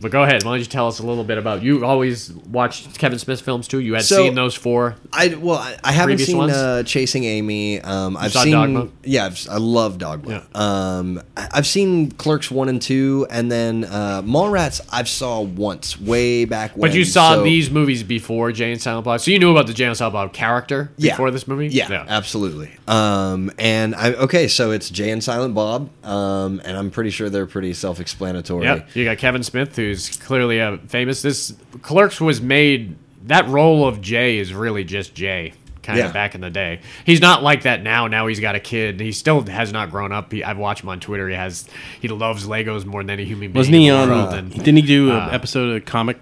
E: But go ahead. Why don't you tell us a little bit about you? Always watched Kevin Smith films too. You had
G: So-
E: seen those four.
G: I well, I, I haven't
E: Previous
G: seen
E: ones?
G: uh, Chasing Amy. Um, I've
E: saw
G: seen
E: Dogma?
G: yeah, I've, si love Dogma. Um, I- I've seen Clerks one and two, and then uh, Mallrats. I've saw once way back when.
E: But you saw
G: so-
E: these movies before Jay and Silent Bob, so you knew about the Jay and Silent Bob character
G: Yeah.
E: before this movie.
G: Yeah, absolutely. Um, and I okay, so it's Jay and Silent Bob, um, and I'm pretty sure they're pretty self-explanatory.
E: Yep. You got Kevin Smith, who's clearly a famous. This Clerks was made. That role of Jay is really just Jay, kind of
G: Yeah.
E: back in the day. He's not like that now. Now he's got a kid. He still has not grown up. He, I've watched him on Twitter. He has. He loves Legos more than any human being.
F: Wasn't he
E: in the
F: on?
E: world,
F: uh,
E: and-
F: didn't he do
G: Ah.
F: an episode of Comic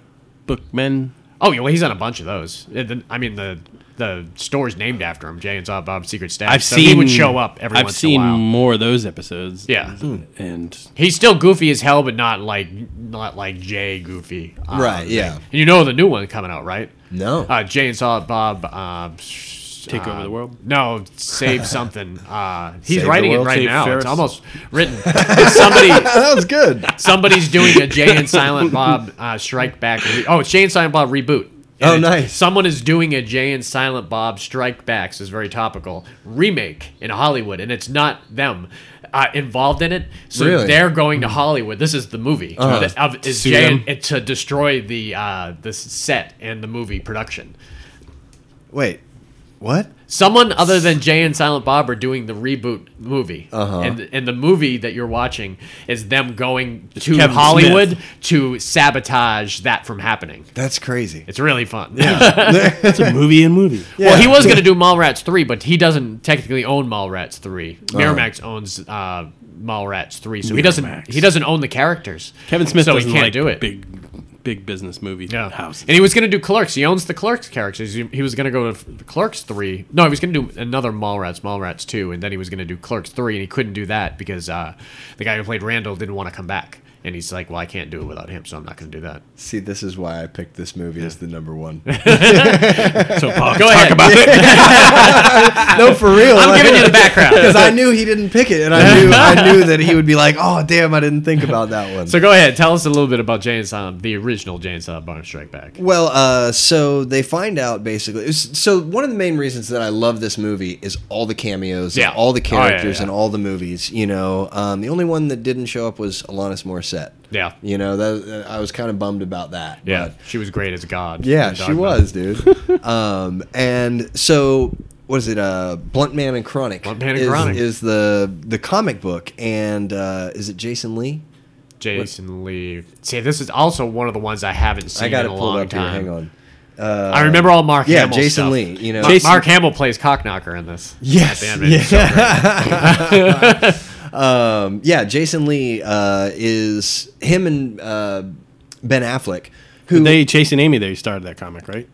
F: Book Men?
E: oh yeah, well he's on a bunch of those. It- the- I mean the the store's named after him. Jay and Silent Bob's Secret Stash.
F: I've
E: so
F: seen
E: he would show up every
F: I've
E: once
F: seen Hmm.
E: in a while.
F: more of those episodes.
E: Yeah.
G: Hmm.
F: and
E: He's still goofy as hell, but not like not like Jay goofy. Um,
G: Right, yeah.
E: And you know the new one coming out, right?
G: No.
E: Uh, Jay and Silent Bob. Uh, sh-
F: Take
E: uh,
F: Over the World?
E: No, save something. Uh, he's
G: Save the
E: writing
G: World,
E: it right
G: Save
E: now.
G: Ferris.
E: It's almost written. It's somebody,
G: that was good.
E: somebody's doing a Jay and Silent Bob uh, Strike Back. Re- oh, it's Jay and Silent Bob reboot. And
G: Oh,
E: it's-
G: nice.
E: Someone is doing a Jay and Silent Bob Strike Back. So it's very topical remake in Hollywood, and it's not them uh, involved in it. So
G: Really? Hmm. Uh-huh.
E: they're going to Hollywood. This is the movie that- of, is
F: Sue
E: Jay
F: them?
E: and, to destroy the uh, the set and the movie production.
G: Wait, what?
E: Someone other than Jay and Silent Bob are doing the reboot movie,
F: Uh-huh.
E: and and the movie that you're watching is them going to
F: Kevin
E: Hollywood to sabotage that from happening.
G: That's crazy.
E: It's really fun.
F: it's a movie and movie.
E: Well, he was going to do Mallrats three, but he doesn't technically own Mallrats three. Miramax owns uh, Mallrats three, so he doesn't
F: Uh-huh. Miramax.
E: he doesn't own the characters.
F: Kevin Smith
E: so he
F: doesn't
E: can't
F: like
E: do it.
F: Big, big business movie
E: Yeah.
F: house.
E: And he was going to do Clerks. He owns the Clerks characters. He, he was going to go to f- Clerks 3. No, he was going to do another Mallrats, Mallrats 2, and then he was going to do Clerks 3, and he couldn't do that because uh, the guy who played Randall didn't want to come back. And he's like, well, I can't do it without him, so I'm not going to do that.
G: See, this is why I picked this movie as the number one.
F: so Paul,
E: Go ahead.
G: no, for real.
E: I'm giving you the background.
G: because I knew he didn't pick it, and I knew I knew that he would be like, "Oh, damn, I didn't think about that one."
E: So go ahead. Tell us a little bit about Jay and Silent, the original Jay and Silent Barn Strike Back.
G: Well, uh, so they find out basically. it was- So one of the main reasons that I love this movie is all the cameos, and
E: Yeah.
G: all the
E: Oh, yeah,
G: characters,
E: yeah.
G: and all the movies. You know, um, the only one that didn't show up was Alanis Morissette.
E: Yeah.
G: you know, that, I was kind of bummed about that.
E: Yeah.
G: but-
E: She was great as God.
G: yeah,
E: in
G: she
E: Dogma.
G: was, dude. um, and so what is it? Uh, Blunt Man and Chronic.
E: Blunt Man and
G: is,
E: Chronic.
G: is the the comic book, and uh, is it Jason Lee?
E: Jason Lee. See, this is also one of the ones I haven't seen
G: I got
E: in
G: it
E: a
G: pulled
E: long
G: up
E: time.
G: here. Hang on.
E: I remember all Mark.
G: Um, yeah,
E: Hamill
G: Jason
E: stuff.
G: Lee, you know.
E: Ma-
G: Jason-
E: Mark Hamill plays Cockknocker in this.
G: Yes.
E: At the end, it's so great.
G: Um, yeah, Jason Lee uh, is him and uh, Ben Affleck. Who
F: they chasing Amy. They started that comic, right?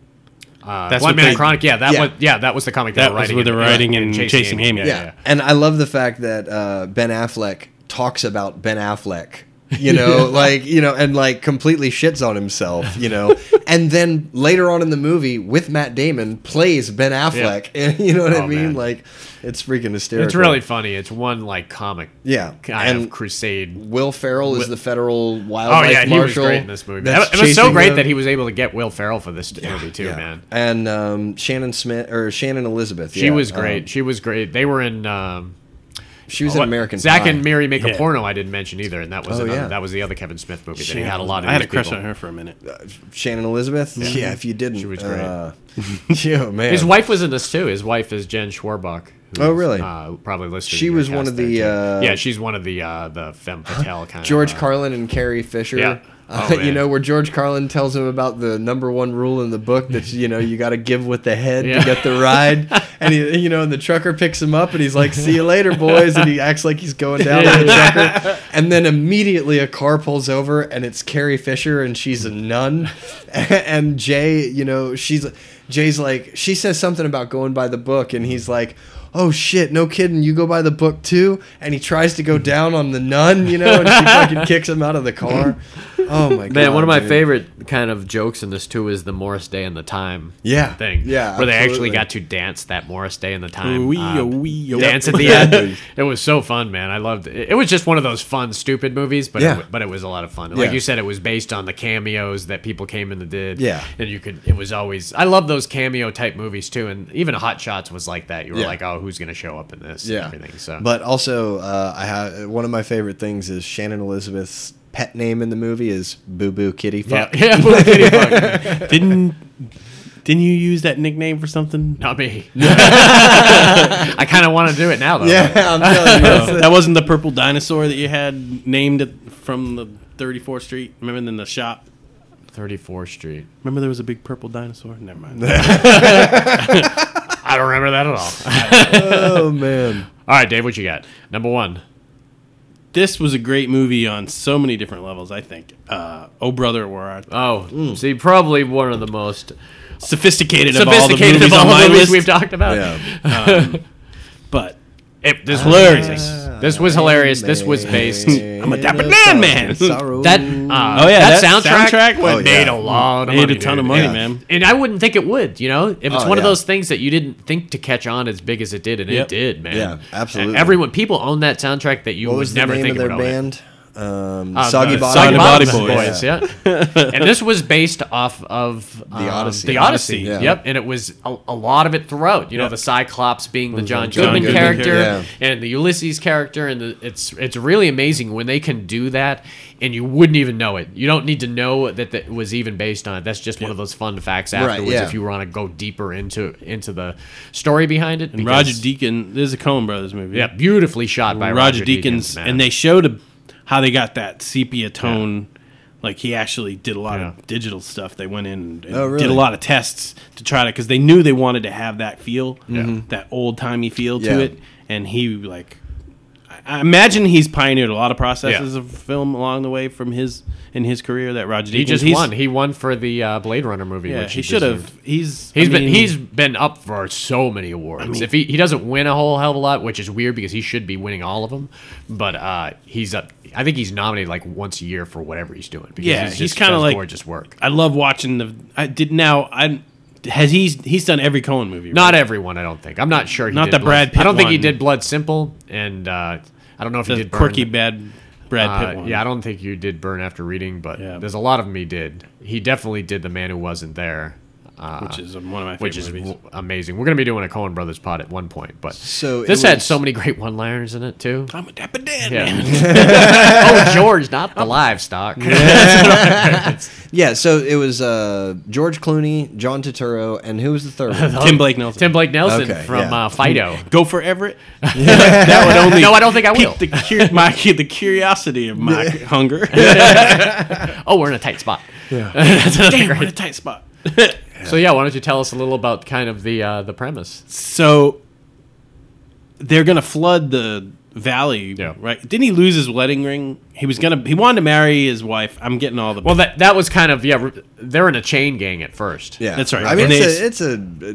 E: Uh,
F: That's
E: One
F: what
E: Man
F: they-
E: Chronic. Yeah, that
G: yeah.
E: was yeah, that was the comic they
F: That
E: were
F: was
E: writing.
F: where they're writing
E: in
F: and chasing Amy.
G: yeah. and I love the fact that uh, Ben Affleck talks about Ben Affleck. You know, like you know, and like completely shits on himself. You know, and then later on in the movie with Matt Damon plays Ben Affleck. you know what I
E: Oh,
G: mean?
E: man.
G: Like, it's freaking hysterical.
E: It's really funny. It's one like comic.
G: Yeah,
E: kind
G: and-
E: of crusade.
G: Will Ferrell is the federal
E: Oh
G: wildlife
E: yeah, he
G: marshal.
E: was great in this movie.
G: that's
E: It was so
G: chasing
E: great
G: them.
E: that he was able to get Will Ferrell for this movie too,
G: Yeah.
E: man.
G: And um, Shannon Smith or Shannon Elizabeth.
E: She
G: yeah,
E: was
G: um,
E: great. she was great. They were in. Um,
G: she was in
E: what-
G: American
E: Zach
G: Pie.
E: and Mary make
F: Yeah.
E: a porno. I didn't mention either, and that was
G: Oh,
E: another,
G: yeah.
E: that was the other Kevin Smith movie that he had a lot of.
F: I had a
E: these
F: crush
E: people.
F: on her for a minute.
G: Shannon Elizabeth. Yeah, if you didn't,
E: She was great.
G: Uh, yeah, man.
E: His wife was in this too. His wife is Jen Schwarbach. who's,
G: Oh, really?
E: Uh, probably listed.
G: She
E: in your
G: was one
E: cast
G: of
E: there,
G: the,
E: too.
G: uh,
E: yeah, she's one of the uh, the femme fatale kind.
G: George
E: of, uh,
G: Carlin and Carrie Fisher.
E: Yeah.
G: Uh,
E: Oh,
G: you
E: man.
G: know where George Carlin tells him about the number one rule in the book that you know you got to give with the head
E: Yeah.
G: to get the ride, and he, you know and the trucker picks him up and he's like, "See you later, boys," and he acts like he's going down with the trucker, and then immediately a car pulls over and it's Carrie Fisher and she's a nun, and Jay, you know, she's Jay's like she says something about going by the book, and he's like. Oh shit! No kidding. You go by the book too, and he tries to go down on the nun, you know, and she fucking kicks him out of the car. Oh my god.
E: Man, one of my
G: dude.
E: favorite kind of jokes in this too is the Morris Day and the Time
G: Yeah.
E: thing.
G: Yeah,
E: where they
G: absolutely.
E: actually got to dance that Morris Day and the Time
F: Wee-
E: uh,
F: wee- oh.
E: dance at the end. It was so fun, man. I loved it. It was just one of those fun, stupid movies, but
G: Yeah.
E: it, w- but it was a lot of fun. Like
G: Yeah.
E: you said, it was based on the cameos that people came in and did.
G: Yeah.
E: and you could. It was always. I love those cameo type movies too, and even Hot Shots was like that. You were
G: Yeah.
E: like, oh, who's gonna show up in this?
G: Yeah.
E: and everything. So,
G: But also, uh, I have one of my favorite things is Shannon Elizabeth's pet name in the movie is Boo Boo Kitty
E: yeah,
G: Fuck.
E: yeah, Blue Kitty Fuck.
F: didn't didn't you use that nickname for something?
E: not me. I kind of want to do it now though.
G: Yeah, I'm telling you.
F: No, that wasn't the purple dinosaur that you had named it from the 34th Street. Remember in the shop?
E: Thirty Fourth Street.
F: Remember there was a big purple dinosaur? Never mind.
E: I don't remember that at all.
G: Oh man.
E: All right, Dave, what you got? Number one.
F: this was a great movie on so many different levels. I think. Uh, oh brother, where art
E: Oh, see, probably one of the most
F: sophisticated,
E: sophisticated
F: of
E: of
F: Hmm. all the movies
E: all
F: on
E: the
F: my
E: movies
F: list.
E: we've talked about.
G: Yeah.
F: but
E: It- this was
F: hilarious.
E: amazing. This was hilarious. This was based. That
F: I'm a dapper man, man.
E: uh,
F: Oh, yeah,
E: that,
F: that
E: soundtrack,
F: soundtrack
G: went-
E: made
G: yeah.
E: a lot of
F: Oh, made
E: money,
F: a ton
E: dude.
F: of money,
G: Yeah.
F: man.
E: And I wouldn't think it would, you know, if it's
G: Oh,
E: one of
G: yeah.
E: those things that you didn't think to catch on as big as it did, and
F: Yep.
E: it did, man.
G: Yeah, absolutely.
E: And everyone, people own that soundtrack that you
G: What
E: would
G: was the
E: never
G: name
E: think
G: of their
E: about
G: band? Um,
E: Uh,
G: Soggy
E: the
G: Bottom.
F: Soggy Bottom
E: Bottom
F: Boys.
E: Boys, yeah. and this was based off of um,
G: Odyssey.
E: The Odyssey,
G: Odyssey, yeah.
E: yep. And it was a, a lot of it throughout. You know,
F: Yep.
E: the Cyclops being the John,
F: John
E: Goodman,
F: Goodman
E: character,
G: character,
E: and the Ulysses character, and the, it's it's really amazing when they can do that, and you wouldn't even know it. You don't need to know that that was even based on it. That's just one of those fun facts afterwards
G: yeah.
E: if you want to go deeper into into the story behind it.
F: And
E: because-
F: Roger Deacon. This is a Coen Brothers movie.
E: yeah, beautifully shot by
F: Roger,
E: Roger,
F: Deakins,
E: Deakins, man.
F: and they showed a, how they got that sepia tone. Like he actually did a lot
E: Yeah.
F: of digital stuff. They went in and
G: Oh, really?
F: did a lot of tests to try to because they knew they wanted to have that feel, that old timey feel
G: Mm-hmm. Yeah.
F: to it. And he like, I I imagine he's pioneered a lot of processes of film along the way from his in his career. That Roger
E: he
F: Deakins,
E: just
F: he's-
E: won. He won for the uh, Blade Runner movie.
F: Yeah,
E: which
F: he should
E: deserved.
F: have. He's
E: He's
F: I
E: been
F: mean,
E: he's been up for so many awards. if he, he doesn't win a whole hell of a lot, which is weird because he should be winning all of them, but uh, he's up. I think he's nominated like once a year for whatever he's doing. Because
F: Yeah,
E: just
F: he's kinda
E: does
F: like-
E: gorgeous work.
F: I love watching the. I did now. I has he's he's done every Cohen movie.
E: Not everyone, I don't think. I'm not sure. He
F: Not
E: did
F: the
E: Blood-
F: Brad Pitt
E: I don't think he
F: one.
E: did Blood Simple, and uh, I don't know if he
F: the
E: did Burn.
F: quirky bad Brad Pitt
E: Uh,
F: one.
E: yeah, I don't think you did Burn After Reading, but
F: Yeah.
E: there's a lot of them he did. He definitely did The Man Who Wasn't There. Uh,
F: which is one of my favorite
E: which is
F: movies.
E: w- amazing. We're gonna be doing a Cohen Brothers pod at one point, but
G: So it
E: this had
G: was-
E: so many great one-liners in it too.
F: I'm a dapper dad.
E: Yeah. oh, George, not the livestock.
G: Yeah, so it was uh, George Clooney, John Turturro, and who was the third? one?
F: Tim Blake Nelson.
E: Um, Tim Blake Nelson
G: Okay,
E: from
G: yeah.
E: uh, Fido.
F: Go for Everett.
E: That would only. no, I don't think I will.
F: Pique the, cur- my, the curiosity of my hunger.
E: Oh, we're in a tight spot.
F: Damn, we're in a tight spot.
E: So yeah, why don't you tell us a little about kind of the uh, the premise?
F: So they're gonna flood the valley,
E: Yeah.
F: right? Didn't he lose his wedding ring? He was gonna. He wanted to marry his wife. I'm getting all the.
E: Well, that that was kind of yeah. re- They're in a chain gang at first.
G: Yeah,
F: That's right.
G: I mean,
F: And
G: it's a, it's a uh,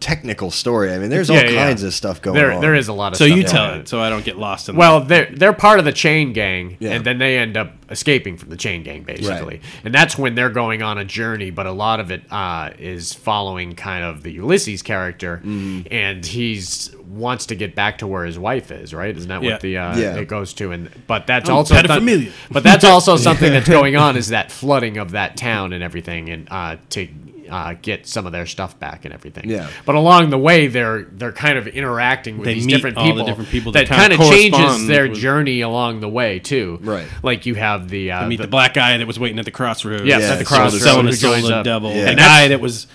G: technical story. I mean, there's all
E: Yeah, yeah.
G: kinds of stuff going
E: There
G: on.
E: there is a lot of.
F: so
E: stuff
F: you
E: going
F: tell
E: on.
F: it, so I don't get lost in.
E: Well, they're they're part of the chain gang,
G: Yeah.
E: and then they end up escaping from the chain gang, basically. And that's when they're going on a journey. But a lot of it uh, is following kind of the Ulysses character,
G: Mm-hmm.
E: and he's wants to get back to where his wife is. Right? Isn't that
F: Yeah.
E: what the uh,
G: Yeah.
E: it goes to? And but that's
F: I'm
E: also
F: pedophilia.
E: but that's also something that's going on is that flooding of that town and everything, and uh, to. Uh, get some of their stuff back and everything.
G: Yeah.
E: But along the way, they're they're kind of interacting with
F: They
E: these
F: meet
E: different
F: all the
E: people,
F: different people that
E: that
F: kinda
E: kind of changes
F: correspond
E: their
F: with-
E: journey along the way too.
G: Right.
E: Like you have the uh,
F: I meet the, black guy that was waiting at the crossroads.
E: yes,
G: Yeah,
E: at the
G: sold
E: crossroads
G: his-
F: selling
E: who
F: his soul to
E: joins
F: the
E: up.
F: devil.
G: Yeah.
F: The guy that was,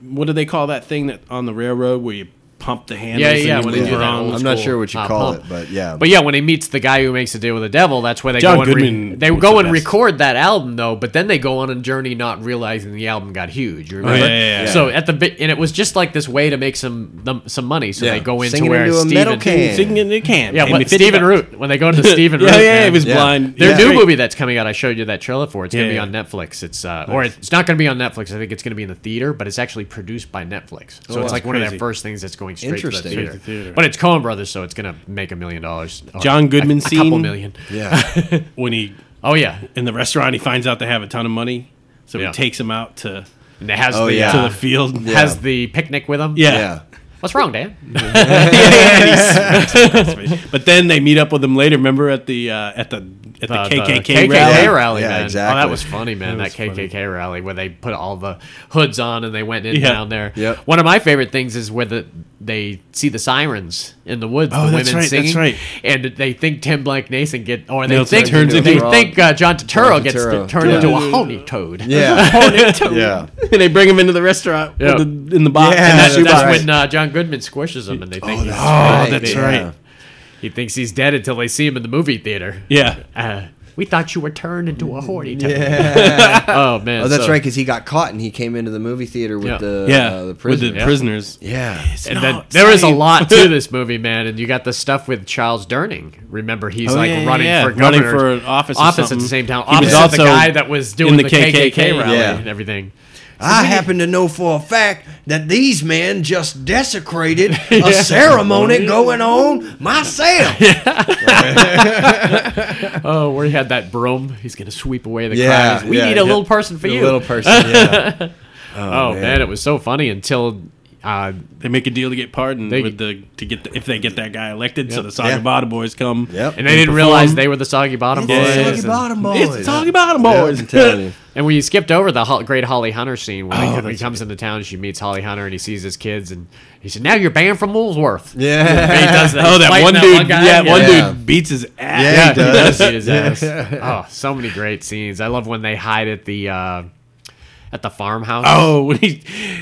F: what do they call that thing that on the railroad where you pump the handles?
E: Yeah,
F: and
E: yeah,
F: you
E: when they
F: move
E: do that
F: around?
E: old
G: I'm not
E: school,
G: sure what you
E: uh,
G: call
E: pump.
G: it, but yeah.
E: But yeah, when he meets the guy who makes a deal with the devil, that's where they
F: John
E: go and re-
F: Goodman
E: they
F: was
E: go
F: the
E: and
F: best.
E: record that album though. But then they go on a journey, not realizing the album got huge. You remember?
F: Oh, yeah, yeah, yeah.
E: So at the bit, and it was just like this way to make some the, some money. So
G: Yeah.
E: they go into
G: Singing
E: where
G: into a
E: Steven,
G: metal can.
F: Singing in a can.
E: Yeah,
F: Pay me
E: what,
F: 50
E: Steven
F: bucks.
E: Root. When they go to the Steven Root,
F: Yeah, yeah,
E: man.
F: he was
G: Yeah.
F: blind.
E: Their
F: Yeah.
E: new
F: Great.
E: movie that's coming out, I showed you that trailer for. It's going
F: Yeah,
E: to be
F: yeah.
E: on Netflix. It's uh, or it's not going to be on Netflix. I think it's going to be in the theater, but it's actually produced by Netflix. So it's like one of
F: Oh, crazy.
E: their first things that's going straight to the
G: Interesting.
E: theater.
F: Straight to theater.
E: But it's Coen Brothers, so it's going to make a million dollars. or
F: John
E: a,
F: Goodman
E: a couple
F: scene?
E: million.
G: yeah.
F: When he
E: Oh yeah,
F: in the restaurant. He finds out they have a ton of money, so
E: Yeah.
F: he takes him out to
E: and it has
G: Oh,
E: the
G: yeah.
F: to
E: uh,
F: the field.
E: has the picnic with him.
F: yeah.
G: Yeah.
E: what's wrong, Dan?
F: But then they meet up with him later. Remember at the uh, at the at the
E: Uh, the
F: KKK
G: rally?
E: rally,
G: Yeah,
E: man.
G: exactly.
E: Oh, that was funny, man. That, KKK rally where they put all the hoods on and they went in
F: Yeah.
E: down there.
G: Yep.
E: One of my favorite things is where the, they see the sirens in the woods,
F: Oh,
E: the
F: that's
E: women
F: right, that's
E: singing,
F: right.
E: and they think Tim Blank Nason get, or they
F: Nails
E: think
F: it. Turns
E: they
F: into-
E: think uh, John Turturro gets
H: Turturro.
E: turned
G: Yeah.
E: into a honey toad.
G: Yeah. yeah.
F: and they bring him into the restaurant
E: Yeah.
F: with the, in the box.
G: Yeah.
F: And that's-
E: That's,
G: Super
E: that's
G: right.
E: when uh, John Goodman squishes him, and they think he's,
F: oh, that's right.
G: Yeah.
E: he thinks he's dead until they see him in the movie theater.
F: Yeah.
E: Uh, we thought you were turned into a horny toad. oh man.
H: Oh, that's
E: so-
H: right, because he got caught and he came into the movie theater with
E: Yeah.
H: the
F: Yeah,
H: uh, the
F: with
H: prison.
F: the prisoners.
H: yeah,
E: And then there is a lot to this movie, man. And you got the stuff with Charles Durning. Remember, he's
F: Oh,
E: like
F: yeah, yeah,
E: running
F: yeah.
E: for
F: Running
E: governor,
F: for an office or
E: at the
F: something.
E: same time.
F: He
E: Opposite
F: was
E: also the
F: also
E: guy that was doing
F: in
E: the,
F: the
E: KKK,
F: KKK
E: rally
G: yeah.
E: and everything.
G: I happen to know for a fact that these men just desecrated a ceremony going on myself.
E: Oh, where he had that broom, he's gonna sweep away the
G: Yeah,
E: crowd. We
G: yeah,
E: need a
G: yeah.
E: little person for you.
G: little person. Yeah.
E: oh man. it was so funny until uh,
F: They make a deal to get pardoned
E: They-
F: with the to get the, if they get that guy elected, so the Saga
G: Yeah.
F: Bottom Boys come.
G: Yep.
E: and they didn't
F: perform.
E: realize they were the Soggy Bottom
F: Yeah.
E: Boys.
F: Soggy
E: and-
G: bottom
F: It's the Saga Bottom Boys.
G: I'm telling you.
E: And we skipped over the Ho- great Holly Hunter scene
F: Oh,
E: when he, he comes into town. She meets Holly Hunter and he sees his kids, and he said, "Now you're banned from Woolsworth."
G: Yeah.
E: he does that.
F: Oh, that one dude! yeah, one
G: Yeah.
F: dude beats his ass.
G: Yeah, he does.
E: Beat his ass. Oh, so many great scenes. I love when they hide at the uh, at the farmhouse.
F: Oh, when he,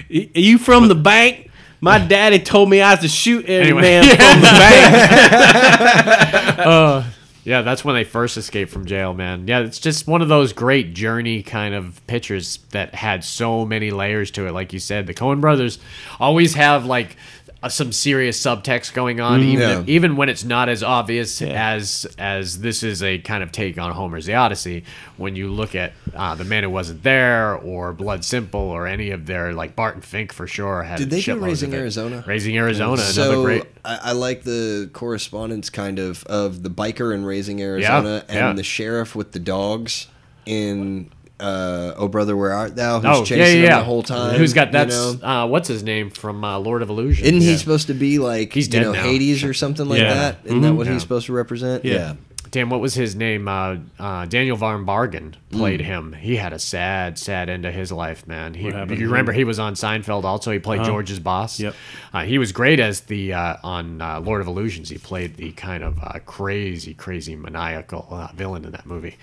F: he- are you from the bank? My daddy told me I was to shoot every
E: Anyway.
F: man from the bank.
E: Yeah, that's when they first escape from jail, man. Yeah, it's just one of those great journey kind of pictures that had so many layers to it. Like you said, the Coen brothers always have like uh, some serious subtext going on,
H: Mm,
E: even
G: yeah.
E: even when it's not as obvious as as this is a kind of take on Homer's The Odyssey. When you look at uh, the man who wasn't there, or Blood Simple, or any of their like Barton Fink for sure had.
H: Did they do
E: shitloads of
H: Raising
E: it.
H: Arizona?
E: Raising Arizona, another
H: so
E: great.
H: I, I like the correspondence kind of of the biker in Raising Arizona and
E: yeah.
H: the sheriff with the dogs in uh, Oh Brother Where Art Thou? Who's
E: Oh,
H: chasing
E: yeah, yeah,
H: him
E: yeah.
H: the whole time?
E: Who's got
H: that?
E: that's uh, what's his name from uh, Lord of Illusion?
H: Isn't
E: Yeah.
H: he supposed to be like
E: He's
H: you
E: dead
H: know
E: now. Mm-hmm.
H: Hades or something like
F: Yeah.
H: that? Isn't that what he's supposed to represent? Yeah.
E: damn, what was his name? Uh, uh, Daniel Von Bargen played
H: Hmm.
E: him. He had a sad, sad end to his life, man. He,
F: happened
E: you
F: to
E: remember he was on Seinfeld also. He played George's boss.
F: Yep.
E: Uh, he was great as the uh, on uh, Lord of Illusions. He played the kind of uh, crazy, crazy maniacal uh, villain in that movie.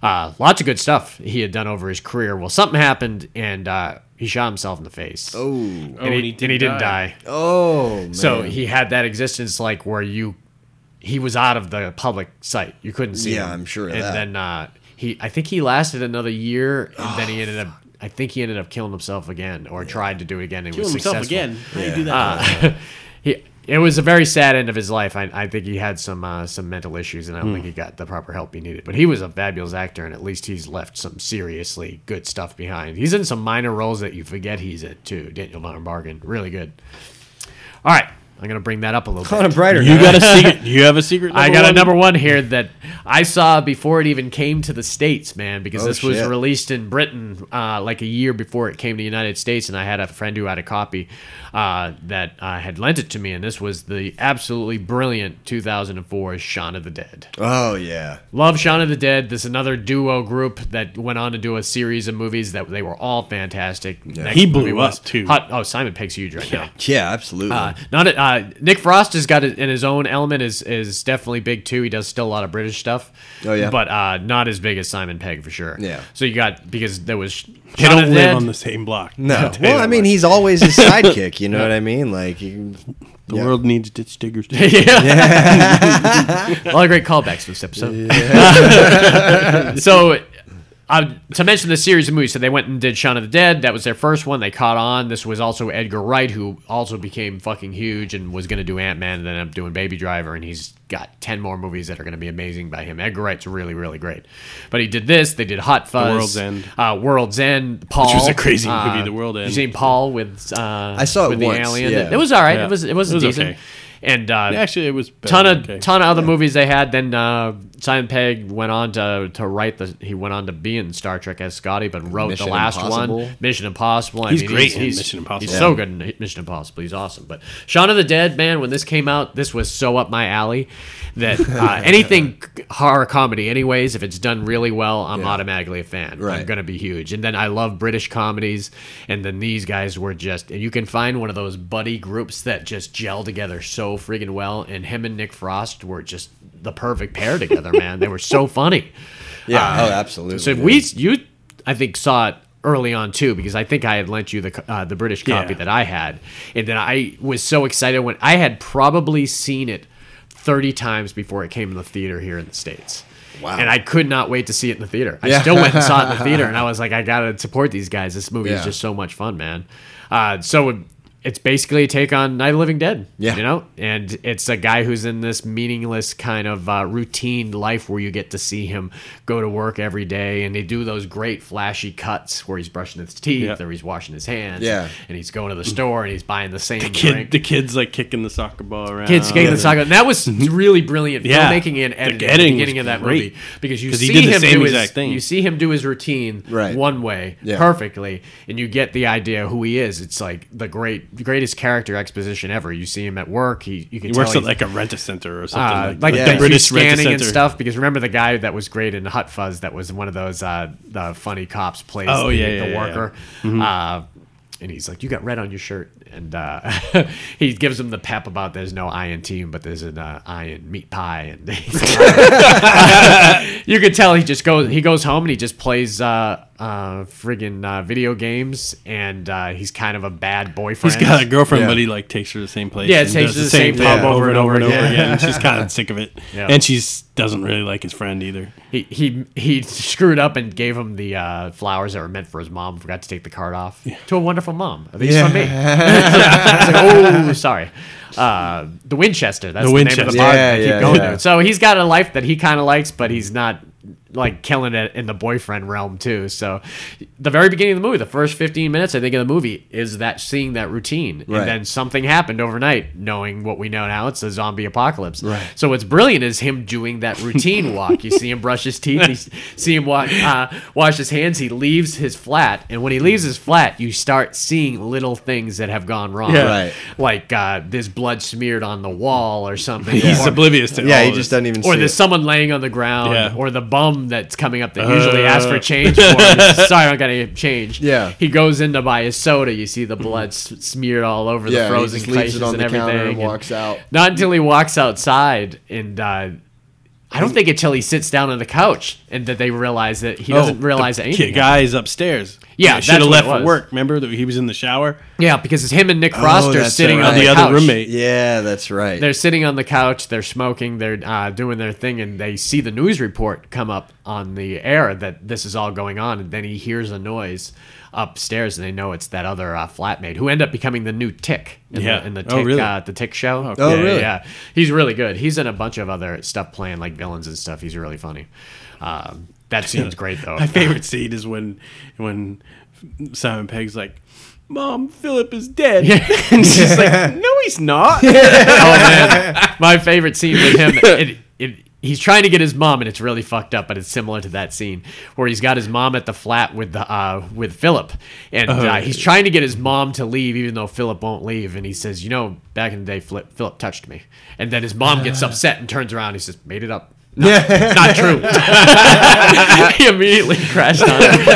E: Uh, lots of good stuff he had done over his career. Well, something happened and. Uh, he shot himself in the face. Oh, and, he,
F: and he
E: and he didn't
F: didn't
E: die.
H: Oh. Man.
E: So he had that existence like where you he was out of the public sight. You couldn't see him.
H: Yeah, I'm sure of
E: and
H: that.
E: then uh, he I think he lasted another year and then
H: Oh,
E: he ended up I think he ended up killing himself again or tried to do it again and was
F: Killed himself
E: successful.
F: again. How you do that?
E: Uh, He it was a very sad end of his life. I, I think he had some uh, some mental issues, and I don't think he got the proper help he needed. But he was a fabulous actor, and at least he's left some seriously good stuff behind. He's in some minor roles that you forget he's in too. Daniel Von Bargen, really good. All right, I'm gonna bring that up a little bit.
H: on a brighter
F: you
H: note.
F: got a secret? You have a secret?
E: I
F: number
E: got a
F: one?
E: number one here that I saw before it even came to the states, man, because
H: Oh,
E: this was
H: shit.
E: released in Britain uh, like a year before it came to the United States, and I had a friend who had a copy uh, that uh, had lent it to me, and this was the absolutely brilliant 2004 Shaun of the Dead.
G: Oh, yeah.
E: Love Shaun of the Dead. This another duo group that went on to do a series of movies that they were all fantastic. Next
F: He blew
E: movie
F: up,
E: was
F: too.
E: Hot, oh, Simon Peg's huge right now.
G: Yeah, absolutely.
E: Uh, not a, uh, Nick Frost has got it in his own element is is definitely big too. He does still a lot of British stuff.
G: Oh, yeah.
E: but uh, not as big as Simon Pegg for sure.
G: Yeah.
E: So you got because there was
F: They
E: Shaun of
F: don't
E: the
F: live
E: Dead.
F: on the same block.
G: no. Well, I mean, he's always his sidekick. You know what I mean? Like, you,
F: The world needs ditch diggers.
E: yeah. a lot of great callbacks to this episode. so, uh, to mention the series of movies, so they went and did Shaun of the Dead. That was their first one. They caught on. This was also Edgar Wright, who also became fucking huge and was going to do Ant Man and then ended up doing Baby Driver. And he's got 10 more movies that are going to be amazing by him. Edgar Wright's really, really great. But he did this. They did Hot Fuzz,
F: World's End.
E: uh, World's End, Paul.
F: was a crazy movie, The World
E: You
F: End.
E: seen Paul with uh,
G: I saw it
E: with
G: once,
E: the alien?
G: yeah.
E: It was all right.
F: Yeah.
E: It was it was,
F: It was
E: decent.
F: okay.
E: And uh,
F: Actually, it was better
E: ton
F: than
E: of
F: okay.
E: ton of other movies they had. Then uh, Simon Pegg went on to to write the. He went on to be in Star Trek as Scotty, but wrote
D: Mission
E: the last
D: Impossible.
E: one, Mission Impossible. I
F: He's
E: mean,
F: great in Mission Impossible.
E: He's so good in Mission Impossible. He's awesome. But Shaun of the Dead, man, when this came out, this was so up my alley that uh, anything horror comedy, anyways, if it's done really well, I'm automatically a fan. I'm
D: Right.
E: gonna be huge. And then I love British comedies, and then these guys were just. And you can find one of those buddy groups that just gel together so friggin' well. And him and Nick Frost were just the perfect pair together, man. They were so funny.
G: Yeah. oh, absolutely.
E: So if we you, I think saw it early on too because I think I had lent you the co- uh, the British copy
F: Yeah.
E: that I had, and then I was so excited when I had probably seen it thirty times before it came to the theater here in the states. Wow. And I could not wait to see it in the theater. I still went and saw it in the theater, and I was like, I gotta support these guys. This movie is
D: Yeah.
E: just so much fun, man. Uh, so it's basically a take on Night of the Living Dead.
D: Yeah.
E: You know? And it's a guy who's in this meaningless kind of uh, routine life where you get to see him go to work every day and they do those great flashy cuts where he's brushing his teeth or he's washing his hands.
D: Yeah.
E: And he's going to the store and he's buying the same
F: Kid,
E: drink.
F: the kid's like kicking the soccer ball around.
E: Kids getting the saga. That was really brilliant
F: Yeah.
E: filmmaking and
F: The
E: editing, at
F: editing
E: the beginning
F: was
E: of that
F: great.
E: movie because you
F: 'Cause
E: see
F: he did the
E: him
F: same
E: do his
F: exact thing.
E: you see him do his routine
D: Right.
E: one way
D: Yeah.
E: perfectly, and you get the idea who he is. It's like the great greatest character exposition ever. You see him at work. He you can
F: He
E: tell
F: works at
E: he's-
F: like a rent a center or something.
E: uh,
F: like,
E: like
F: that.
E: the British scanning and
F: Rent-A-Center.
E: stuff. Because remember the guy that was great in Hut Fuzz that was one of those uh, the funny cops plays
F: Oh,
E: the,
F: yeah,
E: the
F: yeah, Mm-hmm. yeah,
E: worker. Uh, and he's like, "You got red on your shirt," and uh, he gives him the pep about there's no I in team, but there's an uh, I in meat pie, and you could tell he just goes he goes home and he just plays uh, uh, friggin' uh, video games, and uh, he's kind of a bad boyfriend.
F: He's got a girlfriend,
D: Yeah.
F: but he like takes her to the same place.
E: Yeah,
F: and
E: takes
F: does
E: her to the same pub
F: over and over and over
E: Yeah.
F: again. And She's kind of sick of it,
E: Yeah.
F: and she's doesn't really like his friend either.
E: he he he screwed up and gave him the uh, flowers that were meant for his mom. Forgot to take the card off to a wonderful mom. Are these from me? It's like, oh, sorry. Uh, the Winchester. That's
F: The
E: the, name of
F: Winchester.
E: the bar.
D: Yeah,
E: they
D: yeah,
E: keep going
D: yeah.
E: to. So he's got a life that he kind of likes, but he's not like killing it in the boyfriend realm too. So the very beginning of the movie, the first 15 minutes, I think, of the movie is that seeing that routine.
D: Right.
E: And then something happened overnight, knowing what we know now. It's a zombie apocalypse. So what's brilliant is him doing that routine walk. You see him brush his teeth. You s- see him wa- uh, wash his hands. He leaves his flat. And when he leaves his flat, you start seeing little things that have gone wrong.
D: Right.
E: Like uh, there's blood smeared on the wall or something.
F: He's
E: or,
F: oblivious to.
G: yeah,
F: all
G: he
F: this.
G: just doesn't even.
E: or
G: see
E: there's
G: it.
E: someone laying on the ground,
F: Yeah.
E: or the bum that's coming up that usually asks for change for. him. Sorry, I don't got any change.
D: Uh. Yeah.
E: he goes in to buy his soda. You see the blood s- smeared all over
D: Yeah,
E: the
D: he
E: frozen
D: just leaves
E: faces
D: it on
E: and
D: the
E: everything.
D: counter and
E: and-
D: walks out.
E: Not until he walks outside, and uh, I don't think until he sits down on the couch, and that they realize that
D: Oh,
E: he doesn't realize that anything.
F: Kid guy is upstairs.
E: Oh, Yeah,
F: should
E: that's
F: have
E: what
F: left
E: it
F: for
E: was.
F: work. Remember that he was in the shower.
E: Yeah, because it's him and
D: Oh,
E: Nick Frost are
G: that's
E: sitting
G: right.
E: on the,
F: the other
E: couch.
F: roommate.
G: Yeah, that's right.
E: They're sitting on the couch, they're smoking, they're uh, doing their thing, and they see the news report come up on the air that this is all going on. And then he hears a noise upstairs, and they know it's that other uh, flatmate who end up becoming the new Tick in
F: Yeah.
E: the, in the Tick
F: Oh, really?
E: uh, the Tick show.
F: Oh,
E: yeah,
G: really?
E: Yeah, he's really good. He's in a bunch of other stuff playing like villains and stuff. He's really funny. Um, that scene's great though.
F: My favorite scene is when when Simon Pegg's like, "Mom, Philip is dead," and she's like, "No, he's not."
E: oh man, my favorite scene with him. It, it, he's trying to get his mom, and it's really fucked up. But it's similar to that scene where he's got his mom at the flat with the uh, with Philip, and uh, he's trying to get his mom to leave, even though Philip won't leave. And he says, "You know, back in the day, Philip, Philip touched me." And then his mom gets upset and turns around. And he says, "Made it up." No, not true. he immediately crashed on it.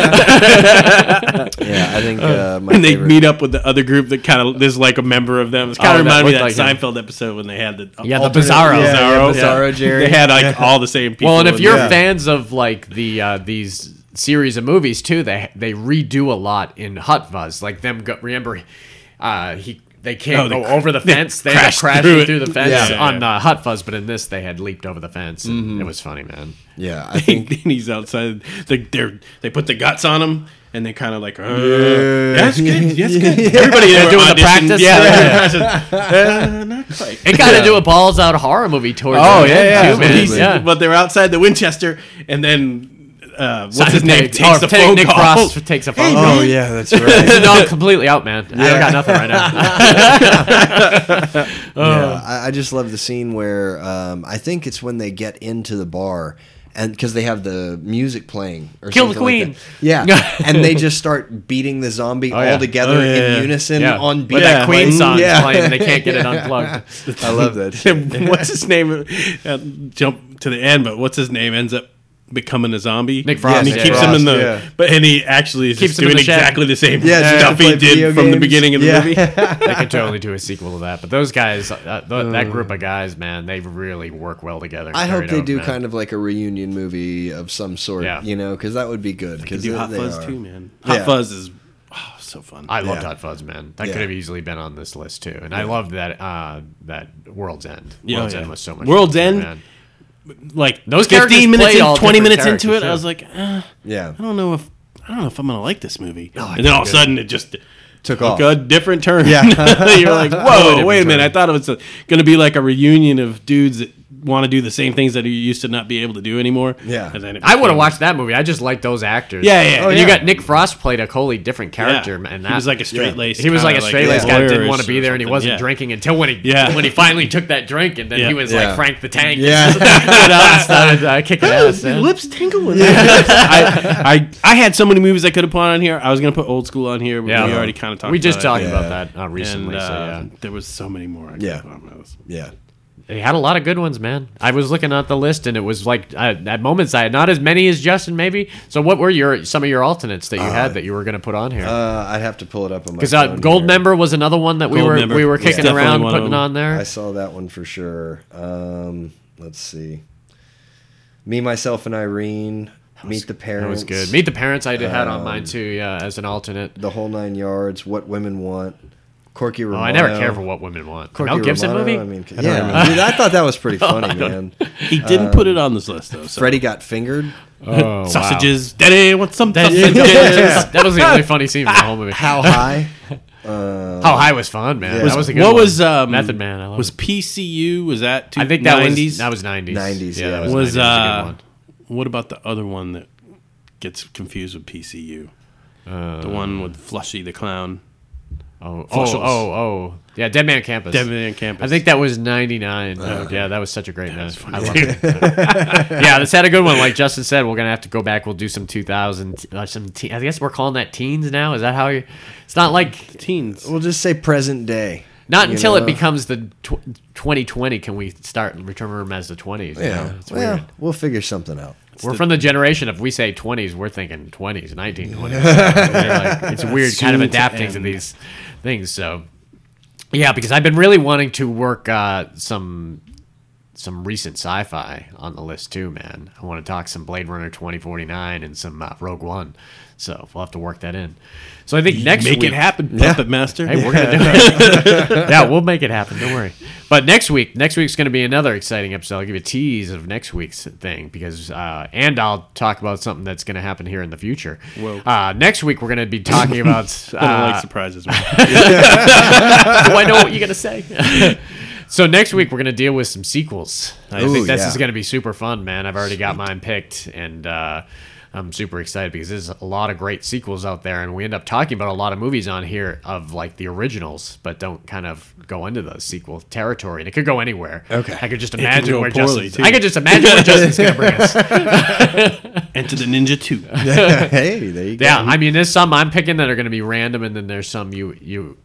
G: yeah, I think uh, my
F: and they
G: favorite-
F: meet up with the other group that kind of there's like a member of them. It's kind
E: Oh,
F: of
E: that
F: reminded me of
E: looked
F: that
E: like him.
F: Seinfeld episode when they had the
E: Yeah, the
F: alternate-
E: Bizarro.
F: Bizarro,
E: Yeah,
G: yeah, Bizarro Jerry.
F: They had like all the same people.
E: Well, and if
F: in
E: you're
F: there.
E: fans of like the uh, these series of movies too, they they redo a lot in Hut Fuzz. Like them, go, remember, uh, he they can't
F: Oh, they
E: go
F: cr-
E: over the
F: they
E: fence. They crashed
F: crashed
E: crashed
F: through
E: through,
F: it.
E: the fence
F: Yeah. Mm-hmm.
E: on uh, Hut Fuzz, but in this they had leaped over the fence. And It was funny, man.
G: Yeah, I
F: and
G: think.
F: he's outside. They they're, they put the guts on him, and they kind of like, uh, that's good, that's good. Everybody
E: They're
F: were
E: doing the
F: auditioned-
E: practice?
F: Yeah,
E: Yeah.
F: yeah. not quite.
E: It got to do a balls out horror movie tour.
F: Oh yeah, yeah.
E: too, man.
F: He's-
E: yeah.
F: But they're outside the Winchester, and then uh, what's his name
E: Peg-
F: takes
E: or
F: the
E: take-
F: phone
E: Nick
F: call.
E: Frost takes a phone call.
G: Oh yeah, that's right.
E: no, I'm completely out, man. I don't got nothing right now. Oh.
G: Yeah, I, I just love the scene where um, I think it's when they get into the bar and because they have the music playing or
I: Kill the
G: something like
I: queen.
G: that. yeah, and they just start beating the zombie all
E: yeah.
G: together
F: Oh, yeah,
G: in
F: yeah.
G: unison
E: Yeah.
G: on beat.
E: With that Queen
G: Like,
E: song
G: yeah.
E: playing, and they can't get it unplugged.
G: I love that. shit.
F: And what's his name? Uh, jump to the end, but what's his name ends up becoming a zombie.
E: Nick Frost,
F: And he
E: yeah.
F: keeps him in the.
G: Frost, yeah.
F: But and he actually is
E: Keeps
F: just
E: him in
F: doing
E: the shed.
F: exactly the same
G: Yeah, just
F: stuff
G: to play
F: he did
G: video
F: from the
G: games.
F: beginning of the
G: Yeah.
F: movie.
E: They could totally do a sequel to that. But those guys, uh, th- that group of guys, man, they really work well together.
G: I hope they do kind of like a reunion movie of some sort,
E: Yeah.
G: you know, because that would be good. Because
F: do Hot Fuzz too, man.
G: Yeah.
F: Hot Fuzz is oh, so fun.
E: I loved
G: Yeah.
E: Hot Fuzz, man. That
G: Yeah.
E: could have easily been on this list too. And I loved that uh, that World's End.
F: Yeah,
E: World's
F: yeah.
E: End was so much.
F: World's
E: fun,
F: End-
E: man.
F: like
E: Those
F: those
E: characters
F: 15 minutes
E: played
F: in,
E: all
F: 20
E: different
F: minutes into it,
E: characters,
F: I was like, eh,
G: Yeah,
F: I don't know if I don't know if I'm gonna like this movie. and then all of a sudden, it just
G: took
F: took
G: off.
F: a different turn.
G: Yeah.
F: you're like, whoa, wait a minute. I thought it was a, gonna be like a reunion of dudes that want to do the same things that you used to not be able to do anymore.
G: Yeah.
F: and then it
E: I would have
F: became-
E: watched that movie. I just liked those actors.
F: Yeah, yeah.
E: and
F: Oh,
E: you
F: yeah.
E: got Nick Frost played a totally different
F: Yeah.
E: character, and that
F: he was like a straight lace.
E: He was like a straight laced
G: a
E: guy guy, didn't want to be there, and he wasn't drinking until when he
F: Yeah.
E: when he finally took that drink, and then
F: Yeah.
E: he was
G: Yeah.
E: like Frank the Tank,
G: Yeah.
E: you know, and started uh, kicking ass. man.
F: lips tingling. I, I I had so many movies I could have put on here. I was gonna put old school on here, but
E: Yeah.
F: we already kind of talked.
E: We just
F: about
E: talked
F: it.
E: about that uh,
F: And,
E: recently. so
F: uh,
E: yeah.
F: there was so many more. I could
G: Yeah.
F: have put on those.
G: yeah,
E: They had a lot of good ones, man. I was looking at the list, and it was like uh, at moments I had not as many as Justin, maybe. So, what were your some of your alternates that you had that you were going to put on here?
G: uh, I'd have to pull it up on my.
E: Because uh,
G: phone
E: Gold
G: here.
E: Member was another one that we were
F: Goldmember
E: we were
F: was
E: kicking
F: definitely
E: around
F: one of
E: putting
F: them.
E: on there.
G: I saw that one for sure. Um, let's see. Me, myself, and Irene. Meet the parents.
E: That was good. Meet the Parents I did had on mine too, yeah, as an alternate.
G: the whole nine yards. What women want. Corky
E: Oh,
G: Romano.
E: I never care for what women want. The
G: Corky
E: Mel Gibson
G: Romano,
E: movie.
G: I mean, yeah, dude, I thought that was pretty
E: Oh,
G: funny, man.
F: He didn't put it on this list though. So.
G: Freddie got fingered.
E: oh,
F: sausages. Daddy wants some sausages.
E: that was the only funny scene in the whole movie. How
G: How high?
E: How High was fun, man.
G: Yeah.
E: That was a good
F: what
E: one.
F: was um,
E: Method Man? I love
F: Was
E: it.
F: PCU? Was that? Two,
E: I think that
F: 90s?
E: was that was nineties.
G: 90s,
E: Yeah, that
G: yeah.
E: was,
F: was
E: 90s. That's a good
F: uh,
E: one.
F: what about the other one that gets confused with PCU?
E: Uh,
F: the one with Flushy the clown,
E: Oh,
F: Fossils.
E: oh, oh, oh. Yeah, Dead Man Campus.
F: Devin on campus.
E: I think that was 99.
G: Uh,
E: Yeah, that was such a great night. I loved it. yeah, this had a good one. Like Justin said, we're going to have to go back. We'll do some 2000, uh, some teen, I guess we're calling that teens now. Is that how you, it's not like
F: teens.
G: We'll just say present day.
E: Not
G: you
E: until it
G: know?
E: becomes the tw- 2020 can we start and return them as the 20s. you know?
G: Yeah,
E: It's
G: well,
E: weird.
G: we'll figure something out.
E: We're from the generation of we say 20s, we're thinking 20s, 1920s. They're like, it's weird kind of
F: Soon to
E: adapting to,
F: end.
E: these things. So, yeah, because I've been really wanting to work uh, some some recent sci-fi on the list too, man. I want to talk some Blade Runner 2049 and some uh, Rogue One. So we'll have to work that in. So I think next
F: Make
E: week,
F: it happen, puppet master.
E: Hey, we're gonna do it. yeah, we'll make it happen. Don't worry. But next week, next week's gonna be another exciting episode. I'll give you a tease of next week's thing because, uh, and I'll talk about something that's gonna happen here in the future.
F: Whoa.
E: Uh, next week, we're gonna be talking about.
F: I don't like
E: uh,
F: surprises.
E: do I know what you're gonna say? so next week, we're gonna deal with some sequels. I
G: Ooh,
E: think this
G: yeah.
E: is gonna be super fun, man. I've already got mine picked and. Uh, I'm super excited because there's a lot of great sequels out there, and we end up talking about a lot of movies on here of like the originals, but don't kind of go into the sequel territory, and it could go anywhere. Okay, I could just imagine
F: go
E: where
F: poorly,
E: Justin's.
F: too.
E: I could just imagine where Justin's gonna bring us.
F: Enter the Ninja Two.
G: hey, there you go.
E: Yeah, I mean, there's some I'm picking that are gonna be random, and then there's some you you.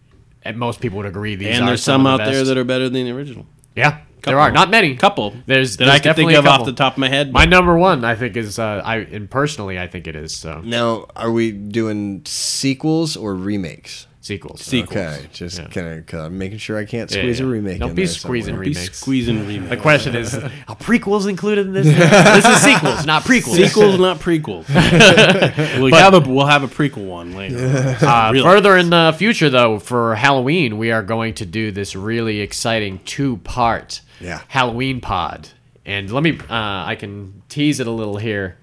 E: And most people would agree these
F: and
E: are
F: there's some,
E: of
F: out
E: the
F: there
E: best.
F: that are better than the original.
E: yeah there are not many
F: Couple
E: There's-
F: that
E: there's
F: I can think
E: definitely a
F: of off
E: couple.
F: the top of my head.
E: My number one, I think, is uh, I and personally, I think it is uh, so
G: Now, are we doing sequels or remakes?
E: sequels.
F: Sequel.
G: Okay, just kind of I'm making sure I can't
E: Yeah,
G: squeeze
E: yeah.
G: a remake.
E: Don't
G: in
E: be
G: there
E: squeezing
G: somewhere.
F: Be
E: remakes.
F: squeezing remakes.
E: The question is, are prequels included in this? this is sequels, not prequels.
F: Sequels, not prequels. we'll, have a, we'll have a prequel one later.
E: Uh,
F: Real-
E: further in the future, though, for Halloween, we are going to do this really exciting two-part
G: Yeah.
E: Halloween pod. And let me, uh, I can tease it a little here.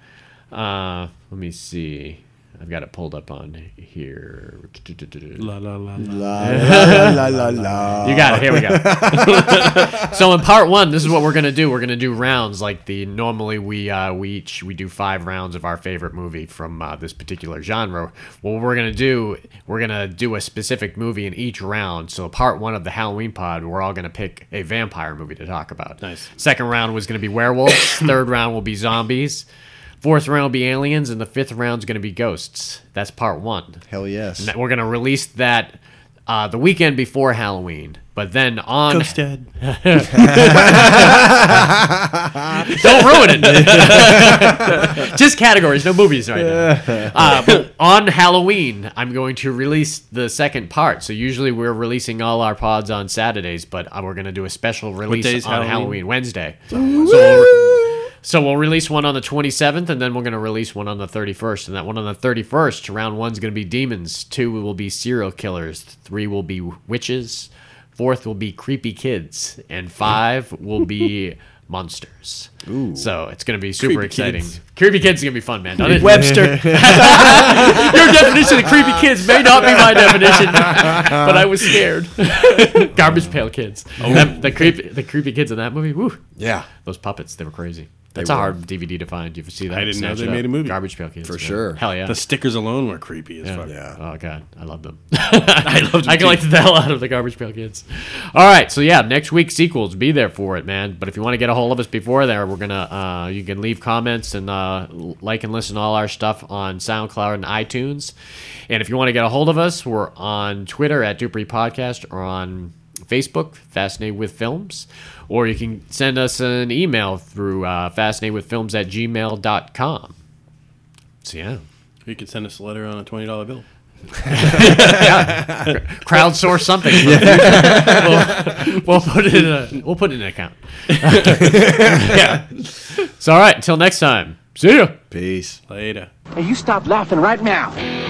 E: Uh, let me see. I've got it pulled up on here.
F: La, la, la, la.
G: La, la, la, la, la.
E: You got it. Here we go. so in part one, this is what we're gonna do. We're gonna do rounds like the normally we uh, we each we do five rounds of our favorite movie from uh, this particular genre. What we're gonna do, we're gonna do a specific movie in each round. So part one of the Halloween pod, we're all gonna pick a vampire movie to talk about.
F: Nice.
E: Second round was gonna be werewolves. Third round will be zombies. Fourth round will be aliens, and the fifth round's gonna be ghosts. That's part one.
J: Hell yes.
E: And that- we're gonna release that uh, the weekend before Halloween, but then on
F: Ghost Dad.
E: don't ruin it. Just categories, no movies right now. Uh, but on Halloween, I'm going to release the second part. So usually we're releasing all our pods on Saturdays, but uh, we're going to do a special release
F: day is
E: on
F: Halloween? Oh,
E: Halloween, Wednesday. So we'll, re- so we'll release one on the 27th, and then we're going to release one on the 31st. And that one on the 31st, round one's going to be demons. Two will be serial killers. Three will be witches. Fourth will be creepy kids, and five will be monsters. So it's gonna be super
F: Creepy
E: exciting.
F: kids.
E: Creepy kids is gonna be fun, man. Don't it-
G: Webster.
E: Your definition of creepy kids may not be my definition, but I was scared. Garbage pail kids.
F: Oh.
E: That- the creepy, the creepy kids in that movie. Woo.
J: Yeah.
E: Those puppets, they were crazy. That's a hard DVD to find. You ever see that?
F: I didn't know
E: Snatch
F: they
E: it up.
F: made a movie.
E: Garbage pail kids
J: For
E: man.
J: sure.
E: Hell yeah.
F: The stickers alone were creepy as fuck.
J: Yeah.
E: Oh god, I love them. I loved. I collected the hell out of the Garbage Pail Kids. All right, so yeah, next week's sequels. Be there for it, man. But if you want to get a hold of us before there, we're gonna. Uh, you can leave comments and uh, l- like and listen to all our stuff on SoundCloud and iTunes. And if you want to get a hold of us, we're on Twitter at Dupree Podcast or on Facebook, Fascinated with Films, or you can send us an email through uh, fascinatedwithfilms at gmail.com. So yeah.
F: You could send us a letter on a twenty dollar bill.
E: crowdsource something. for the future. we'll, we'll put it in a, we'll put it in an account. yeah. So all right, until next time. See ya.
J: Peace.
E: Uh,
F: Later.
K: Hey, you stop laughing right now.